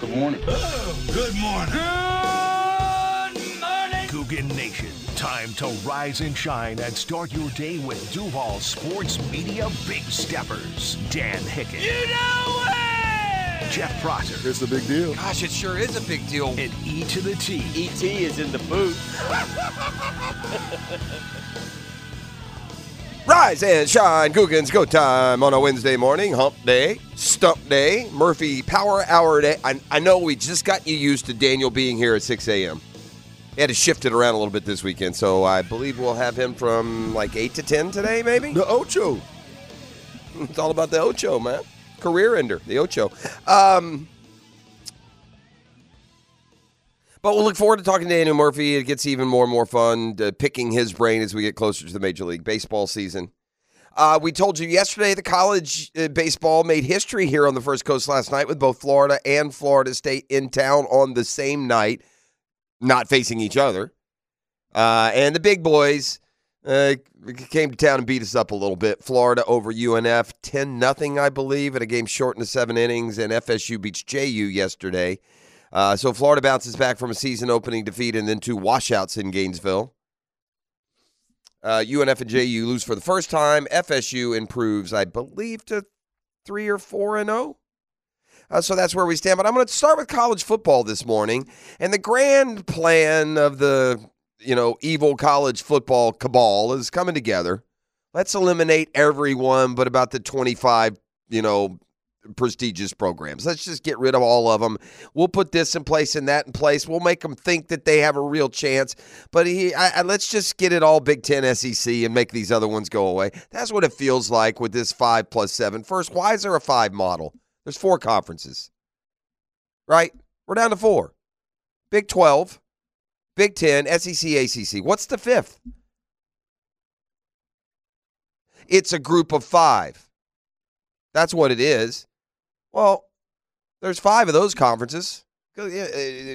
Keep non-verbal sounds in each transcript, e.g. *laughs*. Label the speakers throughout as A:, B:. A: Good morning.
B: Good morning.
C: Good morning.
B: Coogan Nation. Time to rise and shine and start your day with Duval Sports Media Big Steppers. Dan Hicken,
C: You know it.
B: Jeff Prosser,
A: Here's the big deal.
D: Gosh, it sure is a big deal.
B: and E to the T.
E: E.T. is in the booth.
D: Rise and shine, Googans. Go time on a Wednesday morning, hump day, stump day, Murphy Power Hour day. I, I know we just got you used to Daniel being here at 6 a.m. He had to shift it around a little bit this weekend, so I believe we'll have him from like 8 to 10 today, maybe?
A: The Ocho.
D: *laughs* It's all about the Ocho, man. Career ender, the Ocho. Um, but we'll look forward to talking to Daniel Murphy. It gets even more and more fun uh, picking his brain as we get closer to the Major League Baseball season. Uh, we told you yesterday the college uh, baseball made history here on the First Coast last night with both Florida and Florida State in town on the same night, not facing each other. Uh, and the big boys uh, came to town and beat us up a little bit. Florida over UNF, ten nothing, I believe, in a game shortened to seven innings. And FSU beats JU yesterday. Uh, so Florida bounces back from a season-opening defeat and then two washouts in Gainesville. Uh, UNF and JU lose for the first time. FSU improves, I believe, to three or four and zero. Uh, so that's where we stand. But I'm going to start with college football this morning and the grand plan of the you know evil college football cabal is coming together. Let's eliminate everyone but about the 25 you know prestigious programs. Let's just get rid of all of them. We'll put this in place and that in place. We'll make them think that they have a real chance. But he, I, I, let's just get it all Big Ten, SEC, and make these other ones go away. That's what it feels like with this five plus seven. First, why is there a five model? There's four conferences, right? We're down to four. Big 12, Big E 10, SEC, ACC. What's the fifth? It's a group of five. That's what it is. Well, there's five of those conferences. uh,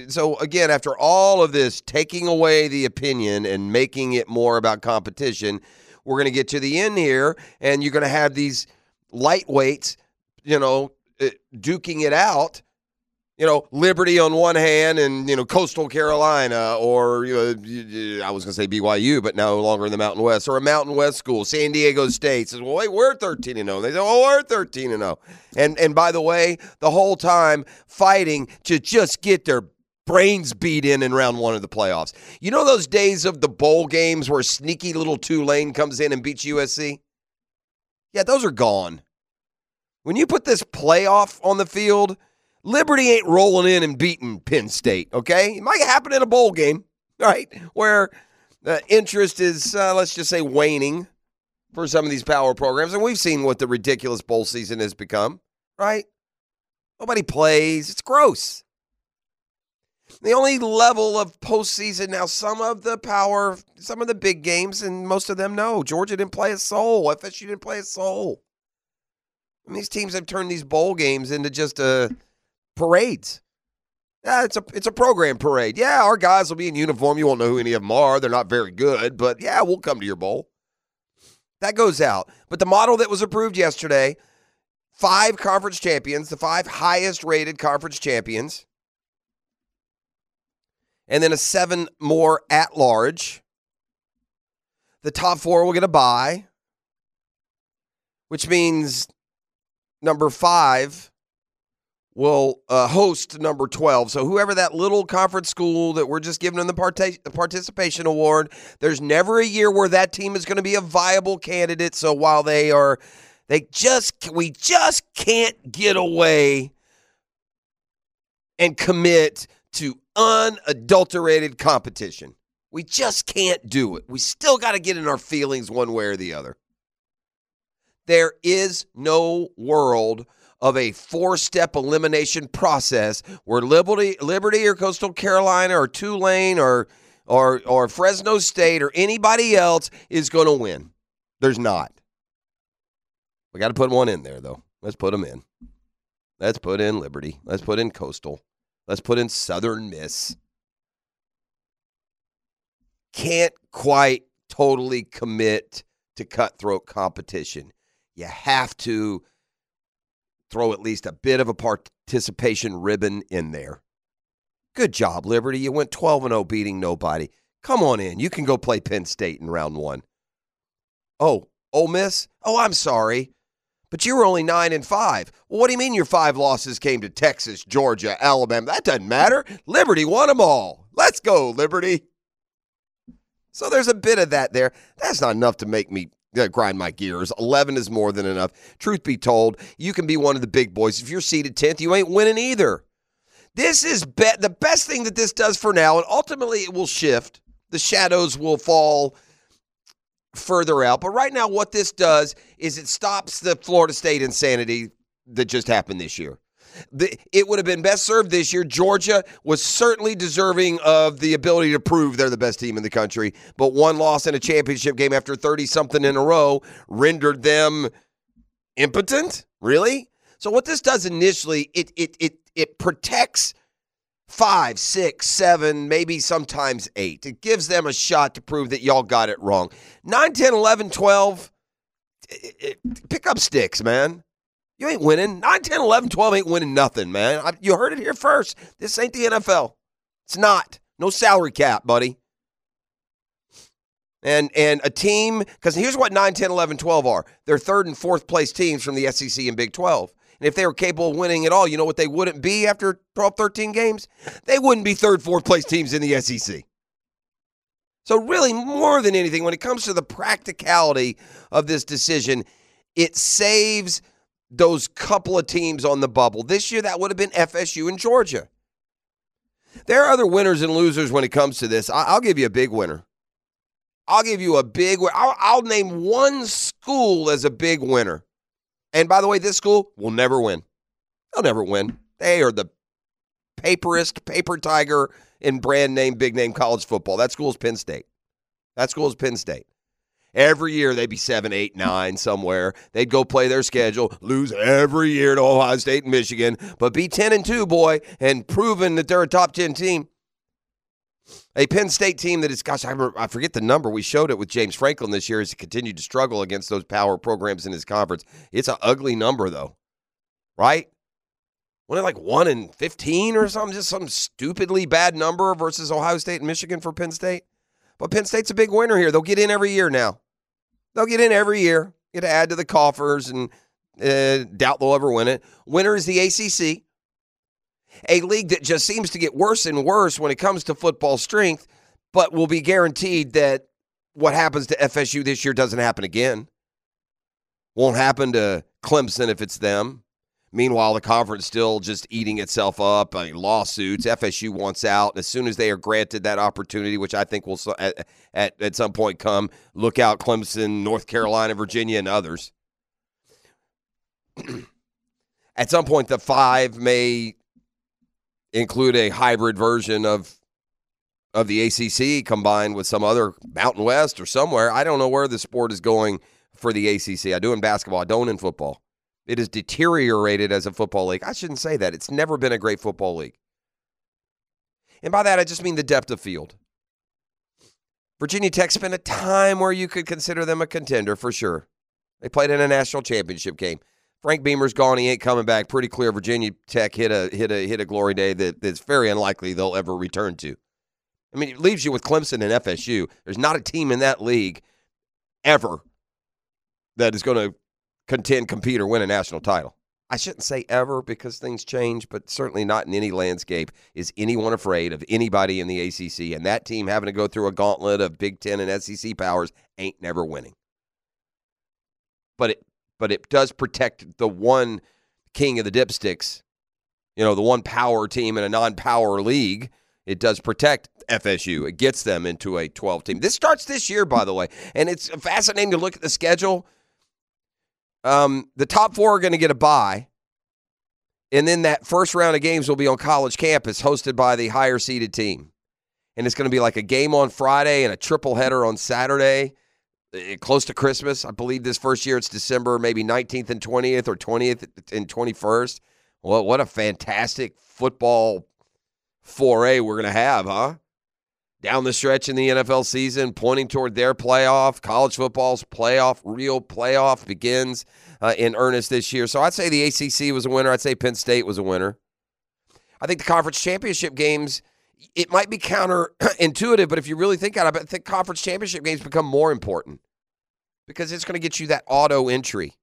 D: So, again, after all of this, taking away the opinion and making it more about competition, we're going to get to the end here, and you're going to have these lightweights, you know, eh, duking it out you know, Liberty on one hand and, you know, Coastal Carolina or, you know, you- you- uh, I was going to say BYU, but no longer in the Mountain West or a Mountain West school, San Diego State says, well, wait, we're 13 and 0. They say, oh, we're 13 and 0. And, and by the way, the whole time fighting to just get their brains beat in in round one of the playoffs. You know those days of the bowl games where sneaky little Tulane comes in and beats USC? Yeah, those are gone. When you put this playoff on the field, Liberty ain't rolling in and beating Penn State, okay? It might happen in a bowl game, right? Where uh, interest is, uh, let's just say, waning for some of these power programs. And we've seen what the ridiculous bowl season has become, right? Nobody plays. It's gross. The only level of postseason now, some of the power, some of the big games, and most of them no. Georgia didn't play a soul. FSU didn't play a soul. And these teams have turned these bowl games into just a parades. Yeah, it's a it's a program parade. Yeah, our guys will be in uniform. You won't know who any of them are. They're not very good, but yeah, we'll come to your bowl. That goes out. But the model that was approved yesterday, five conference champions, the five highest rated conference champions, and then a seven more at large. The top four will get a bye, which means number five will uh, host number 12. So whoever that little conference school that we're just giving them the, parta- the participation award, there's never a year where that team is going to be a viable candidate. So while they are they just we just can't get away and commit to unadulterated competition. We just can't do it. We still got to get in our feelings one way or the other. There is no world of a four-step elimination process where Liberty, Liberty or Coastal Carolina or Tulane or or or Fresno State or anybody else is going to win. There's not. We got to put one in there though. Let's put them in. Let's put in Liberty. Let's put in Coastal. Let's put in Southern Miss. Can't quite totally commit to cutthroat competition. You have to throw at least a bit of a participation ribbon in there. Good job, Liberty. You went 12 and 0 beating nobody. Come on in. You can go play Penn State in round 1. Oh, Ole Miss? Oh, I'm sorry. But you were only 9 and 5. Well, what do you mean your five losses came to Texas, Georgia, Alabama? That doesn't matter. Liberty won them all. Let's go, Liberty. So there's a bit of that there. That's not enough to make me uh, grind my gears. 11 is more than enough. Truth be told, you can be one of the big boys. If you're seated 10th, you ain't winning either. This is be- the best thing that this does for now, and ultimately it will shift. The shadows will fall further out. But right now, what this does is it stops the Florida State insanity that just happened this year. The, it would have been best served this year. Georgia was certainly deserving of the ability to prove they're the best team in the country, but one loss in a championship game after 30 something in a row rendered them impotent? Really? So what this does initially, it it it it protects five, six, seven, maybe sometimes eight. It gives them a shot to prove that y'all got it wrong. 9, 10, 11, 12, it- it- it- eh, pick up sticks, man. You ain't winning. 9, 10, 11, 12 ain't winning nothing, man. I, you heard it here first. This ain't the NFL. It's not. No salary cap, buddy. And and a team, because here's what 9, 10, 11, 12 are. They're third and fourth place teams from the SEC and Big 12. And if they were capable of winning at all, you know what they wouldn't be after 12, 13 games? They wouldn't be third, fourth place teams in the E SEC. So, really, more than anything, when it comes to the practicality of this decision, it saves those couple of teams on the bubble. This year, that would have been FSU and Georgia. There are other winners and losers when it comes to this. I- I'll give you a big winner. I'll give you a big winner. I'll, I'll name one school as a big winner. And by the way, this school will never win. They'll never win. They are the paperist, paper tiger in brand name, big name college football. That school's Penn State. That school's Penn State. Every year they'd be seven, eight, nine somewhere. They'd go play their schedule, lose every year to Ohio State and Michigan, but be ten and two, boy, and proven that they're a top ten team. A Penn State team that is, gosh, I, remember, I forget the number. We showed it with James Franklin this year as he continued to struggle against those power programs in his conference. It's an ugly number, though, right? Wasn't it like 1 in 15 or something? Just some stupidly bad number versus Ohio State and Michigan for Penn State. But Penn State's a big winner here. They'll get in every year now. They'll get in every year. It'll add to the coffers and uh, doubt they'll ever win it. Winner is the ACC a league that just seems to get worse and worse when it comes to football strength, but will be guaranteed that what happens to FSU this year doesn't happen again. Won't happen to Clemson if it's them. Meanwhile, the conference still just eating itself up. I mean, lawsuits. FSU wants out. As soon as they are granted that opportunity, which I think will so- at, at, at some point come, look out Clemson, North Carolina, Virginia, and others. *clears throat* at some point, the five may include a hybrid version of of the ACC combined with some other Mountain West or somewhere. I don't know where the sport is going for the ACC. I do in basketball. I don't in football. It has deteriorated as a football league. I shouldn't say that. It's never been a great football league. And by that, I just mean the depth of field. Virginia Tech spent a time where you could consider them a contender for sure. They played in a national championship game. Frank Beamer's gone. He ain't coming back. Pretty clear. Virginia Tech hit a hit a hit a glory day that, that's very unlikely they'll ever return to. I mean, it leaves you with Clemson and FSU. There's not a team in that league ever that is going to contend, compete, or win a national title. I shouldn't say ever because things change, but certainly not in any landscape is anyone afraid of anybody in the ACC. And that team having to go through a gauntlet of Big Ten and SEC powers ain't never winning. But it but it does protect the one king of the dipsticks, you know, the one power team in a non power league. It does protect FSU. It gets them into a 12 team. This starts this year, by the way. And it's fascinating to look at the schedule. Um, the top four are going to get a bye. And then that first round of games will be on college campus, hosted by the higher seeded team. And it's going to be like a game on Friday and a triple header on Saturday eh, close to Christmas. I believe this first year it's December, maybe 19th and 20th or 20th and 21st. Well, what a fantastic football foray we're going to have, huh? down the stretch in the NFL season, pointing toward their playoff. College football's playoff, real playoff begins uh, in earnest this year. So I'd say the ACC was a winner. I'd say Penn State was a winner. I think the conference championship games, it might be counterintuitive, but if you really think about it, I think conference championship games become more important because it's going to get you that auto entry.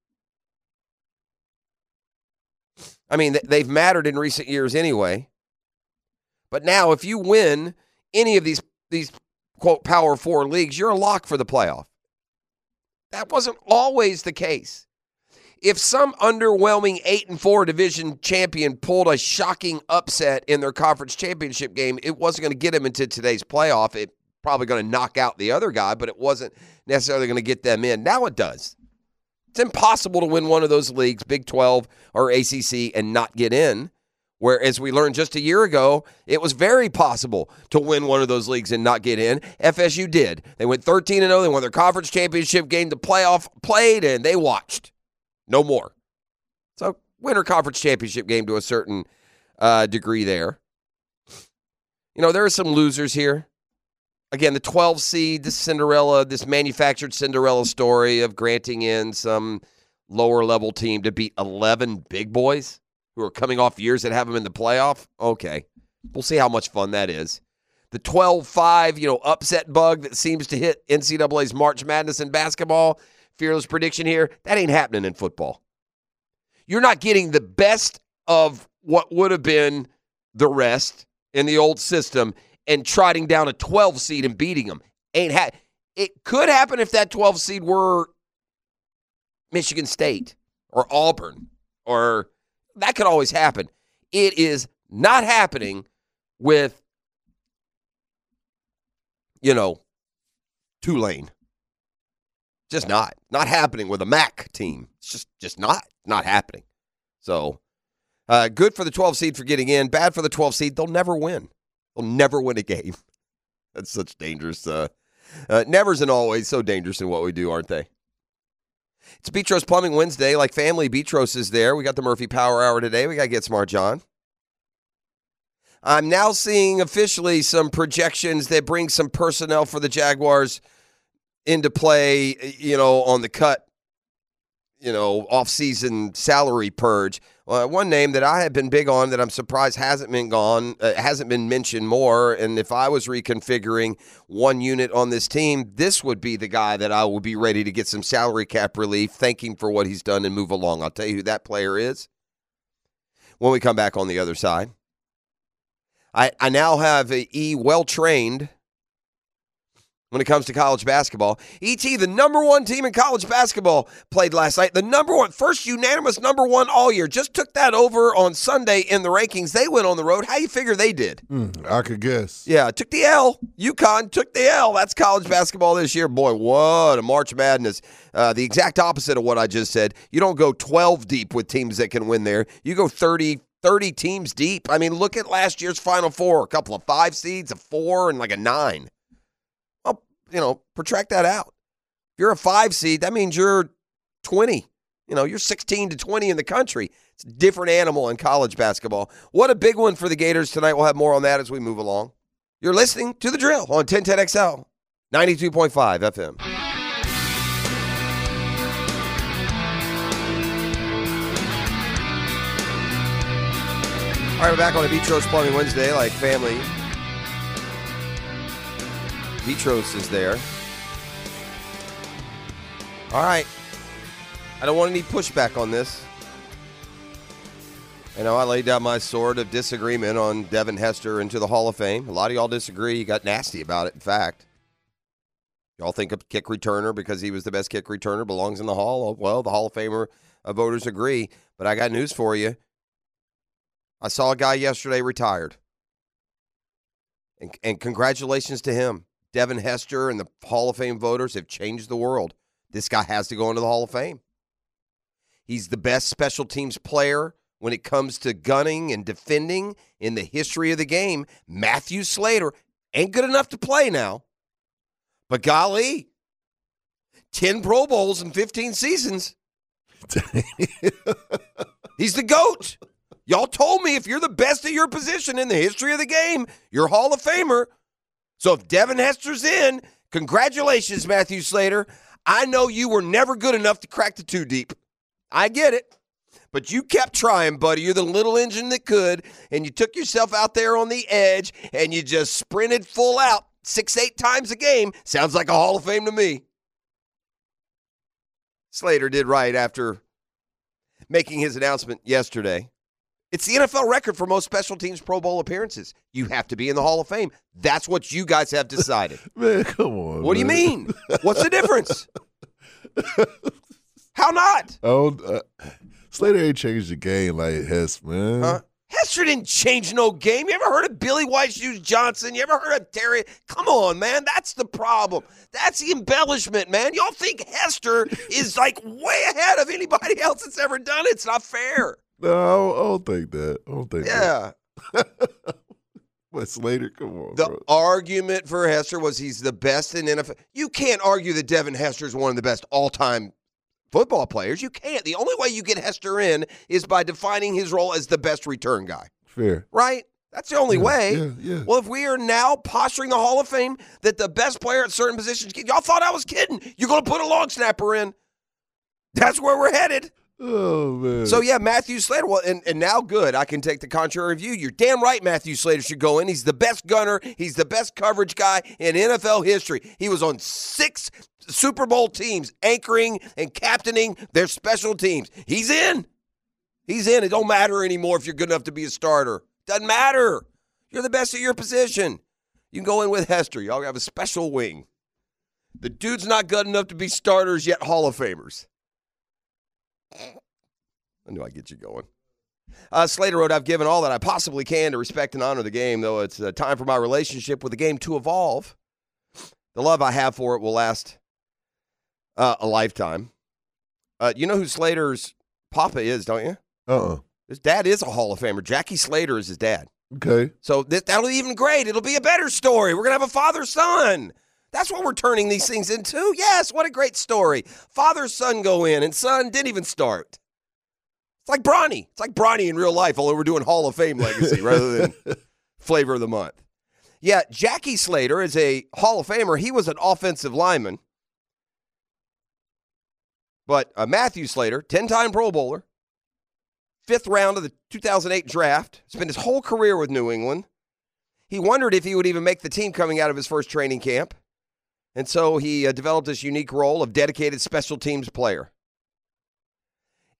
D: I mean, th- they've mattered in recent years anyway. But now, if you win any of these these quote power four leagues, you're a lock for the playoff. That wasn't always the case. If some underwhelming eight and four division champion pulled a shocking upset in their conference championship game, it wasn't going to get them into today's playoff. It probably going to knock out the other guy, but it wasn't necessarily going to get them in. Now it does. It's impossible to win one of those leagues, Big 12 or ACC, and not get in. Whereas we learned just a year ago, it was very possible to win one of those leagues and not get in. FSU did. They went 13 0. They won their conference championship game. The playoff played, and they watched. No more. So, winner conference championship game to a certain uh, degree there. You know, there are some losers here. Again, the 12 seed, this Cinderella, this manufactured Cinderella story of granting in some lower level team to beat 11 big boys who are coming off years that have them in the playoff. Okay. We'll see how much fun that is. The 12 5, you know, upset bug that seems to hit NCAA's March Madness in basketball. Fearless prediction here that ain't happening in football. You're not getting the best of what would have been the rest in the old system and trotting down a 12 seed and beating them. Ain't ha- it could happen if that 12 seed were Michigan State or Auburn or that could always happen. It is not happening with, you know, Tulane. Just not. Not happening with a MAC team. It's just just not not happening. So, uh, good for the 12 seed for getting in. Bad for the 12 seed. They'll never win. They'll never win a game. *laughs* That's such dangerous. Uh, uh, nevers and always so dangerous in what we do, aren't they? It's Betros Plumbing Wednesday. Like family, Betros is there. We got the Murphy Power Hour today. We got to get smart, John. I'm now seeing officially some projections that bring some personnel for the Jaguars into play, you know, on the cut, you know, off-season salary purge. Uh, one name that I have been big on that I'm surprised hasn't been gone, uh, hasn't been mentioned more. And if I was reconfiguring one unit on this team, this would be the guy that I would be ready to get some salary cap relief, thank him for what he's done, and move along. I'll tell you who that player is when we come back on the other side. I, I now have a E well trained when it comes to college basketball. ET, the number one team in college basketball, played last night. The number one, first unanimous number one all year. Just took that over on Sunday in the rankings. They went on the road. How you figure they did?
A: Mm, I could guess.
D: Yeah, took the L. UConn took the L. That's college basketball this year. Boy, what a March Madness. Uh, the exact opposite of what I just said. You don't go 12 deep with teams that can win there. You go 30, 30 teams deep. I mean, look at last year's Final Four. A couple of five seeds, a four, and like a nine you know, protract that out. If you're a five seed, that means you're 20. You know, you're 16 to 20 in the country. It's a different animal in college basketball. What a big one for the Gators tonight. We'll have more on that as we move along. You're listening to The Drill on 1010XL, 92.5 FM. All right, we're back on a Beach Rose Plumbing Wednesday, like family. Vitros is there. All right. I don't want any pushback on this. I know I laid down my sword of disagreement on Devin Hester into the Hall of Fame. A lot of y'all disagree. You got nasty about it, in fact. Y'all think a kick returner because he was the best kick returner belongs in the Hall. Oh, Well, the Hall of Famer uh, voters agree. But I got news for you. I saw a guy yesterday retired. And, and congratulations to him. Devin Hester and the Hall of Fame voters have changed the world. This guy has to go into the Hall of Fame. He's the best special teams player when it comes to gunning and defending in the history of the game. Matthew Slater ain't good enough to play now, but golly, 10 Pro Bowls in 15 seasons. He's the GOAT. Y'all told me if you're the best at your position in the history of the game, you're Hall of Famer. So if Devin Hester's in, congratulations, Matthew Slater. I know you were never good enough to crack the two deep. I get it. But you kept trying, buddy. You're the little engine that could, and you took yourself out there on the edge and you just sprinted full out six, eight times a game. Sounds like a Hall of Fame to me. Slater did right after making his announcement yesterday. It's the NFL record for most special teams Pro Bowl appearances. You have to be in the Hall of Fame. That's what you guys have decided.
A: *laughs* Man, come on.
D: What do you
A: man.
D: mean? What's the difference? How not?
A: I don't, uh, Slater ain't changed the game like Hess, man.
D: Huh? Hester didn't change no game. You ever heard of Billy White Shoes Johnson? You ever heard of Terry? Come on, man. That's the problem. That's the embellishment, man. Y'all think
A: *laughs*
D: Hester is like way ahead of anybody else that's ever done it. It's not fair.
A: No, I don't, I don't think that. I don't think that.
D: Yeah.
A: But Slater, come on,
D: The
A: bro.
D: argument for Hester was he's the best in NFL. You can't argue that Devin Hester is one of the best all time football players. You can't. The only way you get Hester in is by defining his role as the best return guy,
A: Fair.
D: right? That's the only
A: Yeah,
D: way.
A: Yeah, yeah.
D: Well, if we are now posturing the Hall of Fame that the best player at certain positions, y'all thought I was kidding. You're going to put a long snapper in. That's where we're headed.
A: Oh man.
D: So yeah, Matthew Slater. Well, and, and now good. I can take the contrary view. You're damn right. Matthew Slater should go in. He's the best gunner. He's the best coverage guy in NFL history. He was on six Super Bowl teams, anchoring and captaining their special teams. He's in. He's in. It don't matter anymore if you're good enough to be a starter. Doesn't matter. You're the best at your position. You can go in with Hester. Y'all have a special wing. The dude's not good enough to be starters yet, Hall of Famers. I knew I'd get you going. Uh, Slater wrote, I've given all that I possibly can to respect and honor the game, though it's uh, time for my relationship with the game to evolve. The love I have for it will last uh, a lifetime. Uh, you know who Slater's papa is, don't you?
A: Uh. uh
D: His dad is a Hall of Famer. Jackie Slater is his dad.
A: Okay.
D: So th- that'll be even great. It'll be a better story. We're going to have a father son. That's what we're turning these things into. Yes, what a great story. Father son go in, and son didn't even start. It's like Bronny. It's like Bronny in real life, although we're doing Hall of Fame legacy rather than flavor of the month. Yeah, Jackie Slater is a Hall of Famer. He was an offensive lineman. But uh, Matthew Slater, 10 time Pro Bowler, fifth round of the 2008 draft, spent his whole career with New England. He wondered if he would even make the team coming out of his first training camp. And so he uh, developed this unique role of dedicated special teams player.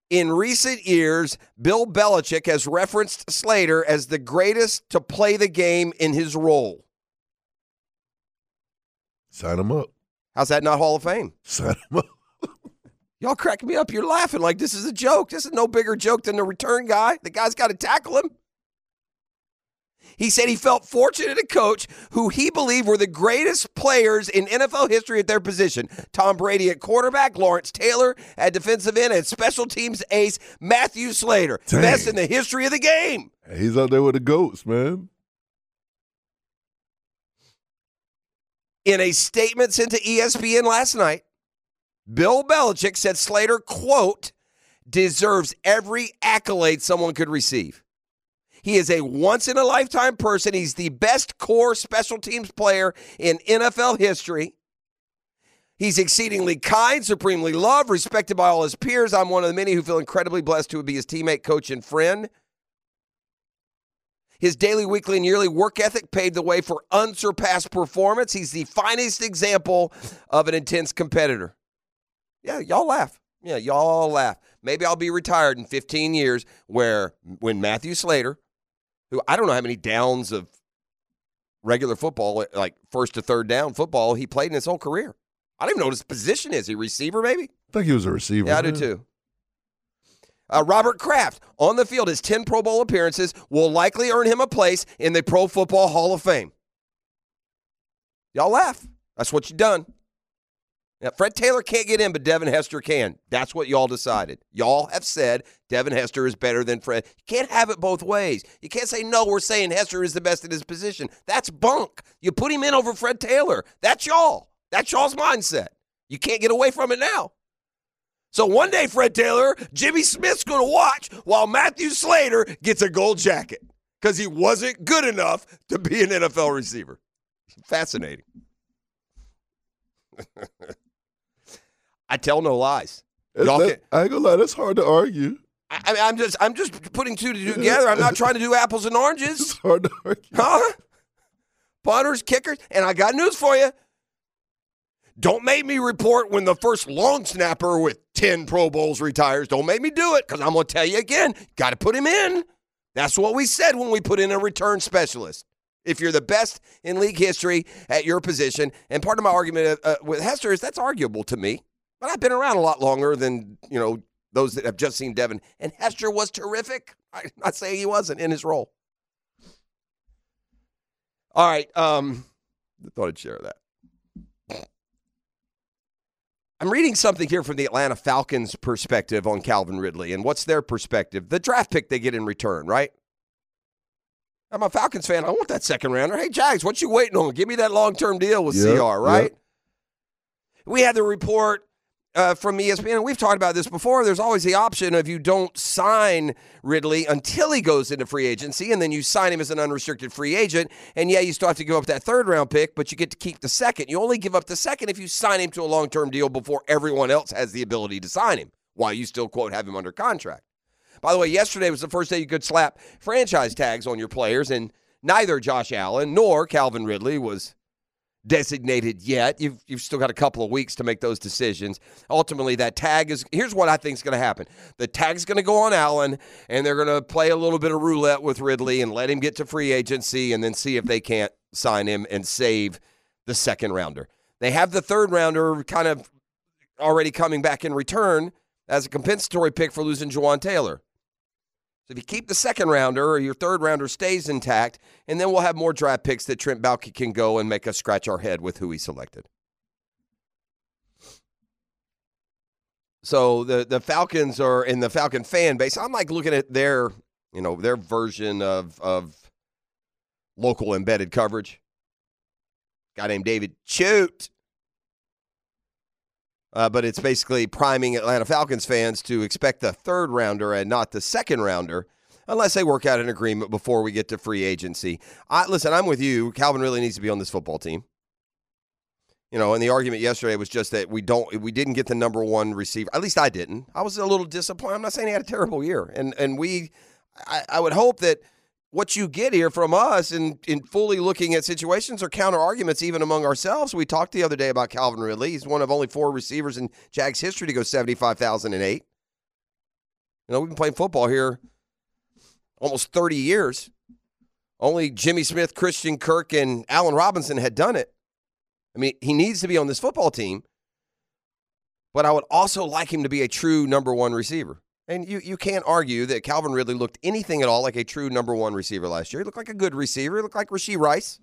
D: In recent years, Bill Belichick has referenced Slater as the greatest to play the game in his role.
A: Sign him up. *laughs*
D: How's that not Hall of Fame?
A: Sign him up.
D: Y'all cracking me up. You're laughing like this is a joke. This is no bigger joke than the return guy. The guy's got to tackle him. He said he felt fortunate to coach who he believed were the greatest players in NFL history at their position. Tom Brady at quarterback, Lawrence Taylor at defensive end, and special teams ace Matthew Slater.
A: Dang.
D: Best in the history of the game.
A: He's out there with the goats, man.
D: In a statement sent to E ESPN last night, Bill Belichick said Slater, quote, deserves every accolade someone could receive. He is a once in a lifetime person. He's the best core special teams player in NFL history. He's exceedingly kind, supremely loved, respected by all his peers. I'm one of the many who feel incredibly blessed to be his teammate, coach, and friend. His daily, weekly, and yearly work ethic paved the way for unsurpassed performance. He's the finest example of an intense competitor. Yeah, y'all laugh. Yeah, y'all laugh. Maybe I'll be retired in 15 years where when Matthew Slater, who I don't know how many downs of regular football, like first to third down football, he played in his whole career. I don't even know what his position is. He receiver, maybe?
A: I think he was a receiver.
D: Yeah, I do
A: man.
D: too. Uh, Robert Kraft on the field, his 10 Pro Bowl appearances will likely earn him a place in the Pro Football Hall of Fame. Y'all laugh. That's what you done. Now, Fred Taylor can't get in, but Devin Hester can. That's what y'all decided. Y'all have said Devin Hester is better than Fred. You can't have it both ways. You can't say, no, we're saying Hester is the best in his position. That's bunk. You put him in over Fred Taylor. That's y'all. That's y'all's mindset. You can't get away from it now. So one day, Fred Taylor, Jimmy Smith's going to watch while Matthew Slater gets a gold jacket because he wasn't good enough to be an NFL receiver. Fascinating. *laughs* I tell no lies.
A: It's
D: Y'all
A: that- I ain't gonna lie, that's hard to argue.
D: I, I mean, I'm just I'm just putting two together. I'm not trying to do apples and
A: It's
D: oranges,
A: hard to argue.
D: huh? Punters, kickers, and I got news for you. Don't make me report when the first long snapper with ten Pro Bowls retires. Don't make me do it because I'm gonna tell you again. Got to put him in. That's what we said when we put in a return specialist. If you're the best in league history at your position, and part of my argument uh, with Hester is that's arguable to me, but I've been around a lot longer than you know those that have just seen Devin. And Hester was terrific. *laughs* I'm not saying he wasn't in his role. All right, um, I thought I'd share that. I'm reading something here from the Atlanta Falcons' perspective on Calvin Ridley, and what's their perspective? The draft pick they get in return, right? I'm a Falcons fan. I want that second rounder. Hey, Jags, what you waiting on? Give me that long term deal with
A: Yep,
D: CR, right? We had the report uh, from ESPN, and we've talked about this before. There's always the option of you don't sign Ridley until he goes into free agency, and then you sign him as an unrestricted free agent. And yeah, you still have to give up that third round pick, but you get to keep the second. You only give up the second if you sign him to a long term deal before everyone else has the ability to sign him while you still, quote, have him under contract. By the way, yesterday was the first day you could slap franchise tags on your players, and neither Josh Allen nor Calvin Ridley was designated yet. You've, you've still got a couple of weeks to make those decisions. Ultimately, that tag is here's what I think is going to happen the tag's going to go on Allen, and they're going to play a little bit of roulette with Ridley and let him get to free agency and then see if they can't sign him and save the second rounder. They have the third rounder kind of already coming back in return as a compensatory pick for losing Jawan Taylor. So if you keep the second rounder or your third rounder stays intact, and then we'll have more draft picks that Trent Baalke can go and make us scratch our head with who he selected. So the the Falcons are in the Falcon fan base. I'm like looking at their you know their version of of local embedded coverage. Guy named David Chute. Uh, but it's basically priming Atlanta Falcons fans to expect the third rounder and not the second rounder, unless they work out an agreement before we get to free agency. I, listen, I'm with you. Calvin really needs to be on this football team. You know, and the argument yesterday was just that we don't, we didn't get the number one receiver. At least I didn't. I was a little disappointed. I'm not saying he had a terrible year, and and we, I, I would hope that what you get here from us in, in fully looking at situations or counter arguments even among ourselves. We talked the other day about Calvin Ridley. He's one of only four receivers in Jags history to go 75,008. You know, we've been playing football here almost 30 years. Only Jimmy Smith, Christian Kirk, and Allen Robinson had done it. I mean, he needs to be on this football team, but I would also like him to be a true number one receiver. And you, you can't argue that Calvin Ridley looked anything at all like a true number one receiver last year. He looked like a good receiver. He looked like Rasheed Rice.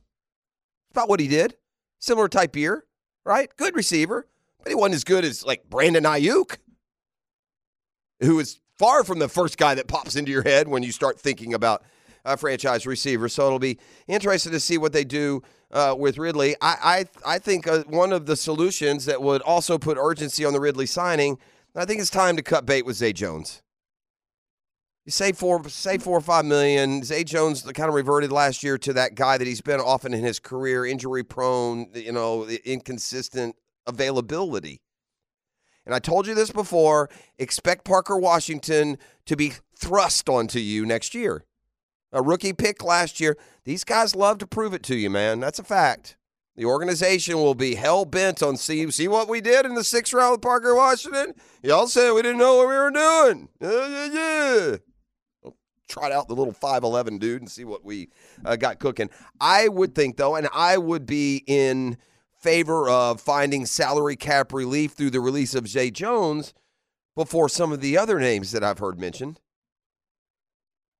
D: About what he did. Similar type year, right? Good receiver, but he wasn't as good as like Brandon Ayuk, who is far from the first guy that pops into your head when you start thinking about a franchise receiver. So it'll be interesting to see what they do uh, with Ridley. I I, I think uh, one of the solutions that would also put urgency on the Ridley signing. I think it's time to cut bait with Zay Jones. You say four, say four or five million. Zay Jones kind of reverted last year to that guy that he's been often in his career, injury prone, you know, the inconsistent availability. And I told you this before. Expect Parker Washington to be thrust onto you next year. A rookie pick last year. These guys love to prove it to you, man. That's a fact. The organization will be hell bent on see see what we did in the sixth round with Parker Washington. Y'all said we didn't know what we were doing. Yeah, yeah, yeah. Trot out the little five eleven dude and see what we uh, got cooking. I would think though, and I would be in favor of finding salary cap relief through the release of Jay Jones before some of the other names that I've heard mentioned.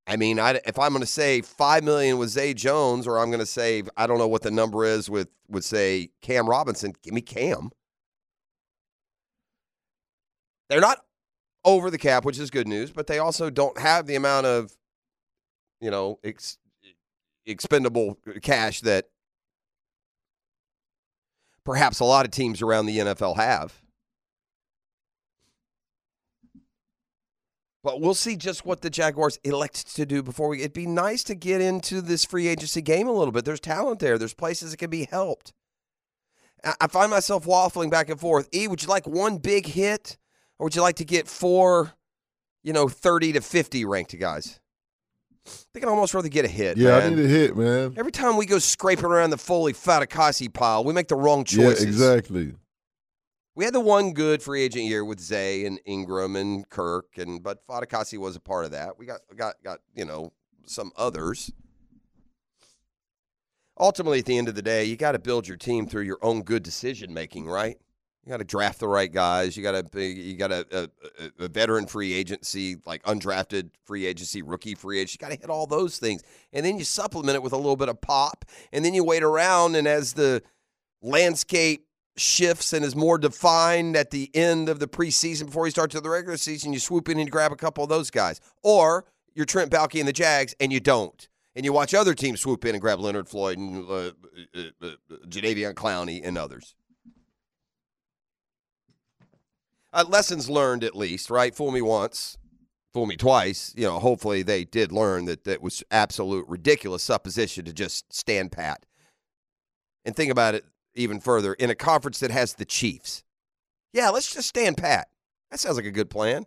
D: I mean, I, if I'm going to say five million with Zay Jones, or I'm going to say I don't know what the number is with with say Cam Robinson, give me Cam. They're not over the cap, which is good news, but they also don't have the amount of, you know, ex, expendable cash that perhaps a lot of teams around the NFL have. But we'll see just what the Jaguars elect to do before we. It'd be nice to get into this free agency game a little bit. There's talent there. There's places that can be helped. I, I find myself waffling back and forth. E, would you like one big hit, or would you like to get four, you know, thirty to fifty ranked guys? I think I'd almost rather get a hit.
A: Yeah,
D: man.
A: I need a hit, man.
D: Every time we go scraping around the Foley Fatakasi pile, we make the wrong
A: Yeah,
D: choices.
A: exactly.
D: We had the one good free agent year with Zay and Ingram and Kirk, and but Fatakasi was a part of that. We got got got you know some others. Ultimately, at the end of the day, you got to build your team through your own good decision making, right? You got to draft the right guys. You got to you got a, a, a uh, veteran free agency, like undrafted free agency, rookie free agent. You got to hit all those things, and then you supplement it with a little bit of pop, and then you wait around, and as the landscape shifts and is more defined at the end of the preseason before you start to the regular season, you swoop in and you grab a couple of those guys. Or you're Trent Balky and the Jags and you don't. And you watch other teams swoop in and grab Leonard Floyd and uh, uh, uh, Jadavion Clowney and others. Uh, lessons learned, at least, right? Fool me once, fool me twice. You know, hopefully they did learn that that was absolute ridiculous supposition to just stand pat. And think about it even further in a conference that has the Chiefs. Yeah, let's just stand pat. That sounds like a good plan.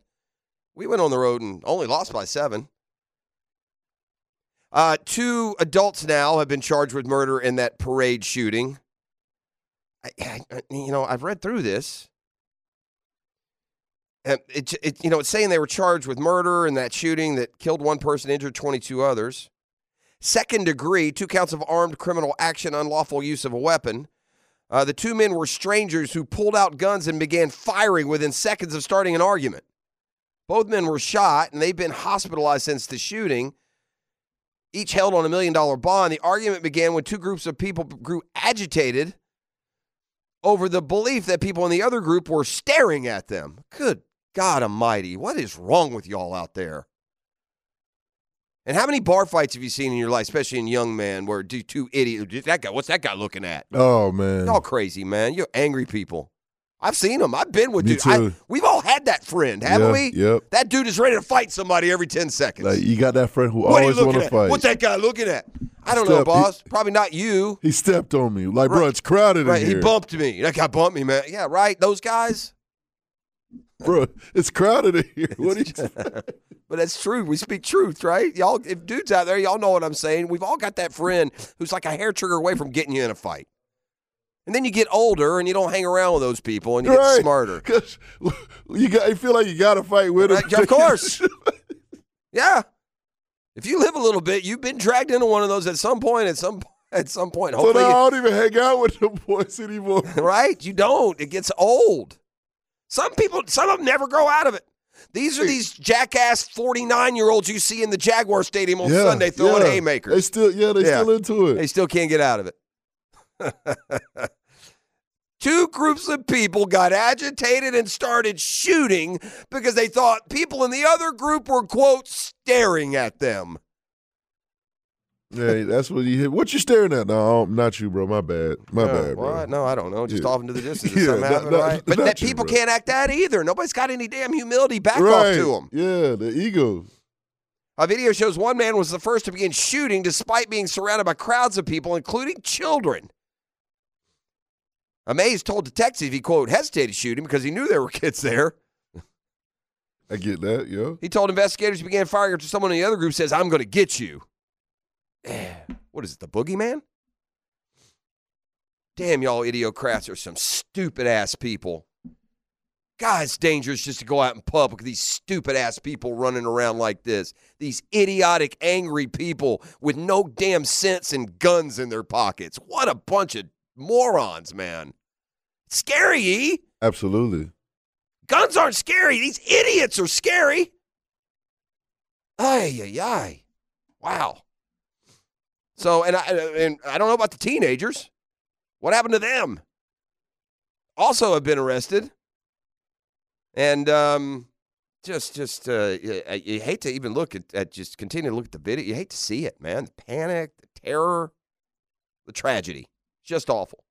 D: We went on the road and only lost by seven. Uh, two adults now have been charged with murder in that parade shooting. I, I, I- you know, I've read through this. And it, it, you know, it's saying they were charged with murder in that shooting that killed one person, injured 22 others. Second degree, two counts of armed criminal action, unlawful use of a weapon. Uh, the two men were strangers who pulled out guns and began firing within seconds of starting an argument. Both men were shot, and they've been hospitalized since the shooting. Each held on a million dollar bond. The argument began when two groups of people grew agitated over the belief that people in the other group were staring at them. Good God Almighty, what is wrong with y'all out there? And how many bar fights have you seen in your life, especially in young men, where do two idiots? That guy, what's that guy looking at?
A: Oh man.
D: Y'all crazy, man. You're angry people. I've seen them. I've been with
A: Me
D: dudes. I-
A: too.
D: we've all had that friend, haven't
A: Yeah,
D: we?
A: yep.
D: That dude is ready to fight somebody every 10 seconds.
A: Like you got that friend who
D: what are you
A: always want
D: looking
A: to
D: at?
A: fight.
D: What's that guy looking at? I don't know,
A: Step-
D: boss. Probably not you.
A: He stepped on me. Like, bro,
D: Right.
A: it's crowded
D: Right.
A: in
D: He
A: here.
D: bumped me. That guy bumped me, man. Yeah, right. Those guys.
A: bro, it's crowded in here. What are you? *laughs*
D: But that's true. We speak truth, right? Y'all, if dudes out there, y'all know what I'm saying. We've all got that friend who's like a hair trigger away from getting you in a fight. And then you get older and you don't hang around with those people and you
A: Right.
D: get smarter.
A: Because you got, you feel like you got to fight with him. *laughs*
D: Right, of course. Yeah. If you live a little bit, you've been dragged into one of those at some point. At some *laughs* at some point,
A: so
D: hopefully,
A: now I don't even hang out with them boys anymore.
D: *laughs* right? You don't. It gets old. Some people, some of them never grow out of it. These are these jackass forty nine year olds you see in the Jaguar Stadium on Sunday throwing
A: yeah.
D: haymakers.
A: They still, yeah, they
D: Yeah.
A: still into it.
D: They still can't get out of it. *laughs* Two groups of people got agitated and started shooting because they thought people in the other group were, quote, staring at them.
A: Yeah, that's what he hit. What you staring at? No, I'm- not you, bro. My bad. My
D: Oh,
A: bad, bro.
D: what? No, I don't know. Just
A: Yeah.
D: off into
A: *laughs*
D: the distance.
A: Yeah,
D: something
A: not-
D: happened,
A: not-
D: right? But
A: not
D: that
A: you,
D: people
A: bro.
D: can't act that either. Nobody's got any damn humility back
A: right.
D: off to them.
A: Yeah, the ego.
D: A video shows one man was the first to begin shooting despite being surrounded by crowds of people, including children. Amaze told detectives he, quote, hesitated shooting because he knew there were kids there.
A: I get that, yo.
D: He told investigators he began firing after someone in the other group says, I'm going to get you. what is it, the boogeyman? Damn, y'all idiocrats are some stupid ass people. God, it's dangerous just to go out in public with these stupid ass people running around like this. These idiotic, angry people with no damn sense and guns in their pockets. What a bunch of morons, man. Scary, E.
A: Absolutely.
D: Guns aren't scary. These idiots are scary. Ay, ay, ay. Wow. So, and I, and I don't know about the teenagers. What happened to them? Also have been arrested. And um, just, just, uh, you, I- you hate to even look at, at, just continue to look at the video. You hate to see it, man. The panic, the terror, the tragedy. Just awful.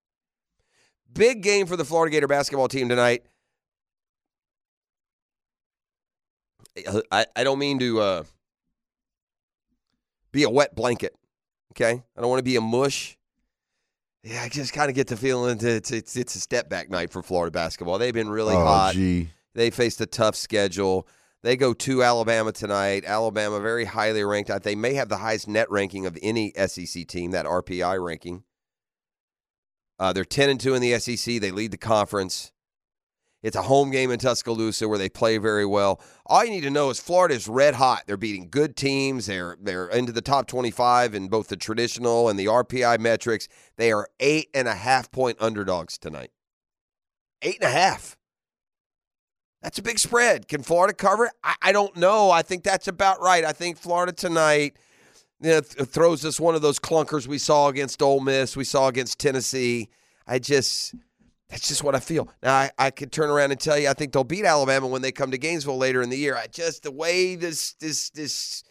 D: Big game for the Florida Gator basketball team tonight. Uh, I, I don't mean to uh, be a wet blanket. Okay, I don't want to be a mush. Yeah, I just kind of get the feeling that it's, it's it's a step back night for Florida basketball. They've been really
A: oh,
D: hot.
A: gee.
D: They faced a tough schedule. They go to Alabama tonight. Alabama very highly ranked. I- They may have the highest net ranking of any SEC team. That RPI ranking. Uh, they're ten and two in the SEC. They lead the conference. It's a home game in Tuscaloosa where they play very well. All you need to know is Florida is red hot. They're beating good teams. They're they're into the top twenty five in both the traditional and the RPI metrics. They are eight and a half point underdogs tonight. Eight and a half. That's a big spread. Can Florida cover it? I, I don't know. I think that's about right. I think Florida tonight you know, th- throws us one of those clunkers we saw against Ole Miss, we saw against Tennessee. I just, that's just what I feel. Now, I, I could turn around and tell you I think they'll beat Alabama when they come to Gainesville later in the year. I just, the way this, this, this,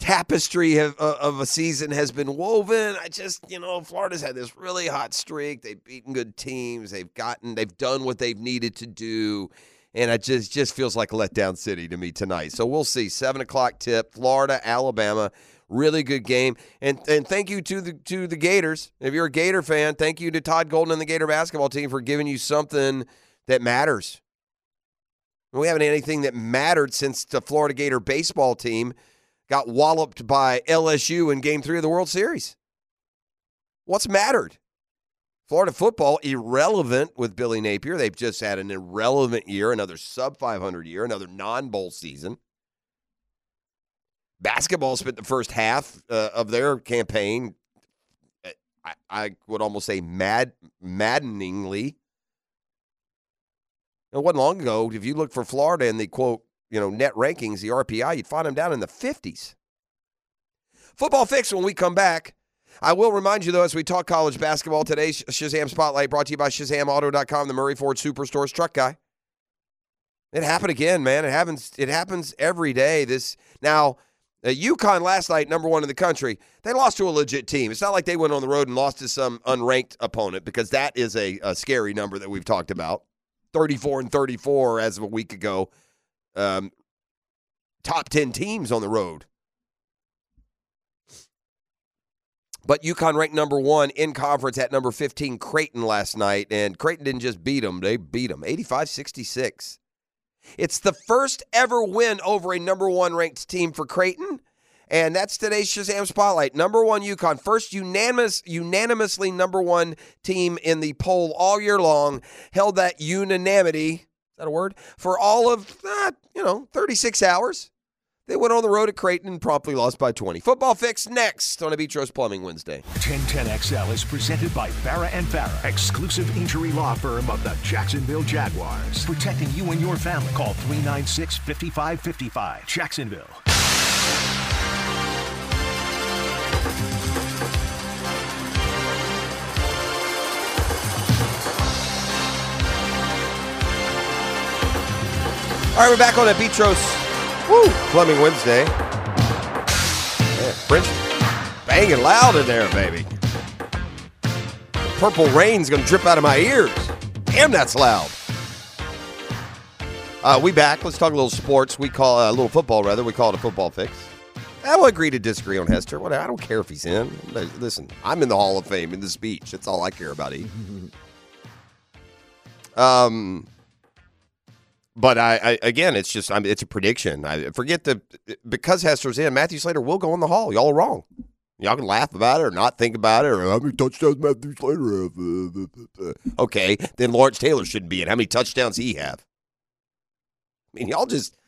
D: tapestry of, uh, of a season has been woven. I just, you know, Florida's had this really hot streak. They've beaten good teams. They've gotten, they've done what they've needed to do. And it just just feels like letdown city to me tonight. So we'll see. Seven o'clock tip, Florida, Alabama. Really good game. And and thank you to the to the Gators. If you're a Gator fan, thank you to Todd Golden and the Gator basketball team for giving you something that matters. We haven't had anything that mattered since the Florida Gator baseball team got walloped by LSU in game three of the World Series. What's mattered? Florida football, irrelevant with Billy Napier. They've just had an irrelevant year, another sub 500 year, another non bowl season. Basketball spent the first half uh, of their campaign, uh, I, I would almost say mad, maddeningly. It wasn't long ago, if you look for Florida in the quote, you know, net rankings, the RPI, you'd find them down in the 50s. Football fix when we come back. I will remind you, though, as we talk college basketball today, Sh- Shazam Spotlight brought to you by ShazamAuto.com, the Murray Ford Superstore's truck guy. It happened again, man. It happens. It happens every day. This now, uh, UConn last night, number one in the country. They lost to a legit team. It's not like they went on the road and lost to some unranked opponent because that is a, a scary number that we've talked about. Thirty-four and thirty-four as of a week ago. Um, top ten teams on the road. But UConn ranked number one in conference at number 15, Creighton last night. And Creighton didn't just beat them, they beat them 85 66. It's the first ever win over a number one ranked team for Creighton. And that's today's Shazam Spotlight. Number one UConn, first unanimous, unanimously number one team in the poll all year long, held that unanimity, is that a word? For all of, uh, you know, 36 hours. They went on the road at Creighton and promptly lost by 20. Football fix next on Abitros Plumbing Wednesday.
B: 1010XL is presented by Farah and Farah, exclusive injury law firm of the Jacksonville Jaguars. Protecting you and your family. Call 396 5555. Jacksonville.
D: All right, we're back on Abitros Woo, Plumbing Wednesday. Yeah, French banging loud in there, baby. Purple rain's gonna drip out of my ears. Damn, that's loud. Uh, we back. Let's talk a little sports. We call uh, a little football, rather. We call it a football fix. I will agree to disagree on Hester. What I don't care if he's in. Listen, I'm in the Hall of Fame in the speech. That's all I care about. E. um, but I, I again, it's just I mean, it's a prediction. I forget the because Hester's in. Matthew Slater will go in the hall. Y'all are wrong. Y'all can laugh about it or not think about it. Or how many touchdowns Matthew Slater have? *laughs* okay, then Lawrence Taylor shouldn't be in. How many touchdowns he have? I mean, y'all just.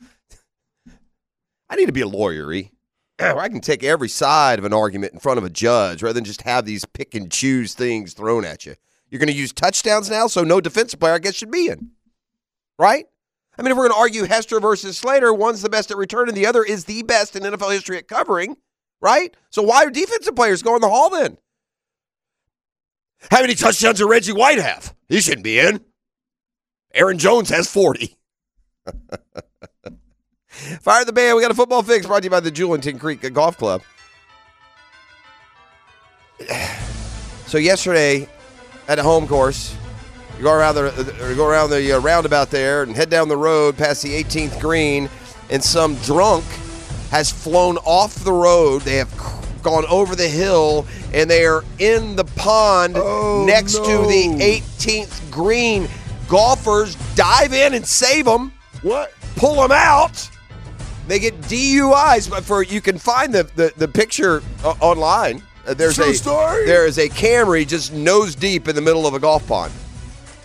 D: I need to be a lawyer. E. *clears throat* I can take every side of an argument in front of a judge rather than just have these pick and choose things thrown at you. You're going to use touchdowns now, so no defensive player, I guess, should be in, right? I mean, if we're going to argue Hester versus Slater, one's the best at returning, the other is the best in NFL history at covering, right? So why are defensive players going in the hall then? How many touchdowns did Reggie White have? He shouldn't be in. Aaron Jones has 40. Fire the band. We got a football fix brought to you by the Julington Creek Golf Club. So yesterday at a home course, you go around the uh, go around the uh, roundabout there and head down the road past the 18th green, and some drunk has flown off the road. They have cr- gone over the hill and they are in the pond
A: Oh,
D: next to the
A: no.
D: 18th green. Golfers dive in and save them,
A: What?
D: pull them out. They get DUIs, but for you can find the the, the picture uh, online. Uh, there's
A: True
D: a
A: story?
D: there is a Camry just nose deep in the middle of a golf pond.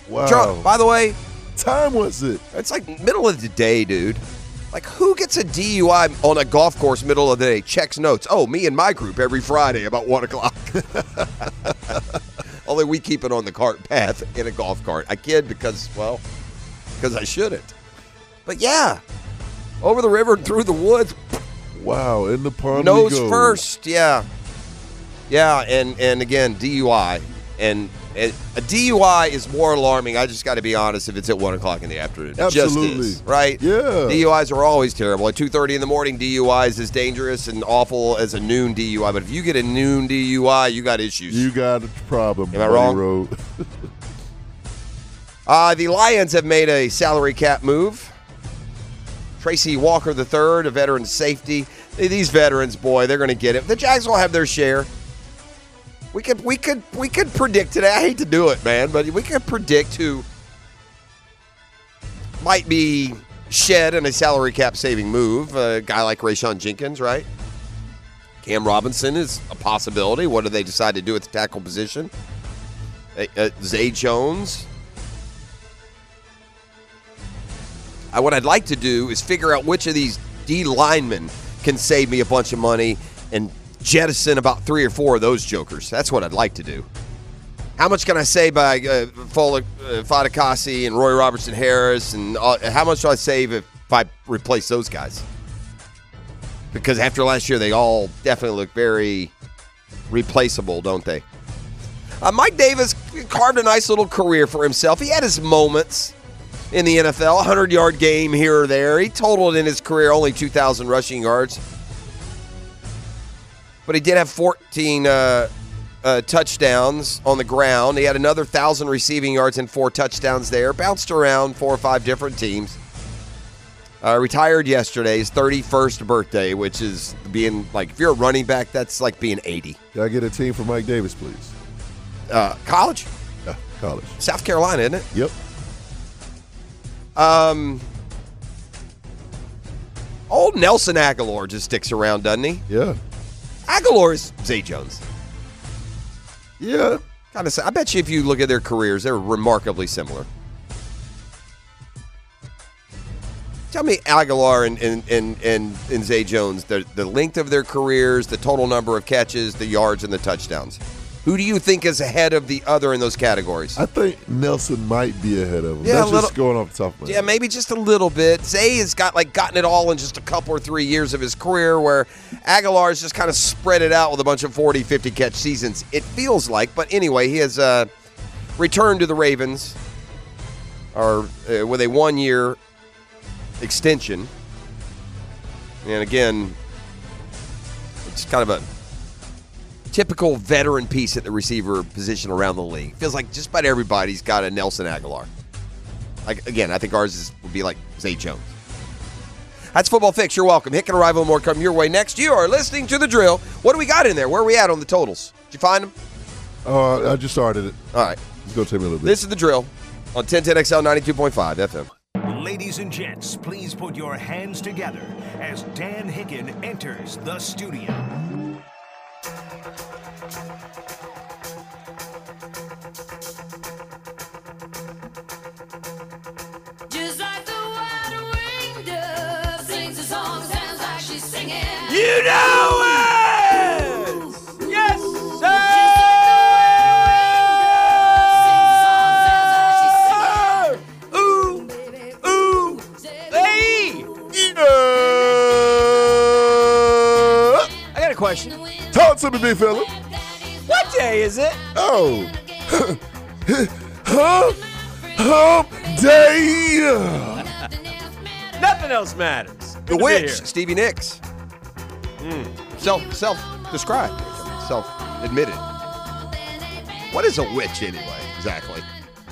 A: Wow.
D: Drunk, by the way,
A: What time was it?
D: it's like middle of the day, dude. Like, who gets a DUI on a golf course middle of the day? Checks notes. Oh, me and my group every Friday about one o'clock. *laughs* Only we keep it on the cart path in a golf cart. I kid because, well, because I shouldn't. But yeah, over the river and through the woods,
A: Wow, in the pond. we
D: nose
A: go.
D: first. Yeah, yeah, and and again DUI and. and a DUI is more alarming. I just got to be honest. If it's at one o'clock in the afternoon, It just
A: Absolutely.
D: is, right?
A: Yeah.
D: DUIs are always terrible. At two thirty in the morning, DUI is as dangerous and awful as a noon DUI. But if you get a noon DUI, you got issues.
A: You got a problem.
D: Am I
A: buddy
D: wrong?
A: Road.
D: Uh, the Lions have made a salary cap move. Tracy Walker III, a veteran safety. These veterans, boy, they're going to get it. The Jags will have their share. We could, we could, we could predict today. I hate to do it, man, but we could predict who might be shed in a salary cap saving move. A guy like Rayshon Jenkins, right? Cam Robinson is a possibility. What do they decide to do at the tackle position? Uh, uh, Zay Jones, I, Uh, what I'd like to do is figure out which of these D linemen can save me a bunch of money and jettison about three or four of those jokers. That's what I'd like to do. How much can I save by uh, Fola, uh, Fadakasi and Roy Robertson Harris? And uh, how much do I save if I replace those guys? Because after last year, they all definitely look very replaceable, don't they? Uh, Mike Davis carved a nice little career for himself. He had his moments in the NFL, 100 yard game here or there. He totaled in his career only 2,000 rushing yards. But he did have 14 uh, uh, touchdowns on the ground. He had another 1,000 receiving yards and four touchdowns there. Bounced around four or five different teams. Uh, retired yesterday, his 31st birthday, which is being like, if you're a running back, that's like being 80.
A: *laughs* Can I get a team for Mike Davis, please?
D: Uh, college?
A: Yeah, college.
D: South Carolina, isn't it?
A: Yep.
D: Um, old Nelson Aguilar just sticks around, doesn't he?
A: Yeah.
D: Aguilar is Zay Jones.
A: Yeah.
D: Kind of. I bet you if you look at their careers, they're remarkably similar. Tell me Aguilar and and and and, and Zay Jones, the, the length of their careers, the total number of catches, the yards, and the touchdowns. Who do you think is ahead of the other in those categories?
A: I think Nelson might be ahead of him.
D: Yeah, a
A: That's
D: little-
A: just going off the top of my
D: Yeah,
A: head.
D: maybe just a little bit. Zay has got like gotten it all in just a couple or three years of his career where Aguilar's just kind of spread it out with a bunch of 40, 50 catch seasons. It feels like, but anyway, he has uh, returned to the Ravens or uh, with a one year extension. And again, it's kind of a typical veteran piece at the receiver position around the league. Feels like just about everybody's got a Nelson Aguilar. Like again, I think ours is, would be like Zay Jones. That's football fix. You're welcome. Hick and arrival more come your way next. You are listening to the drill. What do we got in there? Where are we at on the totals? Did you find them?
A: Oh, I just started it.
D: All right.
A: It's going to take me a little bit.
D: This is the drill on 1010XL 92.5 FM.
B: Ladies and gents, please put your hands together as Dan Hicken enters the studio.
F: Just like the water winged dove sings a song, sounds like she's singing.
C: You know it! Yes, sir! Ooh, ooh, hey! I got a question.
A: Talk to me, big fella.
C: What day is it?
A: Oh. *laughs* Hump, hump day.
C: Nothing else matters.
D: The
C: Good to be
D: witch,
C: here. Hmm.
D: Stevie Nicks. Self self described. Self admitted. What is a witch anyway? Exactly.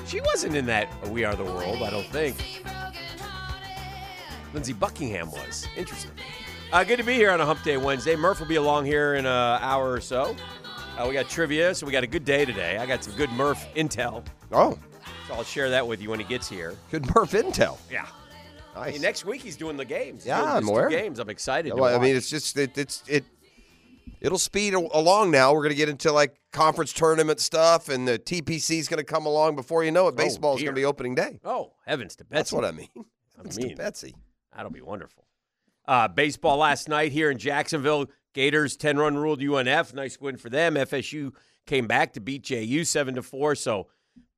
C: She wasn't in that We Are the World, I don't think.
E: Lindsey Buckingham was. Interesting. Uh, good to be here on a Hump Day Wednesday. Murph will be along here in an hour or so. Uh, we got trivia, so we got a good day today. I got some good Murph intel,
D: Oh,
E: so I'll share that with you when he gets here.
D: good Murph Intel.
E: Yeah.
D: Nice.
E: next week he's doing the games. He's
D: Yeah,
E: doing
D: I'm
E: just two
D: aware.
E: Games. I'm excited. to
D: Well, I mean,
E: watch.
D: it's just it, it's it. It'll speed a- along now. We're going to get into like conference tournament stuff, and the TPC is going to come along before you know it. Baseball is
E: dear.
D: going to be opening day.
E: oh heavens to Betsy.
D: That's what I mean. *laughs* It's to
E: mean.
D: Betsy.
E: That'll be wonderful. Uh, baseball last night here in Jacksonville. Gators 10 run ruled UNF. Nice win for them. FSU came back to beat JU 7 to 4. So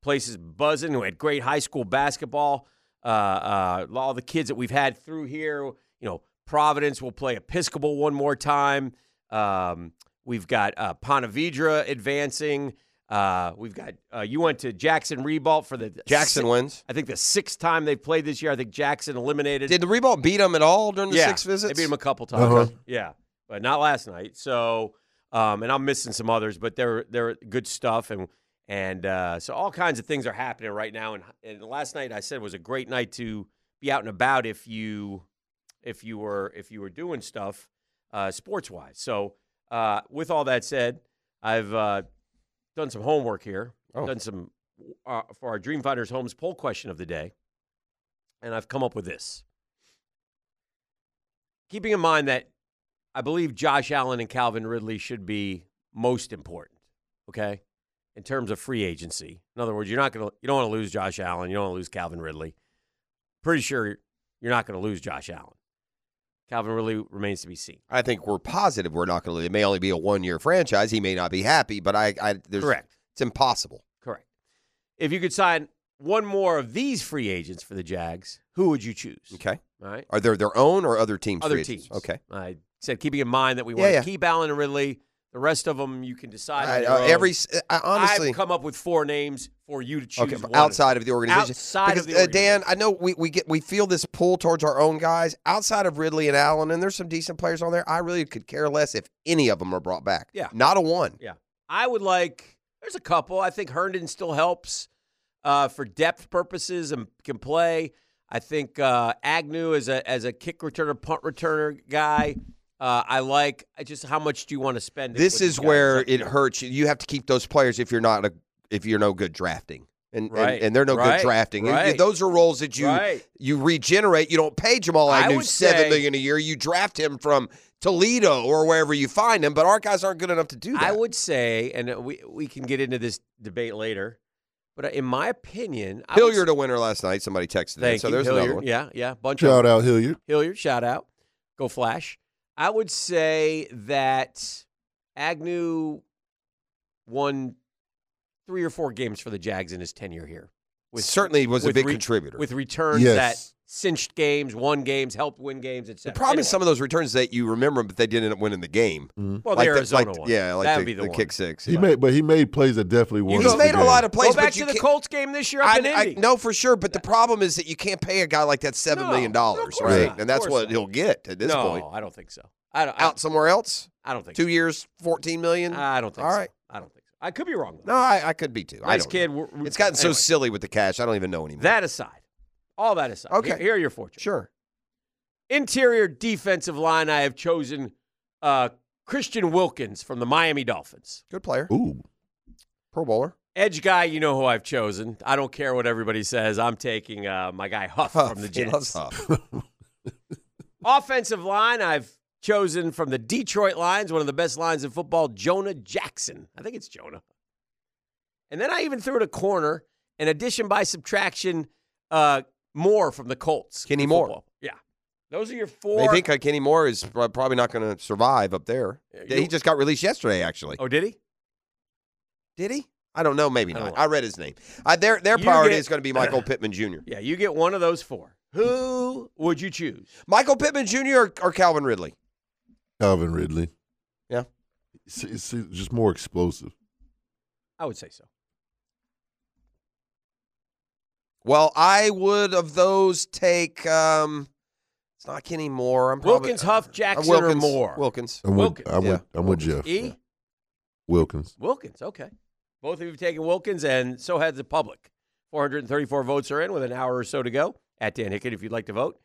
E: place is buzzing. We had great high school basketball. Uh, uh, all the kids that we've had through here, you know, Providence will play Episcopal one more time. Um, we've got uh, Pontevedra advancing. Uh, we've got uh, you went to Jackson Rebalt for the
D: Jackson wins.
E: I think the sixth time they've played this year. I think Jackson eliminated
D: Did the Reball beat them at all during the
E: yeah,
D: six visits?
E: They beat him a couple times.
A: Uh-huh.
E: Yeah, but not last night. So, um, and I'm missing some others, but they're they're good stuff, and and uh, so all kinds of things are happening right now. And and last night I said was a great night to be out and about if you if you were if you were doing stuff uh, sports wise. So, uh, with all that said, I've uh, done some homework here.
D: Oh.
E: Done some uh, for our Dreamfinders Homes poll question of the day, and I've come up with this keeping in mind that I believe Josh Allen and Calvin Ridley should be most important, okay? In terms of free agency. In other words, you're not going to you don't want to lose Josh Allen, you don't want to lose Calvin Ridley. Pretty sure you're not going to lose Josh Allen. Calvin Ridley remains to be seen.
D: I think we're positive we're not going to. It may only be a one-year franchise. He may not be happy, but I, I there's,
E: Correct.
D: It's impossible.
E: Correct. If you could sign one more of these free agents for the Jags, who would you choose?
D: Okay.
E: All right.
D: Are there their own or other teams? free
E: Other
D: agents?
E: teams.
D: Okay.
E: I said keeping in mind that we
D: Yeah,
E: want to
D: yeah.
E: keep Allen and Ridley. The rest of them you can decide. on
D: I-
E: your
D: uh,
E: own.
D: every s- I, honestly,
E: I've come up with four names for you to choose.
D: Okay,
E: one
D: from
E: of.
D: outside of the organization.
E: Outside
D: because,
E: of the
D: uh, Dan, I know we, we get we feel this pull towards our own guys outside of Ridley and Allen, and there's some decent players on there. I really could care less if any of them are brought back.
E: Yeah.
D: not a one.
E: Yeah, I would like. There's a couple. I think Herndon still helps uh, for depth purposes and can play. I think uh, Agnew as a as a kick returner, punt returner guy. Uh, I like I just how much do you want to spend?
D: This
E: with
D: is
E: these guys?
D: where it hurts. you. You have to keep those players if you're not a, if you're no good drafting, and
E: Right,
D: and, and they're no
E: right,
D: good drafting. And
E: right.
D: Those are roles that you
E: Right.
D: you regenerate. You don't pay Jamal
E: I
D: Agnew
E: would
D: seven
E: say-
D: million a year. You draft him from Toledo or wherever you find him. But our guys aren't good enough to do that.
E: I would say, and we we can get into this debate later, but uh, in my opinion, I would
D: Hilliard a winner last night. Somebody texted
E: Thank
D: it, so
E: you,
D: there's
E: Hilliard.
D: another one.
E: Yeah, yeah, bunch of
A: Shout out Hilliard.
E: Hilliard, shout out. Go Flash. I would say that Agnew won three or four games for the Jags in his tenure here.
D: Certainly was a
E: with
D: big
E: re-
D: contributor.
E: With returns
A: Yes.
E: that cinched games, won games, helped win games, etc.
D: the problem is some of those returns that you remember, but they didn't end up winning the game.
E: well, Oh, the
D: like
E: Arizona
D: like,
E: one.
D: Yeah, like
E: that
D: the,
E: would be the,
D: the
E: one.
D: kick six.
A: He
D: yeah.
A: made, but he made plays that definitely won.
D: He's
A: us the
D: made a
A: game.
D: lot of plays,
E: Go back
D: but you
E: to the
D: can't-
E: Colts game this year up
D: I,
E: in
D: I-
E: Indy.
D: no, for sure. But the problem is that you can't pay a guy like that seven
E: No,
D: million dollars,
E: of course
D: right?
E: not, of
D: And that's
E: course
D: what
E: not.
D: he'll get at this
E: no,
D: point.
E: I don't think so. I don't. I,
D: Out somewhere else,
E: I don't think.
D: two years, fourteen million.
E: So. I don't think.
D: All
E: so.
D: right.
E: I don't think so. I could be wrong. Though.
D: no, I, I could be too. I
E: nice
D: don't
E: kid.
D: know.
E: we're- we're-
D: It's gotten so
E: anyway,
D: silly with the cash. I don't even know anymore.
E: That aside, all that aside.
D: Okay.
E: Here, here are your fortunes.
D: sure.
E: interior defensive line, I have chosen uh, Christian Wilkins from the Miami Dolphins.
D: Good player,
A: Ooh,
D: Pro Bowler.
E: Edge guy, you know who I've chosen. I don't care what everybody says. I'm taking uh, my guy Huff,
D: Huff.
E: from the
D: He loves
E: Jets. *laughs*
D: Huff.
E: Offensive line, I've chosen from the Detroit Lions, one of the best lines in football, Jonah Jackson. I think it's Jonah. And then I even threw it a corner, an addition by subtraction, uh, Moore from the Colts.
D: Kenny
E: for
D: Moore.
E: football. Yeah. Those are your four.
D: They think uh, Kenny Moore is prob- probably not going to survive up there.
E: Yeah,
D: Yeah,
E: you-
D: he just got released yesterday, actually.
E: oh, did he?
D: Did he? I don't know. Maybe
E: I don't
D: not.
E: know.
D: I read his name. Uh, their their
E: You
D: priority
E: get-
D: is going to be
E: *laughs*
D: Michael Pittman Jr.
E: Yeah, you get one of those four. Who would you choose?
D: Michael Pittman Jr. or, or Calvin Ridley?
A: Calvin Ridley.
D: Yeah.
A: It's, it's just more explosive.
E: I would say so.
D: Well, I would of those take. Um, it's not Kenny Moore. I'm probably,
E: Wilkins, Huff,
D: uh,
E: Jackson,
D: Wilkins,
E: or Moore?
D: Wilkins.
A: I'm with,
E: Wilkins.
A: I'm with, I'm with Jeff.
E: E.
A: Wilkins.
E: Wilkins. Okay, both of you have taken Wilkins, and so has the public. 434 votes are in with an hour or so to go. At Dan Hickett, if you'd like to vote.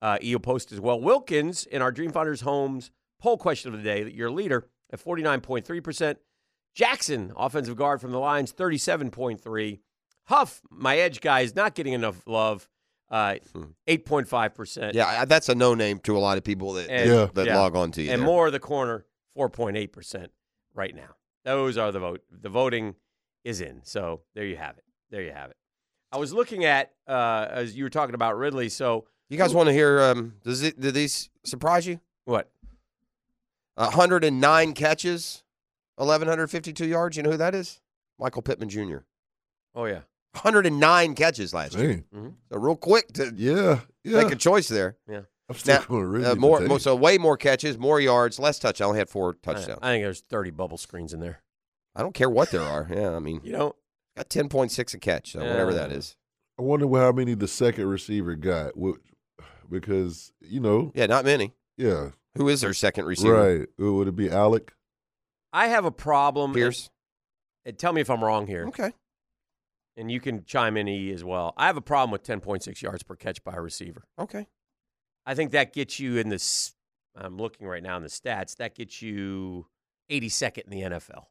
E: uh, EO Post as well. Wilkins in our Dream Finders Homes poll question of the day, your leader at 49.3%. Jackson, offensive guard from the Lions, 37.3. Huff, my edge guy, is not getting enough love, uh, 8.5%.
D: Yeah, I- that's a no name to a lot of people that
E: And-
A: Yeah.
D: that
E: yeah.
D: log on to you.
E: and
D: there.
E: more of the corner, 4.8% right now. Those are the vote. The voting is in. So there you have it. There you have it. I was looking at, uh, as you were talking about Ridley, so
D: You guys want to hear? Um, does it? Do these surprise you?
E: what?
D: 109 catches, 1152 yards. You know who that is? Michael Pittman Jr.
E: Oh, yeah.
D: 109 catches last year.
A: Dang.
D: So real quick to
A: Yeah. Yeah.
D: make a choice there.
A: I'm still
D: Now,
A: going really
D: Uh, more, more, so way more catches, more yards, less touchdowns. I only had four
E: I-
D: touchdowns. I,
E: I think there's 30 bubble screens in there.
D: don't care what there are. Yeah, I
E: *laughs*
D: mean,
E: You know,
D: got 10.6 a catch, so whatever that
E: Yeah.
D: is.
A: I wonder how many the second receiver got, wh- because you know,
D: Yeah, not many.
A: yeah,
D: Who is their second receiver?
A: right. Uh, Would it be Alec?
E: I have a problem.
D: Pierce.
E: and tell me if I'm wrong here,
D: Okay.
E: and you can chime in E as well. I have a problem with 10.6 yards per catch by a receiver.
D: Okay.
E: I think that gets you in this. I'm looking right now in the stats. That gets you 82nd in the NFL.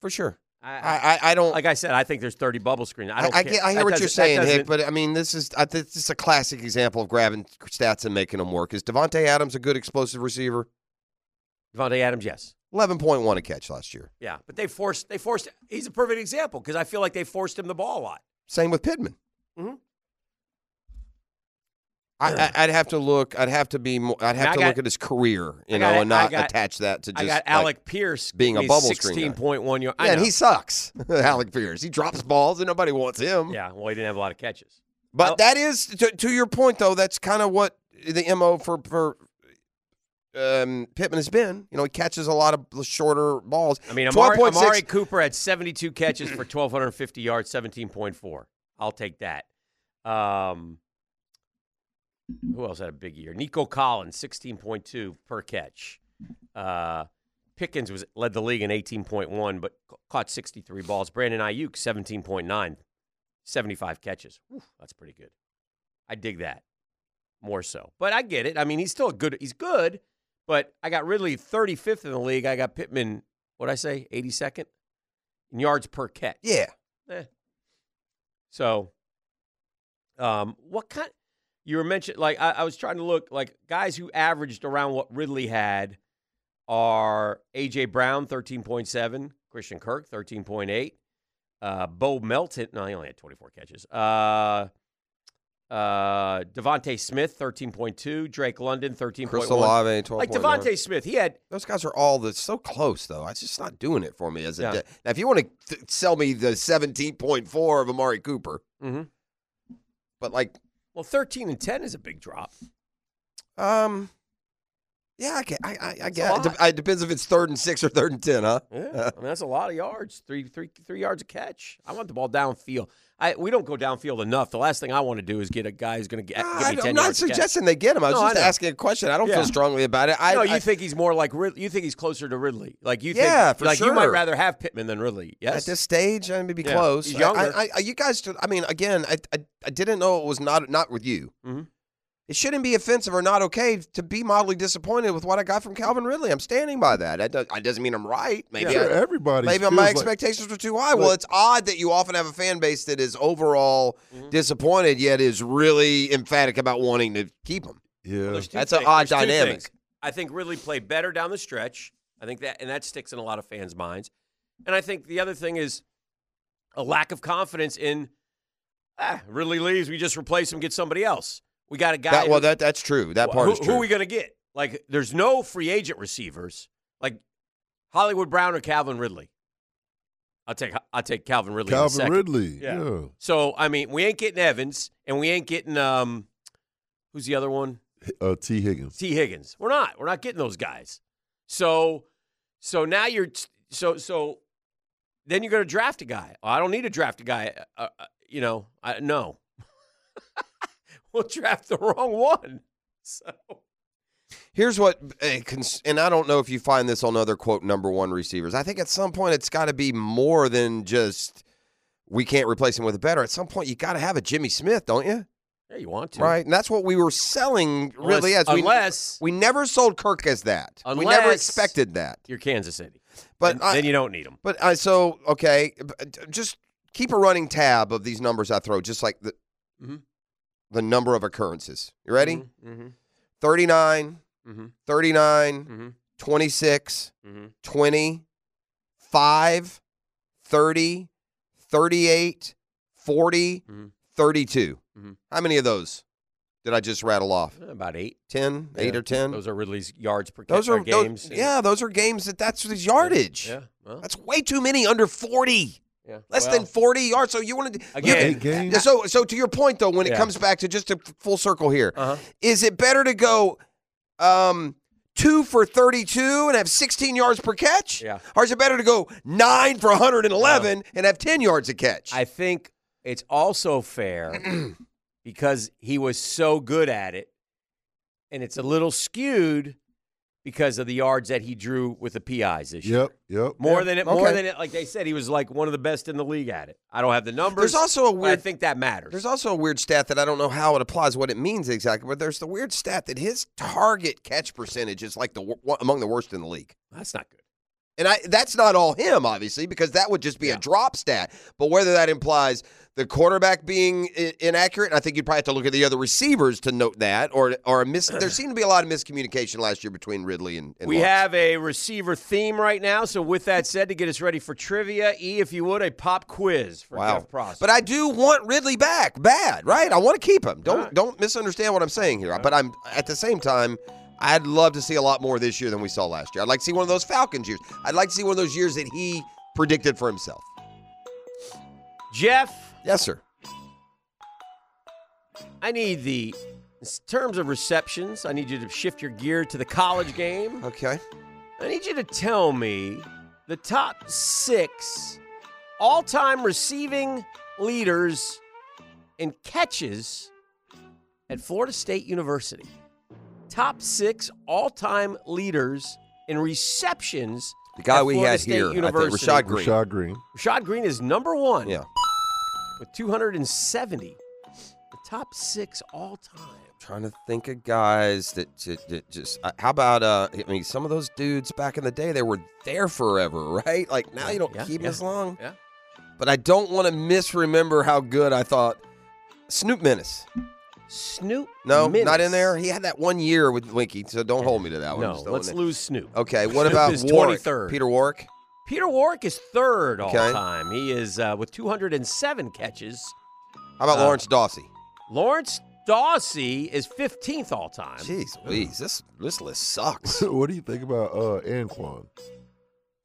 D: For sure.
E: I,
D: I, I, I don't.
E: like I said, I think there's 30 bubble screens. I don't.
D: I,
E: care.
D: get- I hear
E: That
D: what you're
E: doesn't- that
D: saying, Hick,
E: doesn't-
D: but I mean, this is I, thi- this is a classic example of grabbing stats and making them work. Is Devonte Adams a good explosive receiver?
E: Devontae Adams, yes,
D: 11.1 a catch last year.
E: yeah, but they forced. They forced. He's a perfect example because I feel like they forced him the ball a lot.
D: Same with Pittman.
E: Mhm.
D: I, I, I'd have to look. I'd have to be. More, I'd have
E: I
D: to
E: got-
D: look at his career, you
E: I
D: know,
E: got-
D: and not
E: I got-
D: attach that to just
E: I got
D: like-
E: Alec Pierce
D: being a
E: gave me
D: bubble screen guy.
E: 16.1 yards.
D: yeah, and he sucks. *laughs* Alec Pierce. He drops balls and nobody wants him.
E: yeah. Well, he didn't have a lot of catches.
D: But
E: Well-
D: that is to, to your point though. That's kind of what the mo for for um, Pittman has been. You know, he catches a lot of shorter balls.
E: I mean, Amari,
D: 12.6
E: Amari Cooper had 72 catches for 1,250 yards, 17.4. I'll take that. Um, who else had a big year? Nico Collins, 16.2 per catch. Uh, Pickens was led the league in 18.1, but ca- caught 63 balls. Brandon Ayuk, 17.9, 75 catches. Whew, that's pretty good. I dig that more so, but I get it. I mean, he's still a good. He's good, but I got Ridley 35th in the league. I got Pittman what'd I say, 82nd in yards per catch.
D: Yeah,
E: Eh. So, um, what kind? You were mentioned like I, I was trying to look like guys who averaged around what Ridley had are AJ Brown 13.7, Christian Kirk 13.8, uh, Bo Melton. No, he only had 24 catches. Uh, uh, Devonte Smith 13.2, Drake London 13.1.
D: Chris Olave, 12.
E: like Devonte Smith, he had
D: Those guys are all the, so close, though. It's just not doing it for me. As a
E: Yeah.
D: de- now, if you want to th- sell me the seventeen point four of Amari Cooper,
E: Mhm.
D: but like,
E: well 13 and 10 is a big drop.
D: um, yeah, I can, I, I, I
E: a
D: guess it,
E: lot.
D: de- it depends if it's third and six or third and ten, huh?
E: Yeah, I mean that's a lot of yards. Three, three, three yards a catch. I want the ball downfield. I we don't go downfield enough. The last thing I want to do is get a guy who's going to get.
D: No,
E: give me
D: I,
E: 10
D: am not
E: yards a catch.
D: suggesting they get him. I was
E: No, I
D: just
E: know.
D: asking a question. I don't
E: Yeah.
D: feel strongly about it. I,
E: no, you
D: I-
E: think he's more like Rid- you think he's closer to Ridley. Like you
D: Yeah,
E: think
D: for
E: like you might
D: sure.
E: rather have Pittman than Ridley. Yes.
D: at this stage, I mean, be
E: Yeah,
D: close.
E: he's
D: I-
E: younger.
D: I, I, you guys, should- I mean, again, I, I, I didn't know it was not not with you.
E: Mhm.
D: It shouldn't be offensive or not okay to be mildly disappointed with what I got from Calvin Ridley. I'm standing by that. That, does, that doesn't mean I'm right. Maybe
A: Sure,
D: I,
A: everybody.
D: maybe
A: feels
D: my
A: like-
D: expectations were too high. well,
A: Look-
D: it's odd that you often have a fan base that is overall
E: Mm-hmm.
D: disappointed yet is really emphatic about wanting to keep him.
A: yeah.
E: There's two
D: That's an
E: things-
D: odd
E: there's two
D: dynamic.
E: things. I think Ridley played better down the stretch. I think that, and that sticks in a lot of fans' minds. And I think the other thing is a lack of confidence in ah, Ridley leaves. We just replace him, get somebody else. We got a guy.
D: That, well,
E: who-
D: that that's true. That part
E: who,
D: is
E: who
D: true.
E: are we going to get? Like, there's no free agent receivers like Hollywood Brown or Calvin Ridley. I'll take I'll take Calvin Ridley. in a
A: Calvin
E: second.
A: Ridley.
E: Yeah.
A: Yeah.
E: So I mean, we ain't getting Evans, and we ain't getting um, who's the other one?
A: Uh, T. Higgins.
E: T. Higgins. We're not. We're not getting those guys. So, so now you're so so. Then you're going to draft a guy. Oh, I don't need to draft a guy. Uh, uh, you know, I no. *laughs* we'll draft the wrong one. *laughs* So
D: Here's what, eh, cons- and I don't know if you find this on other quote number one receivers. I think at some point it's got to be more than just we can't replace him with a better. At some point you got to have a Jimmy Smith, don't you?
E: Yeah, you want to.
D: right? And that's what we were selling really
E: Unless-
D: as we
E: unless-
D: we never sold Kirk as that. we never
E: Unless-
D: expected that.
E: You're Kansas City.
D: But
E: Then-
D: I-
E: then you don't need them.
D: But I so okay, but, uh, just keep a running tab of these numbers I throw, just like the
E: Mhm.
D: the number of occurrences. You ready?
E: Mm-hmm.
D: 39,
E: Mm-hmm.
D: 39,
E: Mhm.
D: 26,
E: Mm-hmm.
D: 20, 5, 30, 38, 40,
E: Mhm.
D: 32.
E: Mhm.
D: How many of those did I just rattle off?
E: Eh, About eight.
D: 10, 8
E: Yeah.
D: or 10?
E: Those are Ridley's yards per
D: Those
E: ca-
D: are
E: or games.
D: Those, yeah, those are games that that's his yardage.
E: Yeah. Well,
D: That's way too many under 40.
E: yeah.
D: Less
E: Well,
D: than 40 yards. So you want to
E: Again.
A: Eight games?
D: So so to your point though, when it
E: Yeah.
D: comes back to just a f- full circle here, is
E: Uh-huh.
D: it better to go um 2 for 32 and have 16 yards per catch?
E: Yeah.
D: Or is it better to go 9 for 111 and have 10 yards a catch?
E: I think it's also
D: *clears throat*
E: fair because he was so good at it, and it's a little skewed because of the yards that he drew with the PIs this year.
A: Yep, yep.
E: More than it, more
D: okay.
E: than it. Like they said, he was like one of the best in the league at it. I don't have the numbers.
D: There's also a
E: but
D: weird-
E: I think that matters.
D: There's also a weird stat that I don't know how it applies, what it means exactly, but there's the weird stat that his target catch percentage is like the wor- among the worst in the league.
E: That's not good.
D: And I that's not all him, obviously, because that would just be a drop stat. But whether that implies the quarterback being I- inaccurate, I think you'd probably have to look at the other receivers to note that, or or a mis- there seemed to be a lot of miscommunication last year between Ridley and, and
E: We
D: Lawrence.
E: have a receiver theme right now. So with that said, to get us ready for trivia, E, if you would, a pop quiz for
D: wow.
E: Jeff Prosser.
D: But I do want Ridley back, bad, right? I want to keep him. Don't
E: All right.
D: don't misunderstand what I'm saying here. But I'm at the same time. I'd love to see a lot more this year than we saw last year. I'd like to see one of those Falcons years. I'd like to see one of those years that he predicted for himself.
E: Jeff,
D: Yes, sir.
E: I need the in terms of receptions. I need you to shift your gear to the college game.
D: Okay.
E: I need you to tell me the top six all-time receiving leaders in catches at Florida State University. Top six all-time leaders in receptions.
D: The guy
E: at
D: we
E: Florida
D: had
E: State
D: here, I think,
E: University.
D: Rashad Green.
A: Rashad Green. *laughs*
E: Rashad Green is number one
D: Yeah.
E: with 270. The top six all time.
D: Trying to think of guys that, that, that just. uh, How about? uh I mean, some of those dudes back in the day, they were there forever, *laughs* right? Like now, you don't
E: Yeah,
D: keep
E: yeah.
D: them as long.
E: Yeah.
D: But I don't want to misremember how good I thought Snoop Menace.
E: Snoop.
D: No,
E: Minnis.
D: not in there. He had that one year with Winky, so don't hold me to that one.
E: No,
D: Just don't-
E: let's lose Snoop. *laughs*
D: Okay, what
E: Snoop
D: about
E: is
D: Warwick?
E: 23rd.
D: Peter Warwick.
E: Peter Warwick is third all
D: Okay.
E: time. He is uh, with 207 catches.
D: How about
E: Uh,
D: Lawrence Dawsey?
E: Lawrence Dawsey is 15th all time.
D: Jeez, Louise, this this list sucks.
A: what do you think about uh Anquan?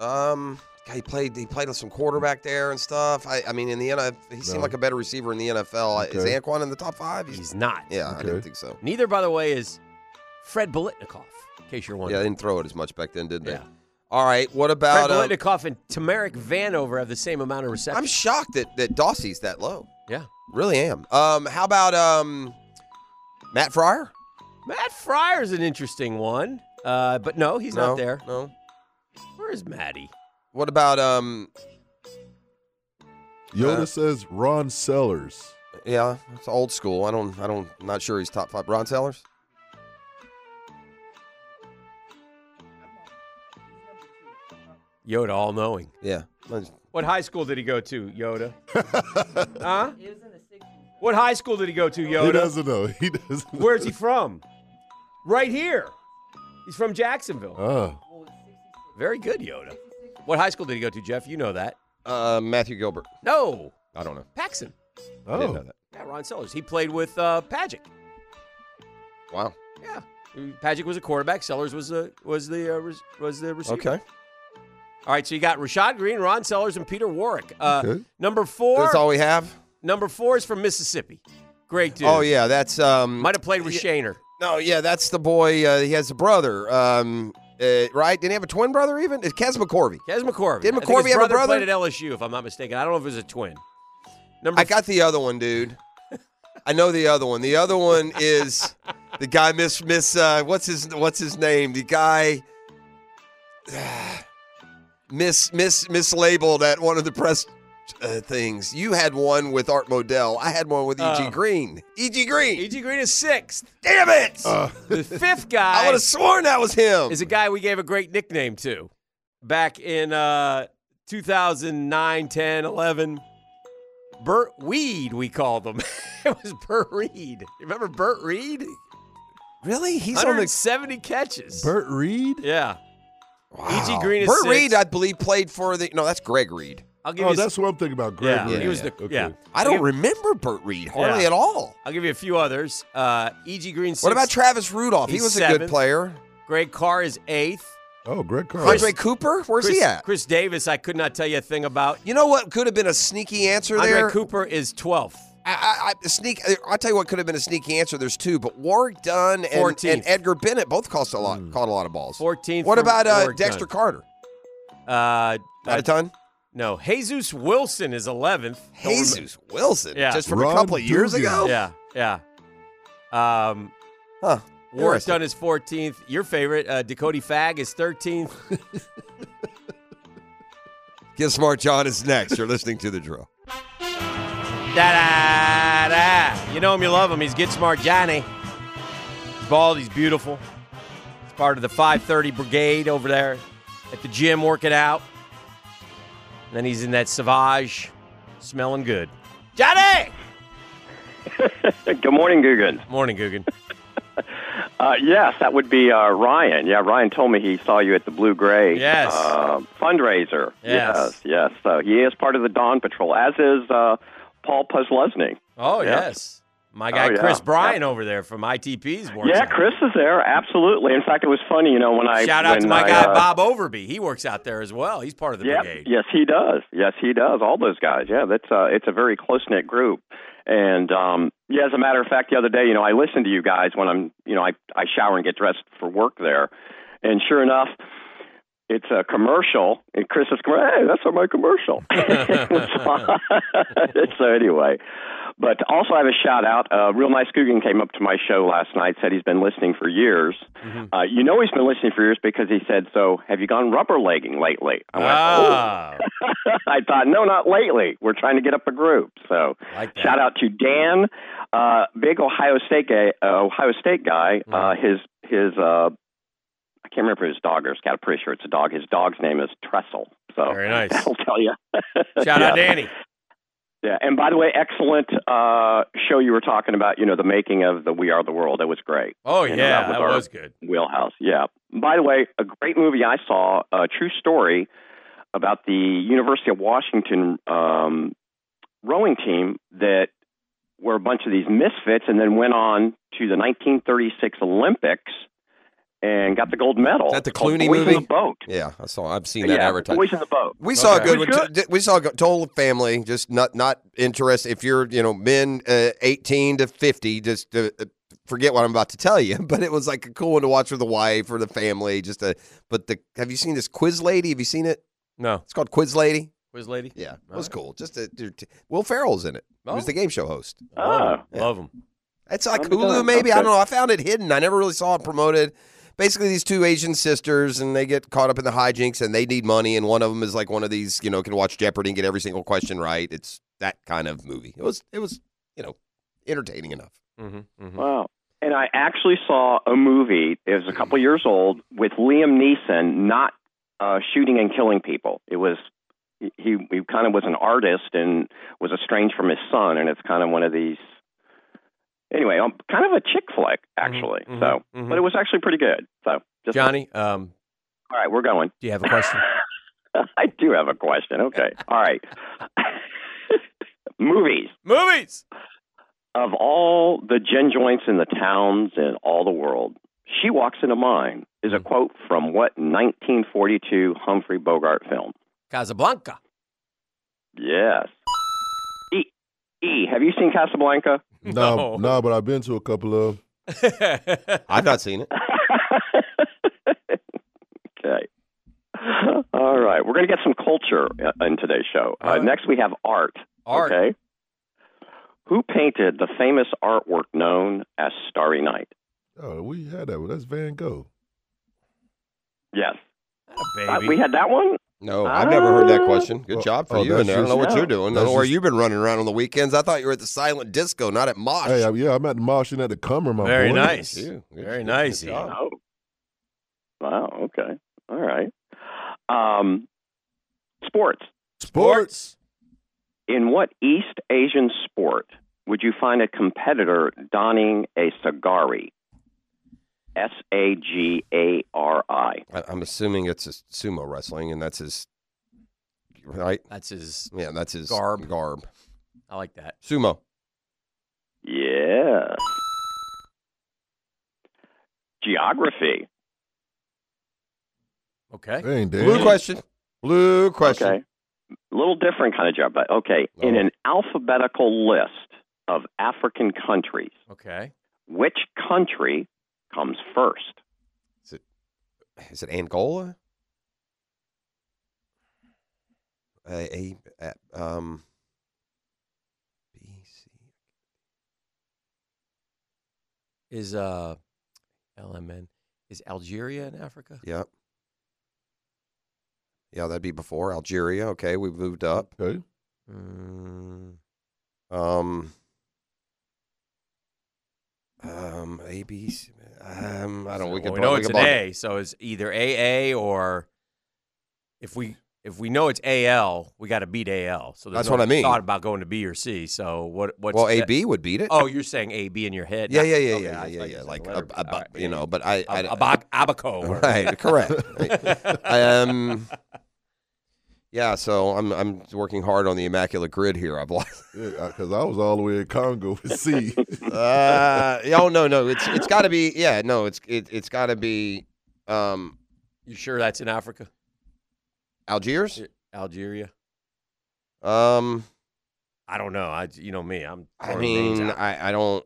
D: Um, God, he played. He played with some quarterback there and stuff. I, I mean, in the NFL, he seemed
A: No.
D: like a better receiver in the NFL. I- Uh, Is
A: Okay.
D: Anquan in the top five? He's-
E: He's not.
D: yeah, I didn't
A: Okay.
D: think so.
E: Neither, by the way, is Fred Bolitnikoff, in case you're
D: Yeah,
E: wondering.
D: they didn't throw it as much back then, did they?
E: Yeah.
D: All right, what
E: Fred
D: about? um,
E: Bolitnikoff and Tamaric Vanover have the same amount of receptions.
D: I'm shocked that that Dossie's that low.
E: yeah.
D: Really am. Um, how about um, Matt Fryer?
E: Matt Fryer's an interesting one, uh, but no, he's
D: no,
E: not there.
D: No.
E: Where is Maddie?
D: What about um?
A: Yoda
D: Uh,
A: says Ron Sellers.
D: Yeah, it's old school. I don't. I don't. Not sure he's top five. Ron Sellers.
E: Yoda, all knowing.
D: Yeah.
E: What high school did he go to,
D: *laughs*
E: Yoda? huh? He was in the 60s. What high school did he go to,
A: He
E: Yoda?
A: doesn't know. He doesn't. know. *laughs*
E: Where's he from? Right here. He's from Jacksonville.
D: Oh.
A: Ah,
E: Very good, Yoda. What high school did he go to, Jeff? You know that.
D: Uh, Matthew Gilbert.
E: No,
D: I don't know.
E: Paxson.
D: I didn't know
A: oh,
D: that.
E: Yeah, Ron Sellers. He played with uh, Pagic.
D: Wow.
E: Yeah, Pagic was a quarterback. Sellers was the was the uh, re- was the receiver.
D: Okay.
E: All right, so you got Rashad Green, Ron Sellers, and Peter Warwick. Uh,
A: Okay.
E: Number four.
D: That's all we have.
E: Number four is from Mississippi. Great dude.
D: Oh yeah, that's um.
E: Might have played with Shaner.
D: no, yeah, that's the boy. Uh, he has a brother. Um, uh, right? Didn't he have a twin brother? Even it's Kes McCorvey.
E: Kez McCorvey.
D: Did
E: I think
D: McCorvey
E: his
D: have a brother?
E: played at LSU, if I'm not mistaken. I don't know if it was a twin. Number *laughs*
D: I got the other one, dude. I know the other one. The other one is the guy Miss Miss. Uh, what's his What's his name? The guy. *sighs* Miss Miss mislabeled at one of the press uh, things. You had one with Art Modell. I had one with E.G.
E: Oh. E
D: Green. E.G. Green.
E: E.G. Green is sixth.
D: Damn it!
E: The fifth
D: *laughs*
E: guy.
D: I would have sworn that was him.
E: Oh. is a guy we gave a great nickname to back in uh, 2009, 10, 11. Burt Weed, we called him. *laughs* it was Burt Reed. You Remember Burt Reed?
D: really? He's on the
E: 170 catches.
A: Burt Reed?
E: Yeah. E.G. E Green is
D: Burt
E: sixth.
D: Reed, I believe, played for the. No, that's Greg Reed.
E: I'll give
A: Oh,
E: you.
A: that's what I'm thinking about. Greg
E: yeah,
A: Reed.
E: he was the
A: Okay.
E: yeah.
D: I don't remember Burt Reed hardly
E: Yeah.
D: at all.
E: I'll give you a few others. Uh, E.G. Green. Sixth.
D: What about Travis Rudolph? He
E: He's
D: was a good
E: seventh.
D: player.
E: Greg Carr is eighth.
A: Oh, Greg Carr. *laughs*
D: Andre Cooper, where's
E: Chris,
D: he at?
E: Chris Davis, I could not tell you a thing about.
D: You know what could have been a sneaky answer there?
E: Andre Cooper is twelfth.
D: I, I, I sneak. I'll tell you what could have been a sneaky answer. There's two, but Warwick Dunn and,
E: 14th.
D: and Edgar Bennett both cost a lot, caught a lot of balls.
E: 14th
D: What
E: for
D: about uh,
E: Hmm. Warwick
D: Dexter
E: Dunn.
D: Carter?
E: Uh,
D: Not a ton.
E: No, Jesus Wilson is 11th. Don't remem-
D: Jesus Wilson,
E: Yeah.
D: just from a
A: Ron
D: couple of years
A: Dugan.
D: ago.
E: Yeah, yeah. Um,
D: Huh.
E: Warwick
D: Interesting.
E: Dunn is 14th. Your favorite, uh, Dakota Fag, is 13th.
D: Get Smart John is next. You're listening to the drill.
E: Da da da. You know him, you love him. He's Get Smart Johnny. He's bald. He's beautiful. He's part of the 530 Brigade over there at the gym working out. And then he's in that Savage, smelling good. Johnny.
G: Good morning, Guggen.
E: Morning,
G: *laughs*
E: Guggen.
G: Uh, yes, that would be uh, Ryan. Yeah, Ryan told me he saw you at the Blue Gray
E: Yes.
G: uh, fundraiser.
E: Yes.
G: yes, yes. So he is part of the Dawn Patrol, as is uh, Paul Puzlesny.
E: Oh
G: Yeah.
E: yes, my guy
G: Oh, yeah.
E: Chris Bryan over there from ITP's works.
G: Yeah,
E: out.
G: Chris is there. Absolutely. In fact, it was funny. You know, when I
E: Shout out to
G: when
E: my
G: I,
E: guy
G: uh,
E: Bob Overby. He works out there as well. He's part of the
G: Yep.
E: brigade.
G: Yes, he does. Yes, he does. All those guys. Yeah, that's uh, it's a very close knit group. And um, yeah, as a matter of fact, the other day, you know, I listened to you guys when I'm, you know, I I shower and get dressed for work there, and sure enough. It's a commercial, and Chris is going, "Hey, that's my commercial." *laughs* It was fun. so *laughs* anyway, but also I have a shout out. Uh, Real nice Coogan came up to my show last night. Said he's been listening for years.
E: Mm-hmm.
G: Uh, you know he's been listening for years because he said, "So have you gone rubber legging lately?" I went, "Oh,
E: Ah,
G: *laughs* I thought, no, not lately. We're trying to get up a group. So
E: Like that.
G: shout out to Dan, uh, big Ohio State guy. Uh, Ohio State guy. Uh, his his uh, I can't remember his dog or his cat. I'm pretty sure it's a dog. His dog's name is Trestle. So
E: Ah, Very nice.
G: *laughs* that'll tell you.
E: shout out
G: Yeah.
E: Danny.
G: Yeah, and by the way, excellent uh, show you were talking about. You know, the making of the We Are the World. That was great.
E: Oh
G: You know,
E: yeah,
G: that was
E: that
G: our-
E: was good.
G: Wheelhouse. Yeah. By the way, a great movie I saw, a true story about the University of Washington um, rowing team that were a bunch of these misfits and then went on to the 1936 Olympics and got the gold medal.
D: Is that the
G: It's called
D: Clooney
G: Boys
D: movie?
G: In the boat.
D: Yeah, I saw. I've seen that
G: yeah,
D: advertised.
G: Boys in the boat.
D: We saw
E: Okay.
D: a good
G: It
D: one.
G: was
D: t- t- We saw a go- total family, just not not interest. If you're you know men uh, eighteen to fifty, just uh, uh, forget what I'm about to tell you. *laughs* But it was like a cool one to watch with the wife or the family. Just a but the have you seen this Quiz Lady? Have you seen it?
E: No,
D: It's called Quiz Lady.
E: quiz lady.
D: Yeah, it
E: All
D: was
E: right.
D: cool. Just a, there- t- Will Ferrell's in it. He was
E: Oh.
D: the game show host.
E: Love him.
G: Ah.
E: Love him.
D: It's like
G: I'll be
D: Hulu,
G: done.
D: maybe. I
G: Okay.
D: don't know. I found it hidden. I never really saw it promoted. Basically, these two Asian sisters, and they get caught up in the hijinks, and they need money. And one of them is like one of these, you know, can watch Jeopardy and get every single question right. It's that kind of movie. It was, it was, you know, entertaining enough.
E: Mm-hmm, mm-hmm.
G: Wow. And I actually saw a movie. It was a couple years old with Liam Neeson, not uh, shooting and killing people. It was he he kind of was an artist and was estranged from his son, and it's kind of one of these. Anyway, um, kind of a chick flick actually.
E: mhm,
G: so,
E: mhm.
G: but it was actually pretty good. So, just
E: Johnny, um,
G: all right, we're going. *laughs*
E: do you have a
D: *coughs*
E: question?
G: I do have a question. Okay, all right. *laughs* Movies
E: Movies.
G: of all the gin joints in the towns in all the world, she walks into mine is
E: Mm.
G: a quote from what 1942 Humphrey Bogart film?
E: Casablanca. *laughs*
G: Yes. E. E. Have you seen Casablanca? *laughs*
A: No,
E: *laughs* No.
A: no, but I've been to a couple of.
D: I've not seen it.
G: okay. All right. We're going to get some culture uh, in today's show. Uh,
E: All right.
G: Next, we have art.
E: Art.
G: Okay. Who painted the famous artwork known as Starry Night?
A: Oh, we had that one. That's Van Gogh.
G: Yes.
E: Not a
G: Uh,
E: baby.
G: we had that one?
D: No, I've never heard that question. Good
A: Oh,
D: job for
A: oh,
D: you in
A: that's
D: there. I don't know
A: just-
D: what you're doing. I don't
A: that's
D: know where
A: just-
D: you've been running around on the weekends. I thought you were at the silent disco, not at Mosh.
A: Hey, I, yeah, I'm at the mosh and at the Cummer, my
E: Very
A: boy.
E: nice.
D: Ew, good-
E: Very
D: good
E: nice,
D: job.
E: Ian.
G: Oh. Wow. Okay. All right. Um, sports.
A: Sports.
G: In what East Asian sport would you find a competitor donning a sagari? S A G A R I.
D: I, I'm assuming it's just sumo wrestling, and that's his, right?
E: That's his.
D: Yeah, that's his
E: Garb.
D: Garb.
E: I like that.
D: Sumo.
G: Yeah. Geography.
E: Okay.
A: Dang, Dan.
D: Blue question. Blue question.
G: Okay. A little different kind of job, but okay. In
D: Oh.
G: an alphabetical list of African countries,
E: Okay.
G: which country comes first?
D: Is it Angola? A, a, a- um, B, C.
E: Is uh, LMN is Algeria in Africa?
D: Yep. Yeah, that'd be before Algeria. Okay, we moved up.
A: Okay.
E: Mm,
D: Um, um, A, B, C, um, I don't.
E: so-
D: we,
E: well,
D: could
E: we
D: prob-
E: know
D: we
E: it's
D: could
E: an
D: prob-
E: A, so it's either AA or if we if we know it's AL, we got to beat AL. So there's
D: That's
E: no
D: what I mean.
E: Thought about going to B or C. So what? What's
D: Well,
E: the-
D: A, B would beat it.
E: Oh, you're saying AB in your head?
D: yeah,
E: not-
D: yeah, yeah,
E: okay,
D: yeah, yeah,
E: I thought
D: yeah.
E: you said
D: Like a,
E: letter.
D: a,
E: All right,
D: you
E: yeah,
D: know,
E: yeah.
D: but I, I,
E: Ab- abac-
D: *laughs*
E: abaco. or- *laughs*
D: right, correct. um, yeah, so I'm I'm working hard on the immaculate grid here. I've
E: *laughs*
D: lost.
A: Because I was all the way in Congo with C. *laughs*
D: Uh, oh no, no, it's it's got to be. Yeah, no, it's it, it's got to be. Um,
E: you *laughs* sure that's in Africa?
D: Algiers.
E: Algeria?
D: Um,
E: I don't know. I you know me. I'm.
D: I
E: throwing names
D: mean,
E: out.
D: I I don't.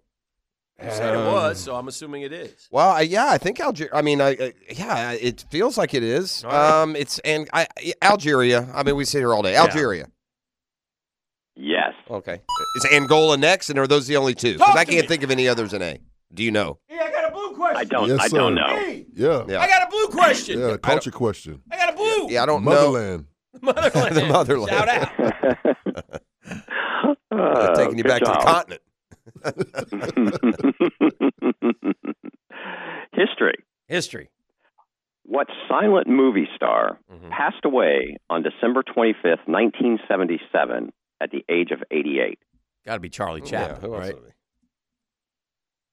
E: you said it
D: um,
E: was, so I'm assuming it is.
D: Well, I, yeah, I think Algeria. I mean, I, I yeah, it feels like it is.
E: All right.
D: Um, it's and I Algeria. I mean, we sit here all day. Algeria.
G: Yes.
D: Okay. Is Angola next, and are those the only two? Because I can't think of any others in A. Do you know?
G: I don't
A: Oh, Yes,
G: I don't
A: sir.
G: know.
A: Yeah.
D: Yeah.
E: I got a blue question.
A: Yeah, culture question.
E: I got a blue.
D: Yeah, I don't know.
A: Motherland.
E: Motherland.
D: *laughs* The motherland.
E: Shout out.
D: They're
G: Uh,
D: taking you
G: good
D: back to the
G: job.
D: continent.
G: *laughs* History.
E: History.
G: What silent movie star
E: Mhm.
G: passed away on December 25th, 1977, at the age of 88?
E: Got to be Charlie
D: Mm, Yeah,
E: Chaplin,
D: who else
E: right?
D: would
E: *laughs*
D: it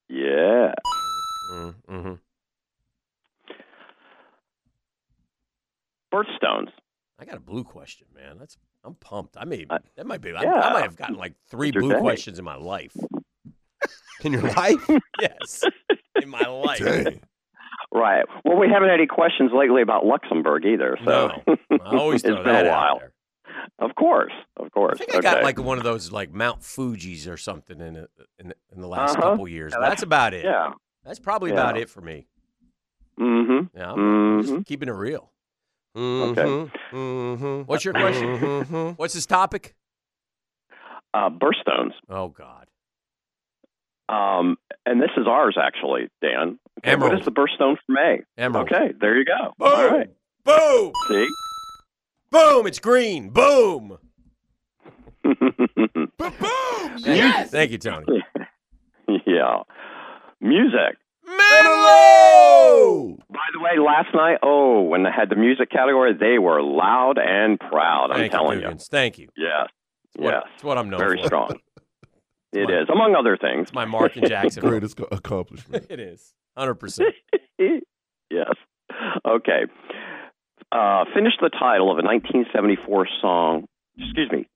D: be?
G: Yeah.
D: Mm,
E: Mm-hmm.
G: Birthstones.
E: I got a blue question, man. That's I'm pumped. I mean,
G: I-
E: that might be.
G: yeah.
E: I, I might have gotten like three
G: It's your
E: blue
G: day.
E: questions in my
G: *laughs*
E: life.
D: In your life?
E: Yes, in my
D: *laughs*
E: life.
A: Dang.
G: Right. Well, we haven't had any questions lately about Luxembourg either. So,
E: No, I always
G: It's
E: throw
G: been a
E: that
G: while.
E: out there.
G: of course, of
E: I
G: course.
E: think I got
G: Okay.
E: like one of those like Mount Fuji's or something in the- in, the- in the last
G: Uh-huh.
E: couple years.
G: Yeah,
E: but
G: that's-
E: that's about it.
G: yeah.
E: That's probably
G: Yeah.
E: about it for me.
G: Mm-hmm.
E: Yeah, I'm- I'm
G: Mm-hmm.
E: just keeping it real.
D: Okay. hmm
E: What's your question?
D: Mm-hmm.
E: What's this topic?
G: Uh, Birthstones.
E: Oh God,
G: Um, and this is ours actually, Dan. Okay, What
E: Emerald.
G: is the birthstone for May?
E: Emerald. Oh!
G: Okay, there you go.
E: Boom,
G: All right.
E: boom,
G: See? *laughs*
E: boom! It's green. Boom.
A: Boom!
E: Yes. Thank you, Tony.
G: yeah. Music.
E: Menlo.
G: By the way, last night, oh, when they had the music category, they were loud and proud. I'm
E: Thank you,
G: telling you.
E: Dugans. Thank you.
G: Yes.
E: It's what,
G: yes.
E: it's what I'm known
G: Very
E: for. *laughs*
G: strong. it
E: my-
G: is, among other things.
E: It's my mark
G: *laughs*
E: in Jacksonville.
A: Greatest co- accomplishment.
E: *laughs* it is. 100%.
G: E, yes. Okay. Uh, finish the title of a 1974 song. Excuse me.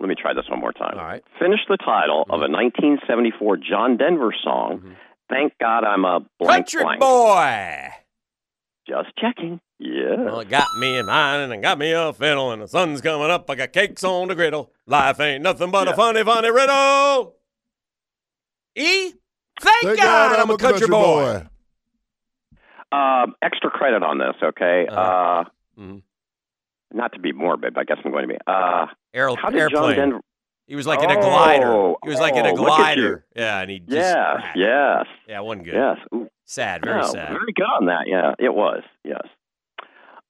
G: Let me try this one more time.
E: All right.
G: Finish the title of
E: Mm-hmm.
G: a 1974 John Denver song.
E: Mhm.
G: Thank God I'm a blank
E: Country
G: blank.
E: boy.
G: Just checking. Yeah.
E: Well, it got me a mine and it got me a fiddle, and the sun's coming up. I got cakes on the griddle. Life ain't nothing but a
G: Yeah.
E: funny, funny riddle. E? Thank,
A: Thank
E: God, I'm a country, boy.
G: Um, extra credit on this, okay? Uh,
E: Uh-huh. Mhm.
G: Not to be morbid, but I guess I'm going to be. Uh,
E: Aero-
G: how did John
E: airplane.
G: Denver?
E: He was like in a glider.
G: Oh,
E: He was like in a
G: oh, look at you.
E: glider. Yeah, and he just.
G: Yes,
E: cracked.
G: yes,
E: Yeah, wasn't good.
G: yes. Ooh,
E: Sad, very
G: Yeah,
E: sad.
G: Very good on that. Yeah, it was. Yes.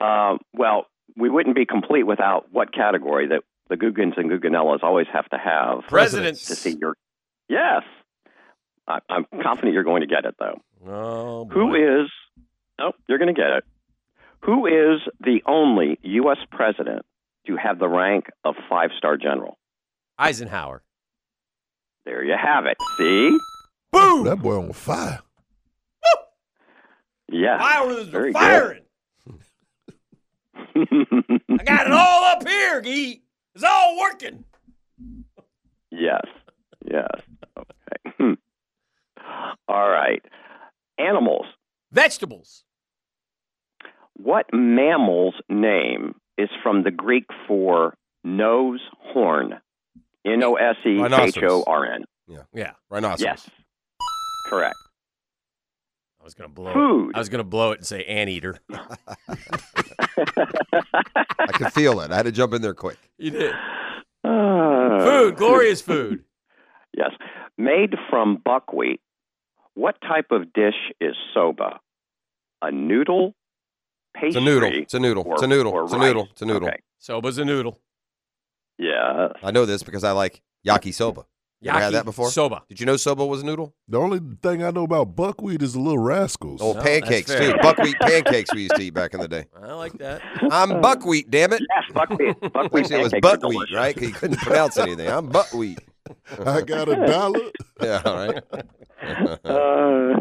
G: Um, well, we wouldn't be complete without what category that the Googans and Guggenellas always have to have to
E: Presidents.
G: see your. Yes, I, I'm confident you're going to get it though.
E: Oh, boy.
G: Who is? No, you're going to get it. Who is the only U.S. president to have the rank of five-star general?
E: Eisenhower?
G: There you have it. See?
E: Boom!
A: That boy on fire.
G: Yes.
E: Fireworks are
G: Very good.
E: firing.
G: *laughs*
E: I got it all up here, Gee. It's all working.
G: Yes. Yes. Okay. *laughs* Hmm. All right. Animals.
E: Vegetables.
G: What mammal's name is from the Greek for nose horn? N O S E H O R N.
E: Yeah,
D: Rhinoceros.
G: Yes. Correct.
E: I was gonna blow.
G: Food.
E: It. I was gonna blow it and say anteater. *laughs*
D: I could feel it. I had to jump in there quick.
E: You did.
G: Uh, *laughs*
E: Food, glorious food.
G: Yes. Made from buckwheat. What type of dish is soba? A noodle, pastry,
D: It's a noodle. It's a noodle.
G: or,
D: It's a noodle.
G: or
D: It's a
G: rice?
D: noodle. It's a noodle.
G: Okay.
E: Soba's a noodle.
G: Yeah.
D: I know this because I like yakisoba. You ever had
E: Yaki,
D: that before?
E: Soba.
D: Did you know soba was a noodle?
A: The only thing I know about buckwheat is the little rascals.
D: Oh,
E: No, that's
D: pancakes
E: fair.
D: too.
E: *laughs*
D: Buckwheat pancakes we used to eat back in the day.
E: I like that.
G: *laughs*
D: I'm buckwheat, damn it.
G: Yes,
D: *laughs*
G: buckwheat. Buckwheat
D: Actually, it was
G: pancakes are
D: buckwheat,
G: delicious.
D: right? 'Cause you couldn't pronounce anything. I'm buckwheat.
A: I got a *laughs* dollar.
D: Yeah, all right.
G: *laughs* Uh,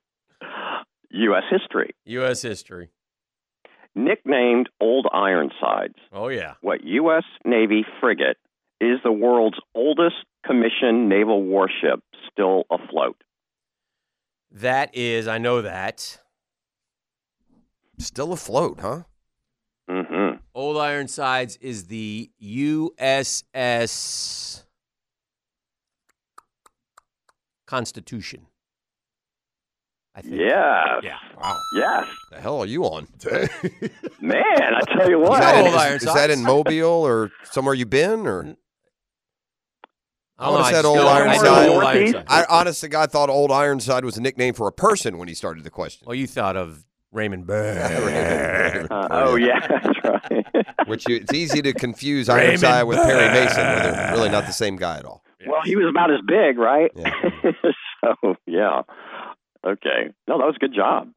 G: *laughs* U.S. history.
E: U.S. history.
G: Nicknamed Old Ironsides,
E: Oh yeah.
G: what U.S. Navy frigate is the world's oldest commissioned naval warship still afloat?
E: That is. I know that.
D: Still afloat, huh?
G: Mm-hmm.
E: Old Ironsides is the USS Constitution. I think.
G: Yes.
E: Yeah.
D: Wow.
G: Yes.
D: The hell are you on?
A: Dang.
G: Man, I tell you
D: Is
G: what. Uh,
D: that, in, is-
E: Old Iron
D: is that in
E: Sights.
D: Mobile or somewhere you been? Or I
E: I don't know.
D: would've
E: I
D: said
E: just
D: Old
E: know- I
D: Ironside.
E: know Old
G: Northeast?
E: Ironside.
D: I honest to God thought Old Ironside was a nickname for a person when he started the question. *laughs*
E: Well, Oh, you thought of Raymond
G: Uh, oh, yeah. That's right. *laughs*
D: Which you, it's easy to confuse
E: Raymond
D: Ironside with Perry Mason, where they're really not the same guy at all.
G: Well, he was about as big, right?
D: Yeah.
G: *laughs* so, yeah. Okay. No, that was a good job.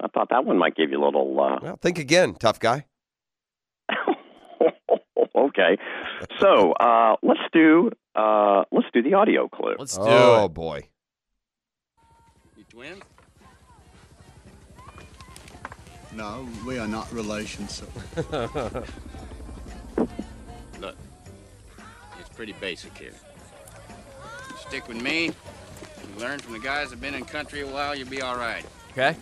G: I thought that one might give you a little. Uh, *laughs*
D: Well, think again, tough guy.
G: okay. So uh, let's do uh, let's do the audio clip.
E: Let's do
D: Oh
E: it.
D: boy.
H: You twins? No, we are not relations. So. Look, it's pretty basic here. Stick with me. You learn from the guys that've been in country a while, you'll be all right.
E: Okay.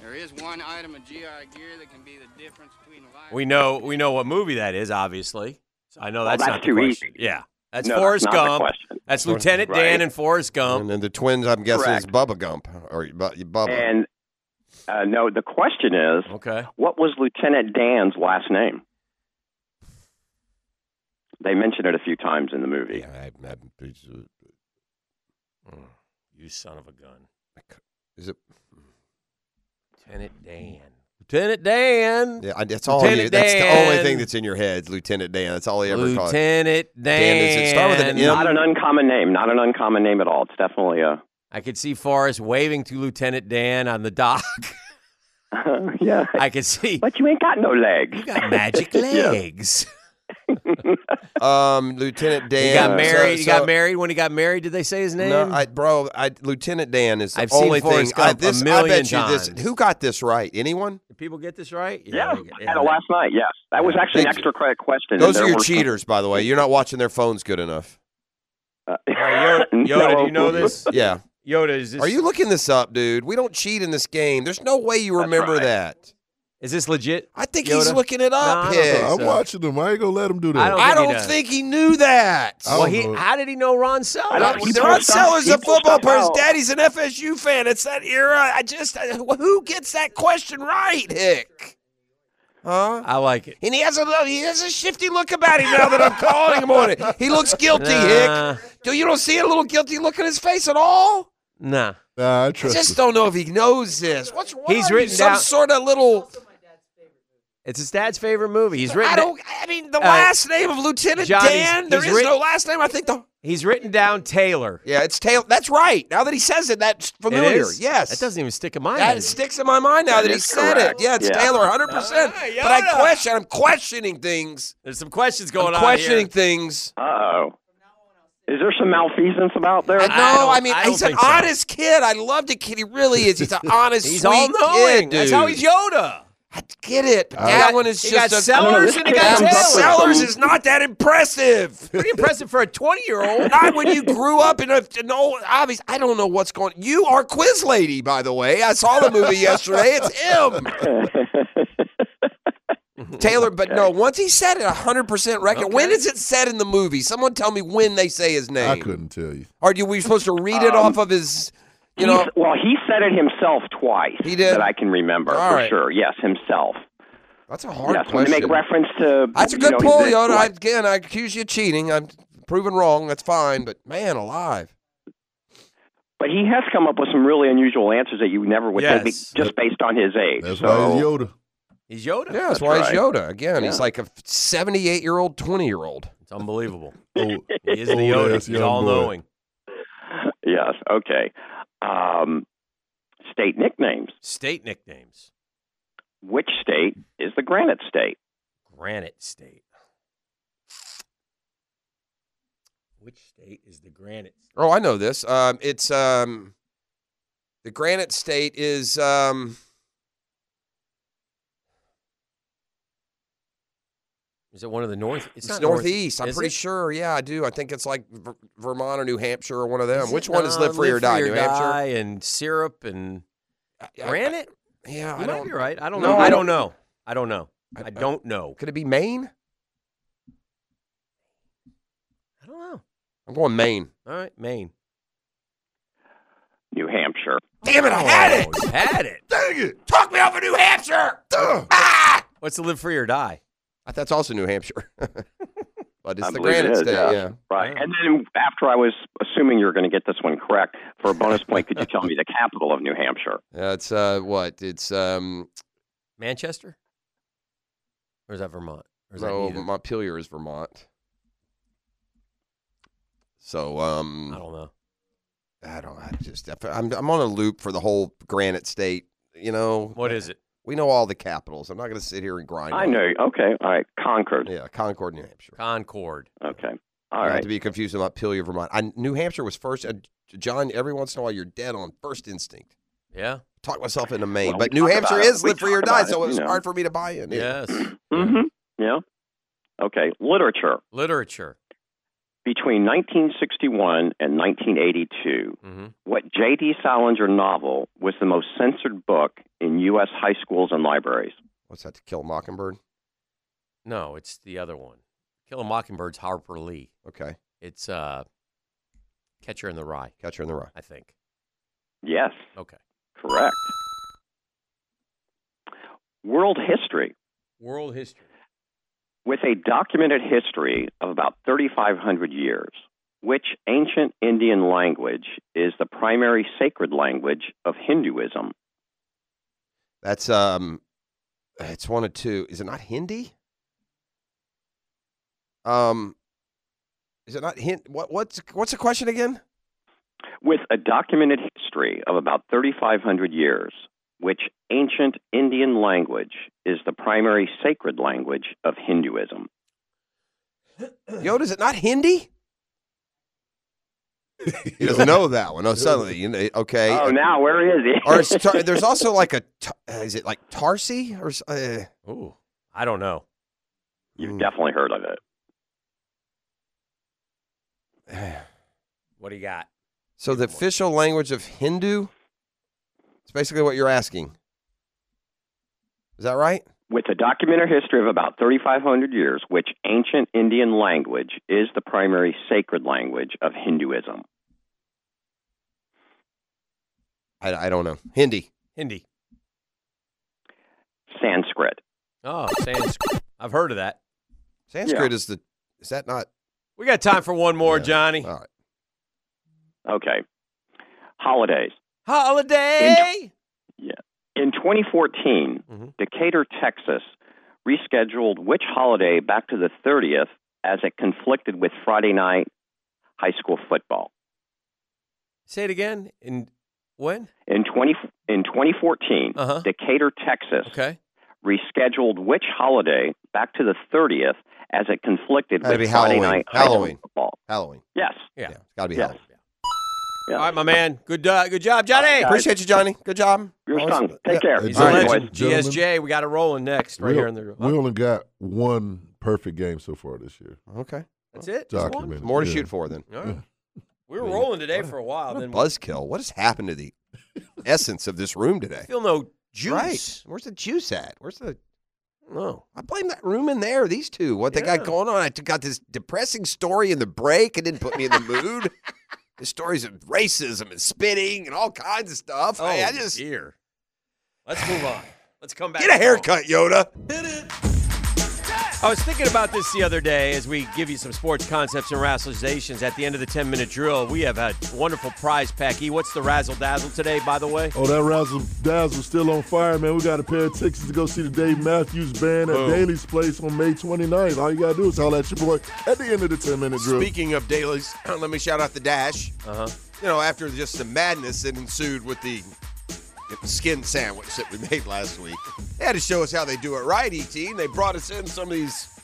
H: There is one item of GI gear that can be the difference between a life.
E: We know we know what movie that is, obviously. So I know that's,
G: that's
E: not the
G: too
E: question.
G: easy.
E: Yeah. That's
G: No, that's
E: Forrest
G: not the
E: Gump.
G: question.
E: That's Lieutenant Dan
G: Right.
E: and Forrest
D: and
E: Gump.
D: then the twins, I'm guessing,
G: Correct.
D: is Bubba Gump or Bu- Bubba.
G: And uh, no, the question is,
E: Okay.
G: what was Lieutenant Dan's last name? They mention it a few times in the movie.
D: Yeah, I- uh, I-
E: You son of a gun.
D: is it?
E: Lieutenant Dan. Lieutenant Dan.
D: Yeah, I- that's all.
E: Lieutenant
D: You, that's the only thing
E: Dan.
D: that's in your head, is Lieutenant Dan. That's all he ever called. it.
E: Lieutenant Dan.
D: Dan, does it start with an M?
G: Not an uncommon name. Not an uncommon name at all. It's definitely a *laughs*
E: I could see Forrest waving to Lieutenant Dan on the
G: *laughs*
E: dock.
G: yeah.
E: I could see
G: But you ain't got no legs.
E: you got magic
G: *laughs* Yeah.
E: legs.
D: Um, Lieutenant Dan.
E: He got
G: Uh,
D: so-
E: married. he
D: so-
E: got married. When he got married, did they say his name?
D: No, I, bro, I, Lieutenant Dan is the
E: I've seen
D: only thing.
E: Forrest
D: I,
E: Gump a
D: this, I
E: million
D: bet you
E: times.
D: this. Who got this right? Anyone?
E: Did people get this right?
G: Yeah,
E: they-
G: I had it last night. Yes, that was actually an
D: Thank you.
G: extra credit question. and
D: Those
G: there
D: are your
G: were some- *laughs*
D: cheaters, by the way. You're not watching their phones good enough.
G: Uh,
E: All
G: *laughs*
E: right, Yoda, Yoda, do you know this?
D: Yeah.
E: Yoda, is this
D: Are you looking this up, dude? We don't cheat in this game. There's no way you
G: That's
D: remember
G: right.
D: that.
E: Is this legit?
D: I think
E: Yoda?
D: he's looking it up.
E: No, I don't
D: Higgs.
E: think
A: I'm
E: so.
A: watching them. I ain't gonna let them do that.
E: I don't
D: I
E: think he
D: don't
E: does.
D: think he knew that.
A: I
E: well,
A: don't
E: he
A: know.
E: how did he know Ron Sellers?
G: I don't-
E: He-
G: He
D: Ron
G: pulls stuff-
D: Sellers is
G: he
D: a
G: pulls
D: football
G: stuff
D: person.
G: out.
D: Daddy's an FSU fan. It's that era. I just I- who gets that question right, Hick? Huh?
E: I like it.
D: And he has a little- he has a shifty look about him now that I'm calling him on it. He
E: *laughs*
D: looks guilty, Hick.
E: Nah,
D: Do you don't see a little guilty look in his face at all?
E: nah.
A: Nah, I
D: I
A: trust.
D: just don't know if he knows this. What's wrong?
E: He's
D: with you?
E: written
D: some
E: down-
D: sort of little.
E: It's his dad's favorite movie. He's written.
D: I
E: it-
D: don't. I mean, the last name of Lieutenant
E: Johnny's-
D: Dan. There
E: he's
D: is
E: writ-
D: no last name. I think the.
E: He's written down Taylor.
D: Yeah, it's Taylor. That's right. Now that he says it, that's
E: It
D: familiar.
E: is?
D: Yes,
E: That doesn't even stick in my
D: That
E: head.
D: sticks in my mind now that, he
G: is
D: said
G: correct.
D: it. Yeah, it's
G: Yeah.
D: Taylor, hundred percent.
E: Ah,
D: But I
E: Yoda.
D: question. I'm questioning things.
E: There's some questions going
D: I'm
E: on
D: questioning
E: here.
D: things.
G: Uh oh. Is there some malfeasance about there?
D: I, no,
E: don't-
D: I mean
E: I don't
D: he's an
E: think so.
D: honest kid. I love the kid. He really is. *laughs* He's an honest,
E: He's
D: sweet
E: all knowing.
D: kid,
E: That's how he's
D: dude.
E: Yoda.
D: I get it. But
A: I-
D: that
A: He
D: one is
E: he
D: just
E: got
D: a,
E: Sellers
G: and he got
D: Adam
G: Taylor.
D: Sellers is not that impressive.
E: Pretty impressive for a 20 year old.
D: not when you grew up in a no obvious. I don't know what's going. You are quiz lady, by the way. I saw the movie yesterday. It's
G: *laughs*
D: him, Taylor. But no, once he said it, hundred percent record. When is it said in the movie? Someone tell me when they say his name.
A: I couldn't tell you.
D: Or do we supposed to read it
G: Um,
D: off of his? You know,
G: He's- well, he said it himself twice.
D: He did?
G: That I can remember
D: All
G: for
D: right.
G: sure. Yes, himself.
D: that's a hard
G: yes, when
D: question.
G: they make reference to.
D: that's a
G: you
D: good
G: know,
D: pull,
G: his-
D: Yoda. I,
G: what-
D: again, I accuse you of cheating. I'm proven wrong. That's fine. But man, alive.
G: But he has come up with some really unusual answers that you never would think,
E: Yes.
G: just based on his age.
A: That's
G: so,
A: why he's Yoda.
E: He's Yoda.
D: Yeah, that's,
G: That's
D: why
G: right.
D: he's Yoda. Again, he's
G: Yeah.
D: like a 78 year old, 20 year old.
E: It's unbelievable.
A: Oh,
E: He is the
A: Old
E: Yoda.
A: ass
E: He's
A: young boy.
E: all knowing.
G: Yes. Okay. Um, state nicknames.
E: State nicknames
G: Which state is the Granite State?
E: Granite State. Which state is the Granite State?
D: Oh, I know this. Um, it's um, the Granite State is um,
E: Is it one of the North?
D: it's,
E: not north-
D: northeast. I'm
E: is
D: pretty
E: it?
D: sure. Yeah, I do. I think it's like Ver- Vermont or New Hampshire or one of them.
E: Is
D: Which
E: it Uh,
D: one is
E: not?
D: live free or die? New Hampshire.
E: Die and syrup and
D: I- I-
E: granite.
D: Yeah,
E: You
D: I
E: might
D: don't.
E: be right. I don't
D: No,
E: know.
D: I
E: I
D: don't-
E: don't know. I don't know.
D: I- I-
E: I don't know.
D: Could it be Maine?
E: I don't know.
D: I'm going Maine.
E: All right, Maine.
G: New Hampshire.
D: Damn it! I had it.
E: Oh, you had it.
A: Dang it!
D: Talk me over New Hampshire.
A: Duh!
D: Ah!
E: What's the live free or die?
D: I- That's also New Hampshire, *laughs* but it's
G: I
D: the
G: believe it
D: Granite
G: is,
D: State.
G: yeah.
D: Yeah.
G: Right.
E: Wow.
G: And then after I was assuming you were going to get this one correct for a bonus point, could you tell me the capital of New Hampshire?
D: That's uh, what it's um.
E: Manchester? Or is that Vermont? Or is
D: No,
E: that neither?
D: oh, Montpelier is Vermont. So um,
E: I don't know.
D: I don't. I just. I'm. I'm on a loop for the whole Granite State. You know,
E: What is it?
D: we know all the capitals. I'm not going to sit here and grind.
G: I
D: on it.
G: know. Okay. All right. Concord.
D: Yeah, Concord, New Hampshire.
E: Concord.
G: Okay. All
D: Not
G: right.
D: to be confused with Montpelier, Vermont. I, New Hampshire was first. Uh, John, every once in a while, you're dead on first instinct.
E: Yeah.
D: Talk myself into Maine,
G: Well,
D: but
G: we
D: New
G: talk
D: Hampshire
G: about it.
D: is
G: We
D: live free or
G: talk
D: die,
G: about it,
D: so it
G: you
D: was
G: know.
D: hard for me to buy in.
E: Yes.
G: Mm-hmm. Yeah. Okay. Literature.
E: Literature.
G: Between 1961 and 1982,
E: hmm
G: what J.D. Salinger novel was the most censored book in U.S. high schools and libraries?
D: What's that? To Kill a Mockingbird.
E: No, it's the other one. Kill a Mockingbird's Harper Lee.
D: Okay,
E: It's uh, Catcher in the Rye,
D: Catcher in the Rye.
E: I think.
G: Yes,
E: Okay.
G: correct. World history.
E: World history.
G: With a documented history of about 3,500 years, which ancient Indian language is the primary sacred language of Hinduism?
D: That's um, it's one of two. Is it not Hindi? Um, is it not Hindi? What what's what's the question again?
G: With a documented history of about 3,500 years, which ancient Indian language is the primary sacred language of Hinduism?
D: Yoda, is it not Hindi? He doesn't know that one. Oh, suddenly, you know, okay.
G: Oh, now where is he?
D: or it's tar- there's also like a, t- uh, is it like Tarsi or s- uh,
E: Ooh, I don't know.
G: *laughs* You've definitely heard of it.
E: What do you got?
D: so the official language of Hindu? It's basically what you're asking. Is that right?
G: With a documented history of about 3,500 years, which ancient Indian language is the primary sacred language of Hinduism?
D: I, I don't know. Hindi.
E: Hindi.
G: Sanskrit.
E: Oh, Sanskrit. I've heard of that.
D: Sanskrit is the is that not
E: We got time for one more,
D: Yeah.
E: Johnny.
D: all right?
G: Okay. Holidays.
E: Holiday.
G: In 2014,
E: Mhm.
G: Decatur, Texas rescheduled which holiday back to the 30th as it conflicted with Friday night high school football.
E: Say it again. And when?
G: In 20 in 2014,
E: Uh-huh.
G: Decatur, Texas,
E: Okay.
G: rescheduled which holiday back to the 30th as it conflicted
D: That'd
G: with
D: be
G: Friday
D: Halloween.
G: night high school
D: Halloween.
G: football.
D: Halloween.
G: Yes.
E: Yeah.
D: Yeah, it's got to be
G: Yes.
D: Halloween.
G: Yeah.
E: All right, my man. Good uh, good job, Johnny.
G: Guys,
D: Appreciate you, Johnny. Good job.
G: You're
A: Awesome.
G: stung. Take
A: Yeah.
G: care.
A: He's
E: He's
A: All
E: a
A: right,
E: legend.
A: gentlemen.
E: GSJ, we got it rolling next right
A: we,
E: here
A: o-
E: in the.
A: Oh,
E: uh,
A: we only got one perfect game so far this year.
D: Okay.
E: That's it. Just one?
A: Documented.
D: More to
A: Yeah.
D: shoot for then.
E: All right. We were rolling today for a while. Then we
D: Buzzkill. What has happened to
E: *laughs*
D: the essence of this room today?
E: feel no juice.
D: Right. Where's the juice at? Where's the
E: No.
D: I blame that room in there. These two, what they
E: Yeah.
D: got going on. I t- got this depressing story in the break. It didn't put me
E: *laughs*
D: in the mood. The stories of racism and spitting and all kinds of stuff.
E: Oh,
D: Hey, I just
E: dear. Let's move on. Let's come back.
D: get a haircut, Yoda.
E: I was thinking about this the other day as we give you some sports concepts and rationalizations at the end of the 10 minute drill. We have a wonderful prize pack. E, what's the razzle dazzle today, by the way?
A: Oh, that razzle dazzle's still on fire, man. We got a pair of tickets to go see the Dave Matthews Band at Daly's Place on May 29th. All you got to do is holler at your boy at the end of the 10 minute drill.
D: Speaking of dailies, *clears throat* let me shout out the Dash.
E: Uh
A: Uh-huh.
E: huh.
D: You know, after just the madness that ensued with the skin sandwich that we *laughs* made last week, they had to show us how they do it right, ET. And they brought us in some of these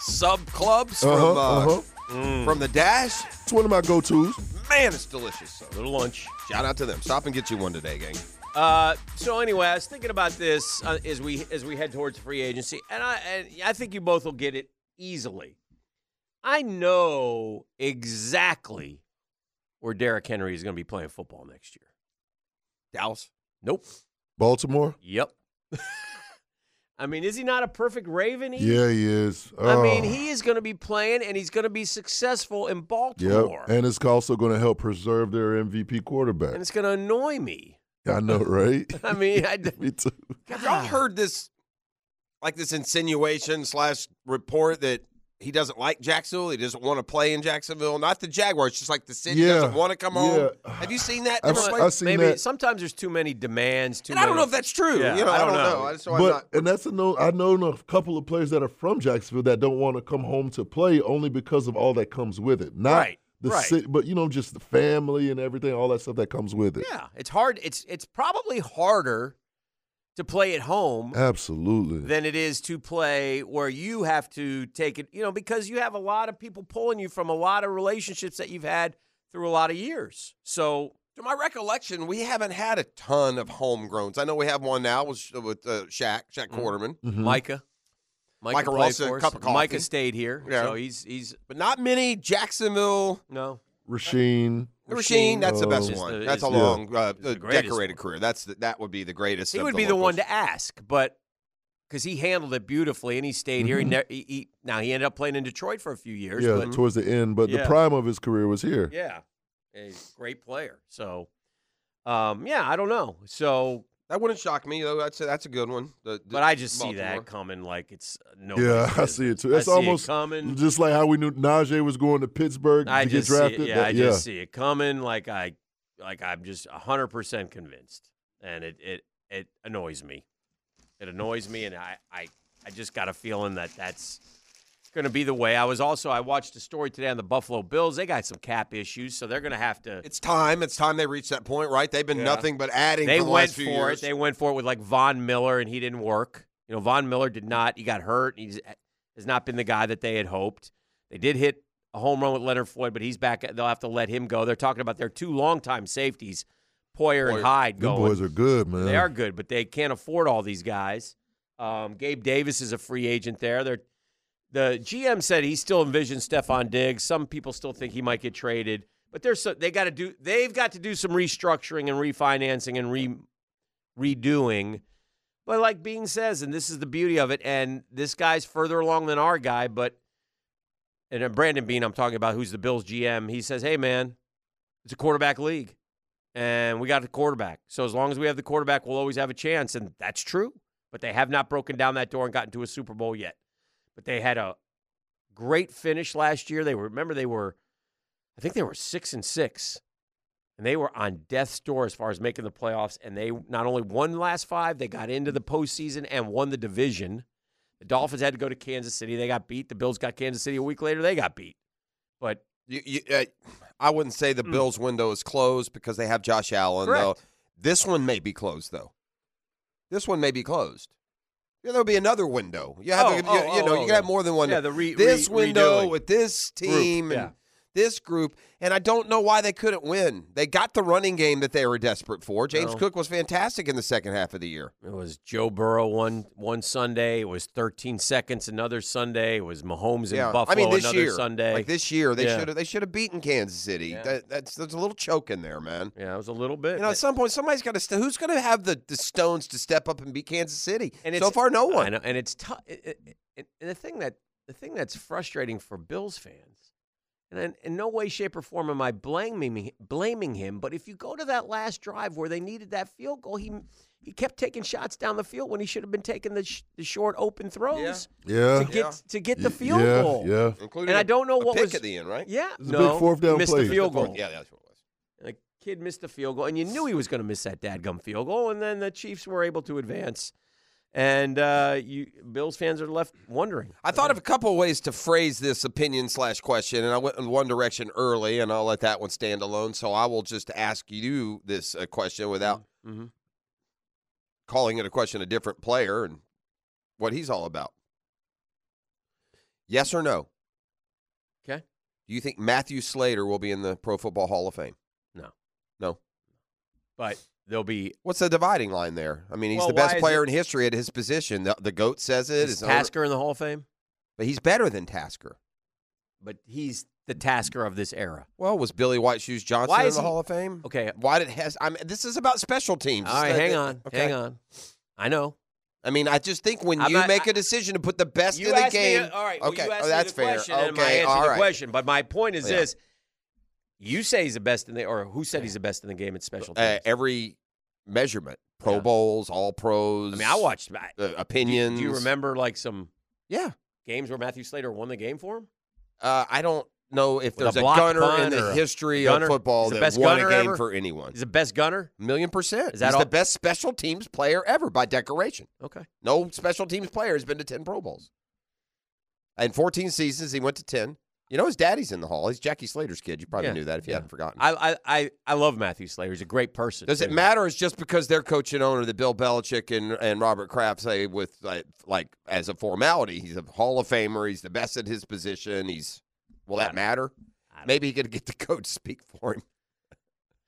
D: sub clubs
A: Uh-huh,
D: from uh,
A: uh-huh.
D: from the Dash.
A: It's one of my go tos.
D: Man, it's delicious. So
E: Little lunch.
D: *laughs* shout out to them. Stop and get you one today, gang.
E: Uh, so anyway, I was thinking about this uh, as we as we head towards free agency, and I and I think you both will get it easily. I know exactly where Derrick Henry is going to be playing football next year.
D: Dallas.
E: Nope.
A: Baltimore?
E: Yep. *laughs* I mean, is he not a perfect Raven? Ian?
A: Yeah, he is.
E: I mean,
A: Oh.
E: he is going to be playing, and he's going to be successful in
A: Yep.
E: Baltimore.
A: And it's also going to help preserve their MVP
E: And
A: quarterback.
E: it's going to annoy me.
A: I
E: *laughs*
A: know, right?
E: I mean, I,
A: Me too.
D: Have y'all
A: *sighs*
D: heard this, like this insinuation slash report that he doesn't like Jacksonville? He doesn't want to play in Jacksonville. Not the Jaguars, just like the city
A: Yeah.
D: doesn't want to come home.
A: Yeah.
D: Have you seen that?
A: *laughs* I've-
D: Never played-
A: I've seen
E: maybe
A: that.
E: sometimes there's too many demands. Too
D: and I don't
E: many-
D: know if that's true.
E: Yeah,
D: you know, I don't, know. I just so I'm
A: but
D: not.
A: and that's a no. I know a couple of players that are from Jacksonville that don't want to come home to play only because of all that comes with it. Not
E: Right,
A: the
E: right.
A: city, but you know, just the family and everything, all that stuff that comes with it.
E: Yeah, it's hard. It's it's probably harder to play at home
A: Absolutely.
E: than it is to play where you have to take it. You know, because you have a lot of people pulling you from a lot of relationships that you've had through a lot of years. So
D: To my recollection, we haven't had a ton of homegrowns. I know we have one now with, with uh, Shaq, Shaq
E: Mm-hmm.
D: Quarterman,
A: Mhm.
E: Micah,
D: Micah
E: played
D: Ross, a
E: for us.
D: cup of coffee.
E: Micah stayed here,
D: Yeah.
E: so he's he's
D: but not many Jacksonville.
E: no.
A: Rasheen.
D: Rasheen, that's the best
A: Is
E: the-
D: one.
E: is
D: That's a
E: the-
D: long, uh,
E: the greatest
D: decorated
E: one.
D: career. That's the, that would be the greatest.
E: He
D: of
E: would be the
D: locals.
E: one to ask, but because he handled it beautifully and he stayed here. He, ne- he, he now he ended up playing in Detroit for a few years.
A: Yeah,
E: but
A: towards the end, but
E: Yeah.
A: the prime of his career was here.
E: Yeah. A great player. So um yeah, I don't know. So
D: That wouldn't shock me though. That's a, that's a good one. The- the-
E: but I just see
D: Baltimore.
E: that coming like it's no
A: Yeah, *laughs* I see it too. That's
E: I see
A: almost
E: it coming.
A: just like how we knew Najee was going to Pittsburgh
E: I
A: to
E: just
A: get drafted.
E: see it. Yeah,
A: That-
E: I just see it coming like I like I'm just 100% convinced. And it it it annoys me. It annoys me and I I I just got a feeling that that's going to be the way. I was also I watched a story today on the Buffalo Bills. They got some cap issues, so they're going to have to
D: It's time. It's time they reach that point, right? They've been
E: Yeah.
D: nothing but adding.
E: They
D: for the
E: went
D: last
E: for
D: few years.
E: it. They went for it with like Von Miller, and he didn't work. You know, Von Miller did not. He got hurt. and He's eh, has not been the guy that they had hoped. They did hit a home run with Leonard Floyd, but he's back. They'll have to let him go. They're talking about their two longtime safeties, Poyer,
D: Poyer.
E: and Hyde,
A: Them
E: going.
A: boys are good, man.
E: They are good, but they can't afford all these guys. Um, Gabe Davis is a free agent there. They're, the GM said he still envisions Stefan Diggs. Some people still think he might get traded, but there's so, they got to do they've got to do some restructuring and refinancing and re, redoing. But like Bean says, and this is the beauty of it, and this guy's further along than our guy, but and uh, Brandon Bean, I'm talking about, who's the Bills GM, he says, "Hey man, it's a quarterback league." and we got a quarterback. So as long as we have the quarterback, we'll always have a chance, and that's true. But they have not broken down that door and gotten to a Super Bowl yet. But they had a great finish last year. They were remember they were, I think they were six and six, and they were on death's door as far as making the playoffs. And they not only won the last five, they got into the postseason and won the division. The Dolphins had to go to Kansas City. They got beat. The Bills got Kansas City a week later. They got beat. But
D: You, you, uh, I wouldn't say the Bills' window is closed because they have Josh Allen, though.
E: Mm. Correct.
D: This one may be closed, though. This one may be closed. Yeah, there'll be another window. You have,
E: Oh,
D: you,
E: oh,
D: you know,
E: oh,
D: you
E: oh,
D: can have more than one.
E: yeah, the re-
D: this
E: re-
D: window
E: redoing.
D: with this team and
E: yeah.
D: this group, and I don't know why they couldn't win. They got the running game that they were desperate for. James
E: No.
D: Cook was fantastic in the second half of the year.
E: It was Joe Burrow one one Sunday. It was 13 seconds another Sunday. It was Mahomes in Buffalo
D: I mean this
E: another
D: year,
E: Sunday.
D: like this year, they
E: Yeah.
D: should have they should have beaten Kansas City.
E: Yeah.
D: That, that's there's a little choke in there, man.
E: yeah, it was a little bit.
D: You know, at some point, somebody's got to. St- who's going to have the, the stones to step up and beat Kansas City?
E: and
D: so
E: it's-
D: far, no
E: I
D: one.
E: know, and it's tough. And the thing that the thing that's frustrating for Bills fans, and in, in no way, shape, or form am I blaming blaming him. But if you go to that last drive where they needed that field goal, he he kept taking shots down the field when he should have been taking the, sh- the short open throws
A: Yeah.
E: to get to get the field
A: yeah,
E: goal.
A: Yeah.
D: Including
E: And
D: I
E: I don't know
D: a
E: what
D: pick
E: was
D: at the end, right?
E: Yeah,
A: was a big
E: no,
A: fourth down
E: missed
A: play.
E: the field goal.
D: Yeah, that's what it was.
E: And the kid missed the field goal, and you knew he was going to miss that dadgum field goal. And then the Chiefs were able to advance, and uh, you Bills fans are left wondering.
D: I thought of a couple ways to phrase this opinion slash question, and I went in one direction early, and I'll let that one stand alone. So I will just ask you this uh, question without
E: Mhm.
D: calling it a question a different player and what he's all about. Yes or no?
E: Okay.
D: Do you think Matthew Slater will be in the Pro Football Hall of Fame?
E: No.
D: No.
E: but there'll be
D: What's the dividing line there? I mean, he's
E: Well,
D: the
E: why
D: best
E: is
D: player
E: it-
D: in history at his position. The, the goat says it.
E: is
D: his owner-
E: Tasker in the Hall of Fame,
D: but he's better than Tasker.
E: but he's the Tasker of this era.
D: Well, was Billy White Shoes Johnson
E: Why
D: in
E: is
D: the
E: he-
D: Hall of Fame?
E: Okay,
D: Why did Hess? I'm. This is about special teams.
E: all right,
D: Uh,
E: hang
D: uh,
E: on,
D: okay.
E: hang on. I know
D: I mean, I just think when
E: I'm
D: you
E: not-
D: make
E: I-
D: a decision to put the best
E: you
D: in the
E: asked
D: game.
E: me. All right, well,
D: okay,
E: you asked
D: oh,
E: me
D: that's
E: the
D: fair.
E: question, and I
D: okay,
E: answered
D: all
E: the
D: right.
E: question. But my point is
D: Yeah.
E: this: you say he's the best in the, or who said he's the best in the game at special teams?
D: Uh, every measurement, Pro
E: Yeah.
D: Bowls, All Pros.
E: I mean, I watched. I,
D: uh,
E: do you-
D: opinions.
E: Do you remember like some
D: Yeah,
E: games where Matthew Slater won the game for him?
D: uh, I don't know if
E: With a
D: there's a,
E: block
D: gunner in
E: punt
D: the
E: or a
D: history
E: gunner?
D: of football
E: He's the
D: that
E: best
D: won a
E: gunner
D: game
E: ever?
D: for anyone.
E: He's the best gunner.
D: Million percent.
E: Is that
D: He's
E: all-
D: the best special teams player ever by decoration.
E: Okay.
D: No special teams player has been to 10 Pro Bowls. In 14 seasons, he went to 10. You know, his daddy's in the hall. He's Jackie Slater's kid. You probably
E: Yeah,
D: knew that if you
E: yeah.
D: hadn't forgotten.
E: I I I, I love Matthew Slater. He's a great person.
D: Does it
E: too.
D: matter? It's just because they're coach and owner that Bill Belichick and, and Robert Kraft say with like, like as a formality, he's a Hall of Famer. He's the best at his position. He's will that matter?
E: I don't-
D: Maybe he could get the coach to speak for him.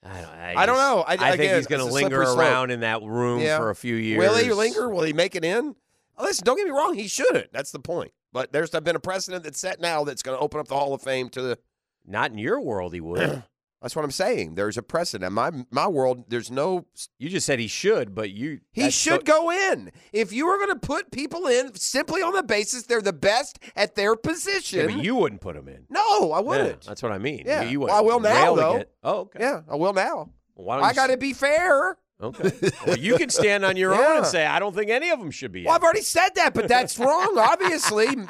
E: I don't,
D: I don't
E: just-
D: know. I-
E: I, think
D: again,
E: he's going
D: it's
E: to
D: a
E: linger
D: slippery slope.
E: around in that room
D: Yeah.
E: for a few years.
D: Will he linger? Will he make it in? Oh, Listen, don't get me wrong. He shouldn't. That's the point. But there's been a precedent that's set now that's going to open up the Hall of Fame to the.
E: Not in your world,
D: *clears throat*
E: he would.
D: That's what I'm saying. There's a precedent. In my my world, there's no.
E: you just said he should, but you
D: He
E: that's
D: should
E: so-
D: go in. If you are going to put people in simply on the basis they're the best at their
E: Yeah,
D: position,
E: but you wouldn't put him in.
D: no, I
E: Yeah,
D: wouldn't. Yeah,
E: that's what I mean.
D: Yeah.
E: You, you
D: Well, I will
E: wouldn't.
D: now,
E: Railing
D: though.
E: it. Oh, okay.
D: I will now.
E: Why don't
D: I
E: you
D: got to be fair.
E: Okay. Well, you can stand
D: *laughs*
E: on your own
D: Yeah.
E: and say I don't think any of them should be.
D: Well,
E: in.
D: I've already said that, but that's wrong. Obviously, M-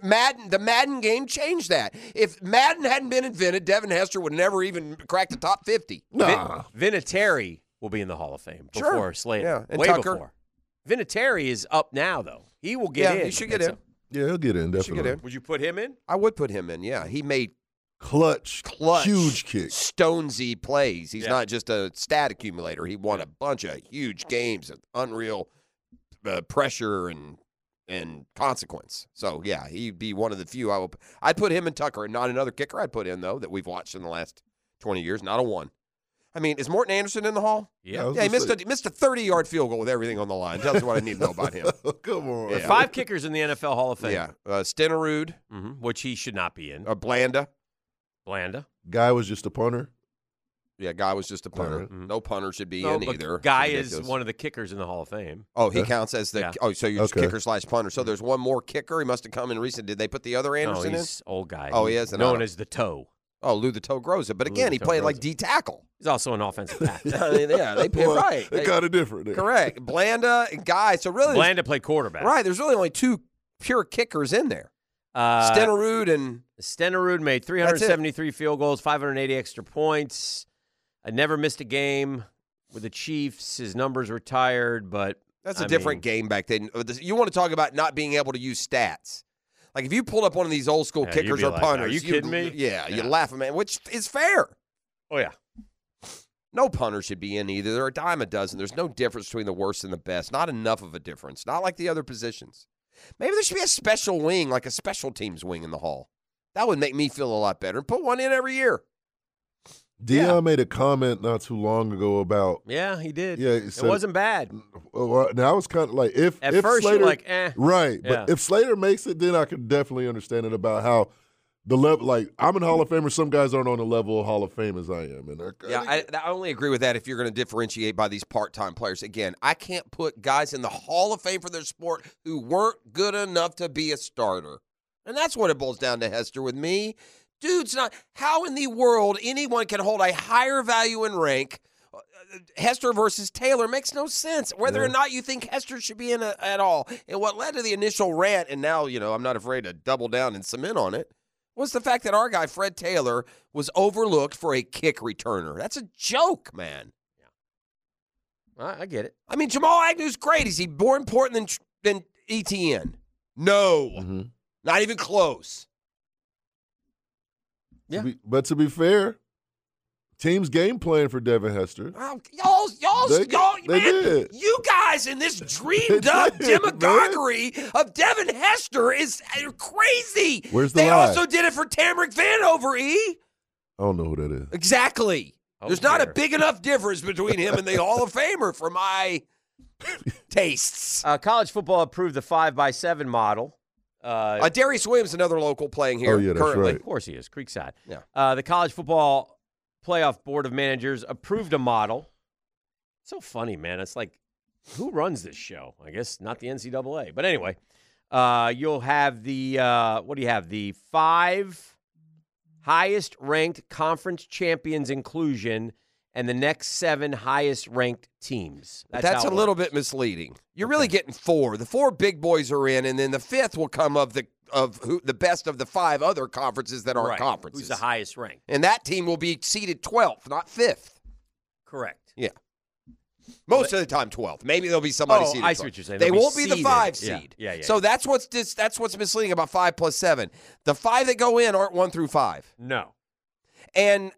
D: Madden, the Madden game changed that. If Madden hadn't been invented, Devin Hester would never even crack the top fifty.
A: Nah.
E: Vin- Vinatieri will be in the Hall of Fame
D: Sure.
E: before Slater.
D: Yeah, and
E: Way
D: Tucker.
E: before. Vinatieri is up now, though. He will get
D: yeah,
E: in.
D: he should get
E: That's
D: in.
A: Yeah, he'll get in
D: He should
A: definitely.
D: get in.
E: a- would you put him in?
D: I would put him in. Yeah, he made
A: Clutch,
D: clutch,
A: huge kick.
D: stonesy plays. He's
E: Yeah.
D: not just a stat accumulator. He won a bunch of huge games and unreal uh, pressure and and consequence. So yeah, he'd be one of the few. I will. I'd put him and Tucker, and not another kicker. I'd put in though that we've watched in the last twenty years. Not a one. I mean, is Morton Anderson in the hall?
A: I was
D: Yeah, he
A: gonna
D: missed
A: say-
D: a missed a thirty yard field goal with everything on the line. Tells you what I need to know about
E: *laughs*
D: him.
A: *laughs* Come on.
E: There are
D: Yeah.
E: Five kickers in the NFL Hall of Fame,
D: Yeah, uh, Stenerud,
E: Mhm, which he should not be in.
D: uh, Blanda.
E: Blanda.
A: Guy was just a punter.
D: Yeah, guy was just a punter.
A: Punter.
E: Mhm.
D: No punter should be
E: No,
D: in
E: but
D: either. It's
E: Guy is
D: ridiculous.
E: one of the kickers in the Hall of Fame.
D: Oh, he
A: Okay.
D: counts as the
E: Yeah.
D: oh, so you're just
A: Okay.
D: kicker slash punter. So there's one more kicker. He must have come in recent. Did they put the other Anderson
E: no,
D: in?
E: he's old guy.
D: Oh, he
E: He's
D: is, and I
E: known
D: don't-
E: as the toe.
D: Oh, Lou the Toe Groza. But
E: Lou
D: again,
E: the
D: he
E: Toe
D: played like
E: Groza.
D: D tackle.
E: He's also an offensive
D: *laughs*
E: back.
D: I mean, yeah, they
A: *laughs*
D: played
A: Well,
D: right.
A: They
D: They-
A: kind of different. there.
D: correct. Blanda and Guy. So really, there's-
E: Blanda played quarterback.
D: right? There's really only two pure kickers in there.
E: Uh,
D: Stenerud and
E: Stenerud made 373 field goals, 580 extra points. I never missed a game with the Chiefs. His numbers retired, but That's a
D: I
E: different game back then. Uh, this- You want to talk about not being able to use stats. Like if you pulled up one of these old school
D: Yeah, you'd
E: kickers
D: be
E: or
D: like,
E: punters,
D: "Are you
E: you'd-
D: kidding me?"
E: Yeah, you
D: Yeah.
E: laugh at man, which is fair.
D: Oh yeah.
E: No punter should be in either. They're a dime a dozen. There's no difference between the worst and the best. Not enough of a difference. Not like the other positions. Maybe there should be a special wing, like a special teams wing in the hall. That would make me feel a lot better. Put one in every year.
A: Dion made a comment not too long ago about.
D: Yeah, he did.
A: Yeah, he
D: it
A: said-
D: wasn't bad.
A: Well, now I was kind of like if
D: At
A: if
D: first you're
A: Slater-
D: like, eh.
A: right,
D: Yeah.
A: but if Slater makes it, then I could definitely understand it about how the level. Like I'm in Hall of Famer. Some guys aren't on the level of Hall of Fame as I am, and they're kinda-
E: Yeah, I, I only agree with that if you're going to differentiate by these part-time players. Again, I can't put guys in the Hall of Fame for their sport who weren't good enough to be a starter, and that's what it boils down to, Hester. With me, dude's not. How in the world anyone can hold a higher value in rank? uh, uh, Hester versus Taylor makes no sense. Whether or not you think Hester should be in a, at all, and what led to the initial rant, and now you know I'm not afraid to double down and cement on it was the fact that our guy Fred Taylor was overlooked for a kick returner. That's a joke, man.
D: I, I get it.
E: I mean, Jamal Agnew's great. Is he more important than than ETN? No,
A: Mhm.
E: not even close.
D: Yeah.
A: To be- but to be fair, team's game plan for Devin Hester.
E: Oh, y'all, y'all,
A: They-
E: y'all,
A: they
E: man,
A: did.
E: you guys in
A: *laughs*
E: this
A: They
E: dreamed up
A: did,
E: demagoguery of Devin Hester is uh, crazy.
A: Where's the
E: they
A: lie?
E: also did it for Tamrick Vanover, E.
A: I don't know who that is.
E: Exactly.
D: Oh,
E: There's not a
D: dear.
E: big enough difference between him
D: *laughs*
E: and the Hall of Famer for my tastes.
D: Uh, college football approved the five by seven model. Uh,
E: Uh, Darius Williams, another local playing here
A: Oh, yeah, that's
E: currently.
A: right.
D: Of course he is, Creekside.
E: Yeah.
D: Uh, the College Football Playoff Board of Managers approved a model. So funny, man. It's like, who runs this show? I guess not the NCAA. But anyway, uh, you'll have the, uh, what do you have? The five highest ranked conference champions inclusion and the next seven highest ranked teams.
E: But
D: That's,
E: That's,
D: how
E: a
D: it
E: little
D: works.
E: bit misleading. You're really getting four. The four big boys are in, and then the fifth will come of the of who the best of the five other conferences that aren't
D: Right.
E: conferences.
D: Who's the highest ranked?
E: and that team will be seated 12th, not fifth.
D: Correct.
E: Yeah. Most of the time, 12th. Maybe there'll be somebody
D: Oh,
E: seated.
D: I see
E: 12th.
D: what you're saying.
E: They
D: They'll be
E: won't be the
D: seated.
E: five
D: Yeah,
E: seed.
D: yeah, yeah,
E: So
D: yeah.
E: that's what's dis- that's what's misleading about five plus seven. The five that go in aren't one through five.
D: No.
E: And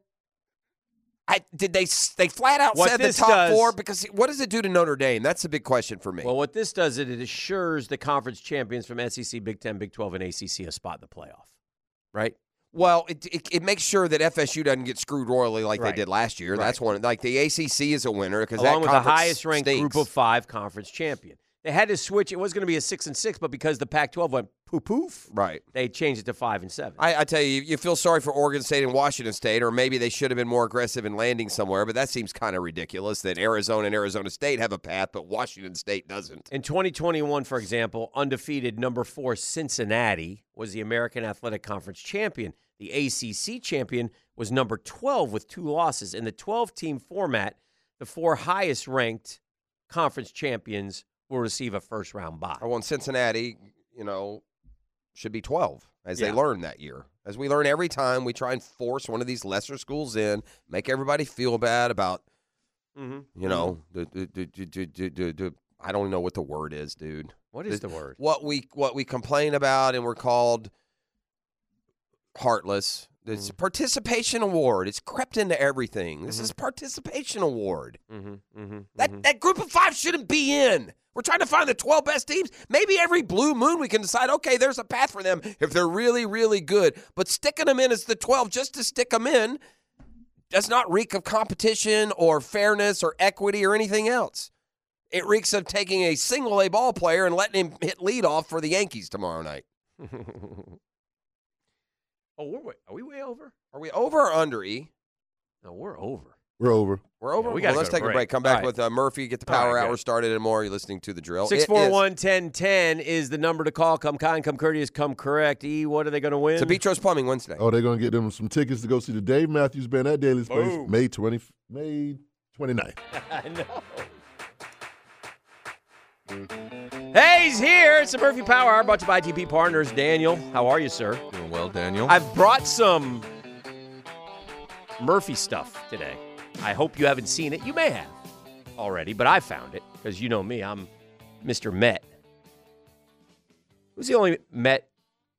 E: I did they s- they flat out
D: What
E: said the
D: this
E: top
D: does-
E: four because what does it do to Notre Dame? That's the big question for me.
D: Well, what this does is it assures the conference champions from SEC, Big Ten, Big Twelve, and ACC a spot in the playoff. Right?
E: Well, it, it, it makes sure that FSU doesn't get screwed royally like
D: Right.
E: they did last year.
D: Right.
E: That's one. Like the ACC is a winner because
D: Along
E: that
D: with the
E: conference
D: highest ranked
E: stinks.
D: group of five conference champion. They had to switch. It was going to be a six and six, but because the Pac twelve went poof poof,
E: right.
D: they changed it to five and seven.
E: I, I tell you, you feel sorry for Oregon State and Washington State, or maybe they should have been more aggressive in landing somewhere. But that seems kind of ridiculous that Arizona and Arizona State have a path, but Washington State doesn't.
D: in 2021, for example, undefeated number four Cincinnati was the American Athletic Conference champion. The ACC champion was number 12 with two losses. In the 12 team format, the four highest ranked conference champions will receive a first round bye.
E: I want Cincinnati. You know, should be twelve as they
D: Yeah.
E: learn that year. As we learn every time, we try and force one of these lesser schools in, make everybody feel bad about
D: Mm-hmm.
E: You know, the, the, the, the, the, the, the, the, I don't know what the word is, dude.
D: What is the word?
E: What we what we complain about, and we're called heartless. It's a
D: Mm.
E: participation award. It's crept into everything. This is participation award.
D: Mm-hmm, mm-hmm,
E: That that group of five shouldn't be in. We're trying to find the twelve best teams. Maybe every blue moon we can decide. Okay, there's a path for them if they're really really good. But sticking them in as the twelve just to stick them in does not reek of competition or fairness or equity or anything else. It reeks of taking a single A ball player and letting him hit leadoff for the Yankees tomorrow night.
D: *laughs* oh, we're way, are we way over?
E: Are we over or under? E?
D: No, we're over.
A: We're over.
E: We're over.
D: we gotta
E: Well, let's
D: go to
E: take a
D: break.
E: break. Come
D: All
E: back
D: right.
E: with uh, Murphy. Get the
D: All right,
E: power
D: good.
E: hour started and more. You're listening to the drill. It is-
D: 641 1010 is the number to call. Come kind, come courteous, come correct. E, what are they going to win?
E: It's a Petros Plumbing Wednesday.
A: Oh, they're gonna get them some tickets to go see the Dave Matthews Band at Daly's Place
D: Boom.
A: May twenty May 29th.
D: *laughs* I know. Hey, he's here. It's the Murphy Power Hour brought to you by ITP Partners. Daniel, how are you, sir?
I: Doing well, Daniel.
D: I've brought some Murphy stuff today. I hope you haven't seen it. You may have already, but I found it because you know me. I'm Mr. Met. Who's the only Met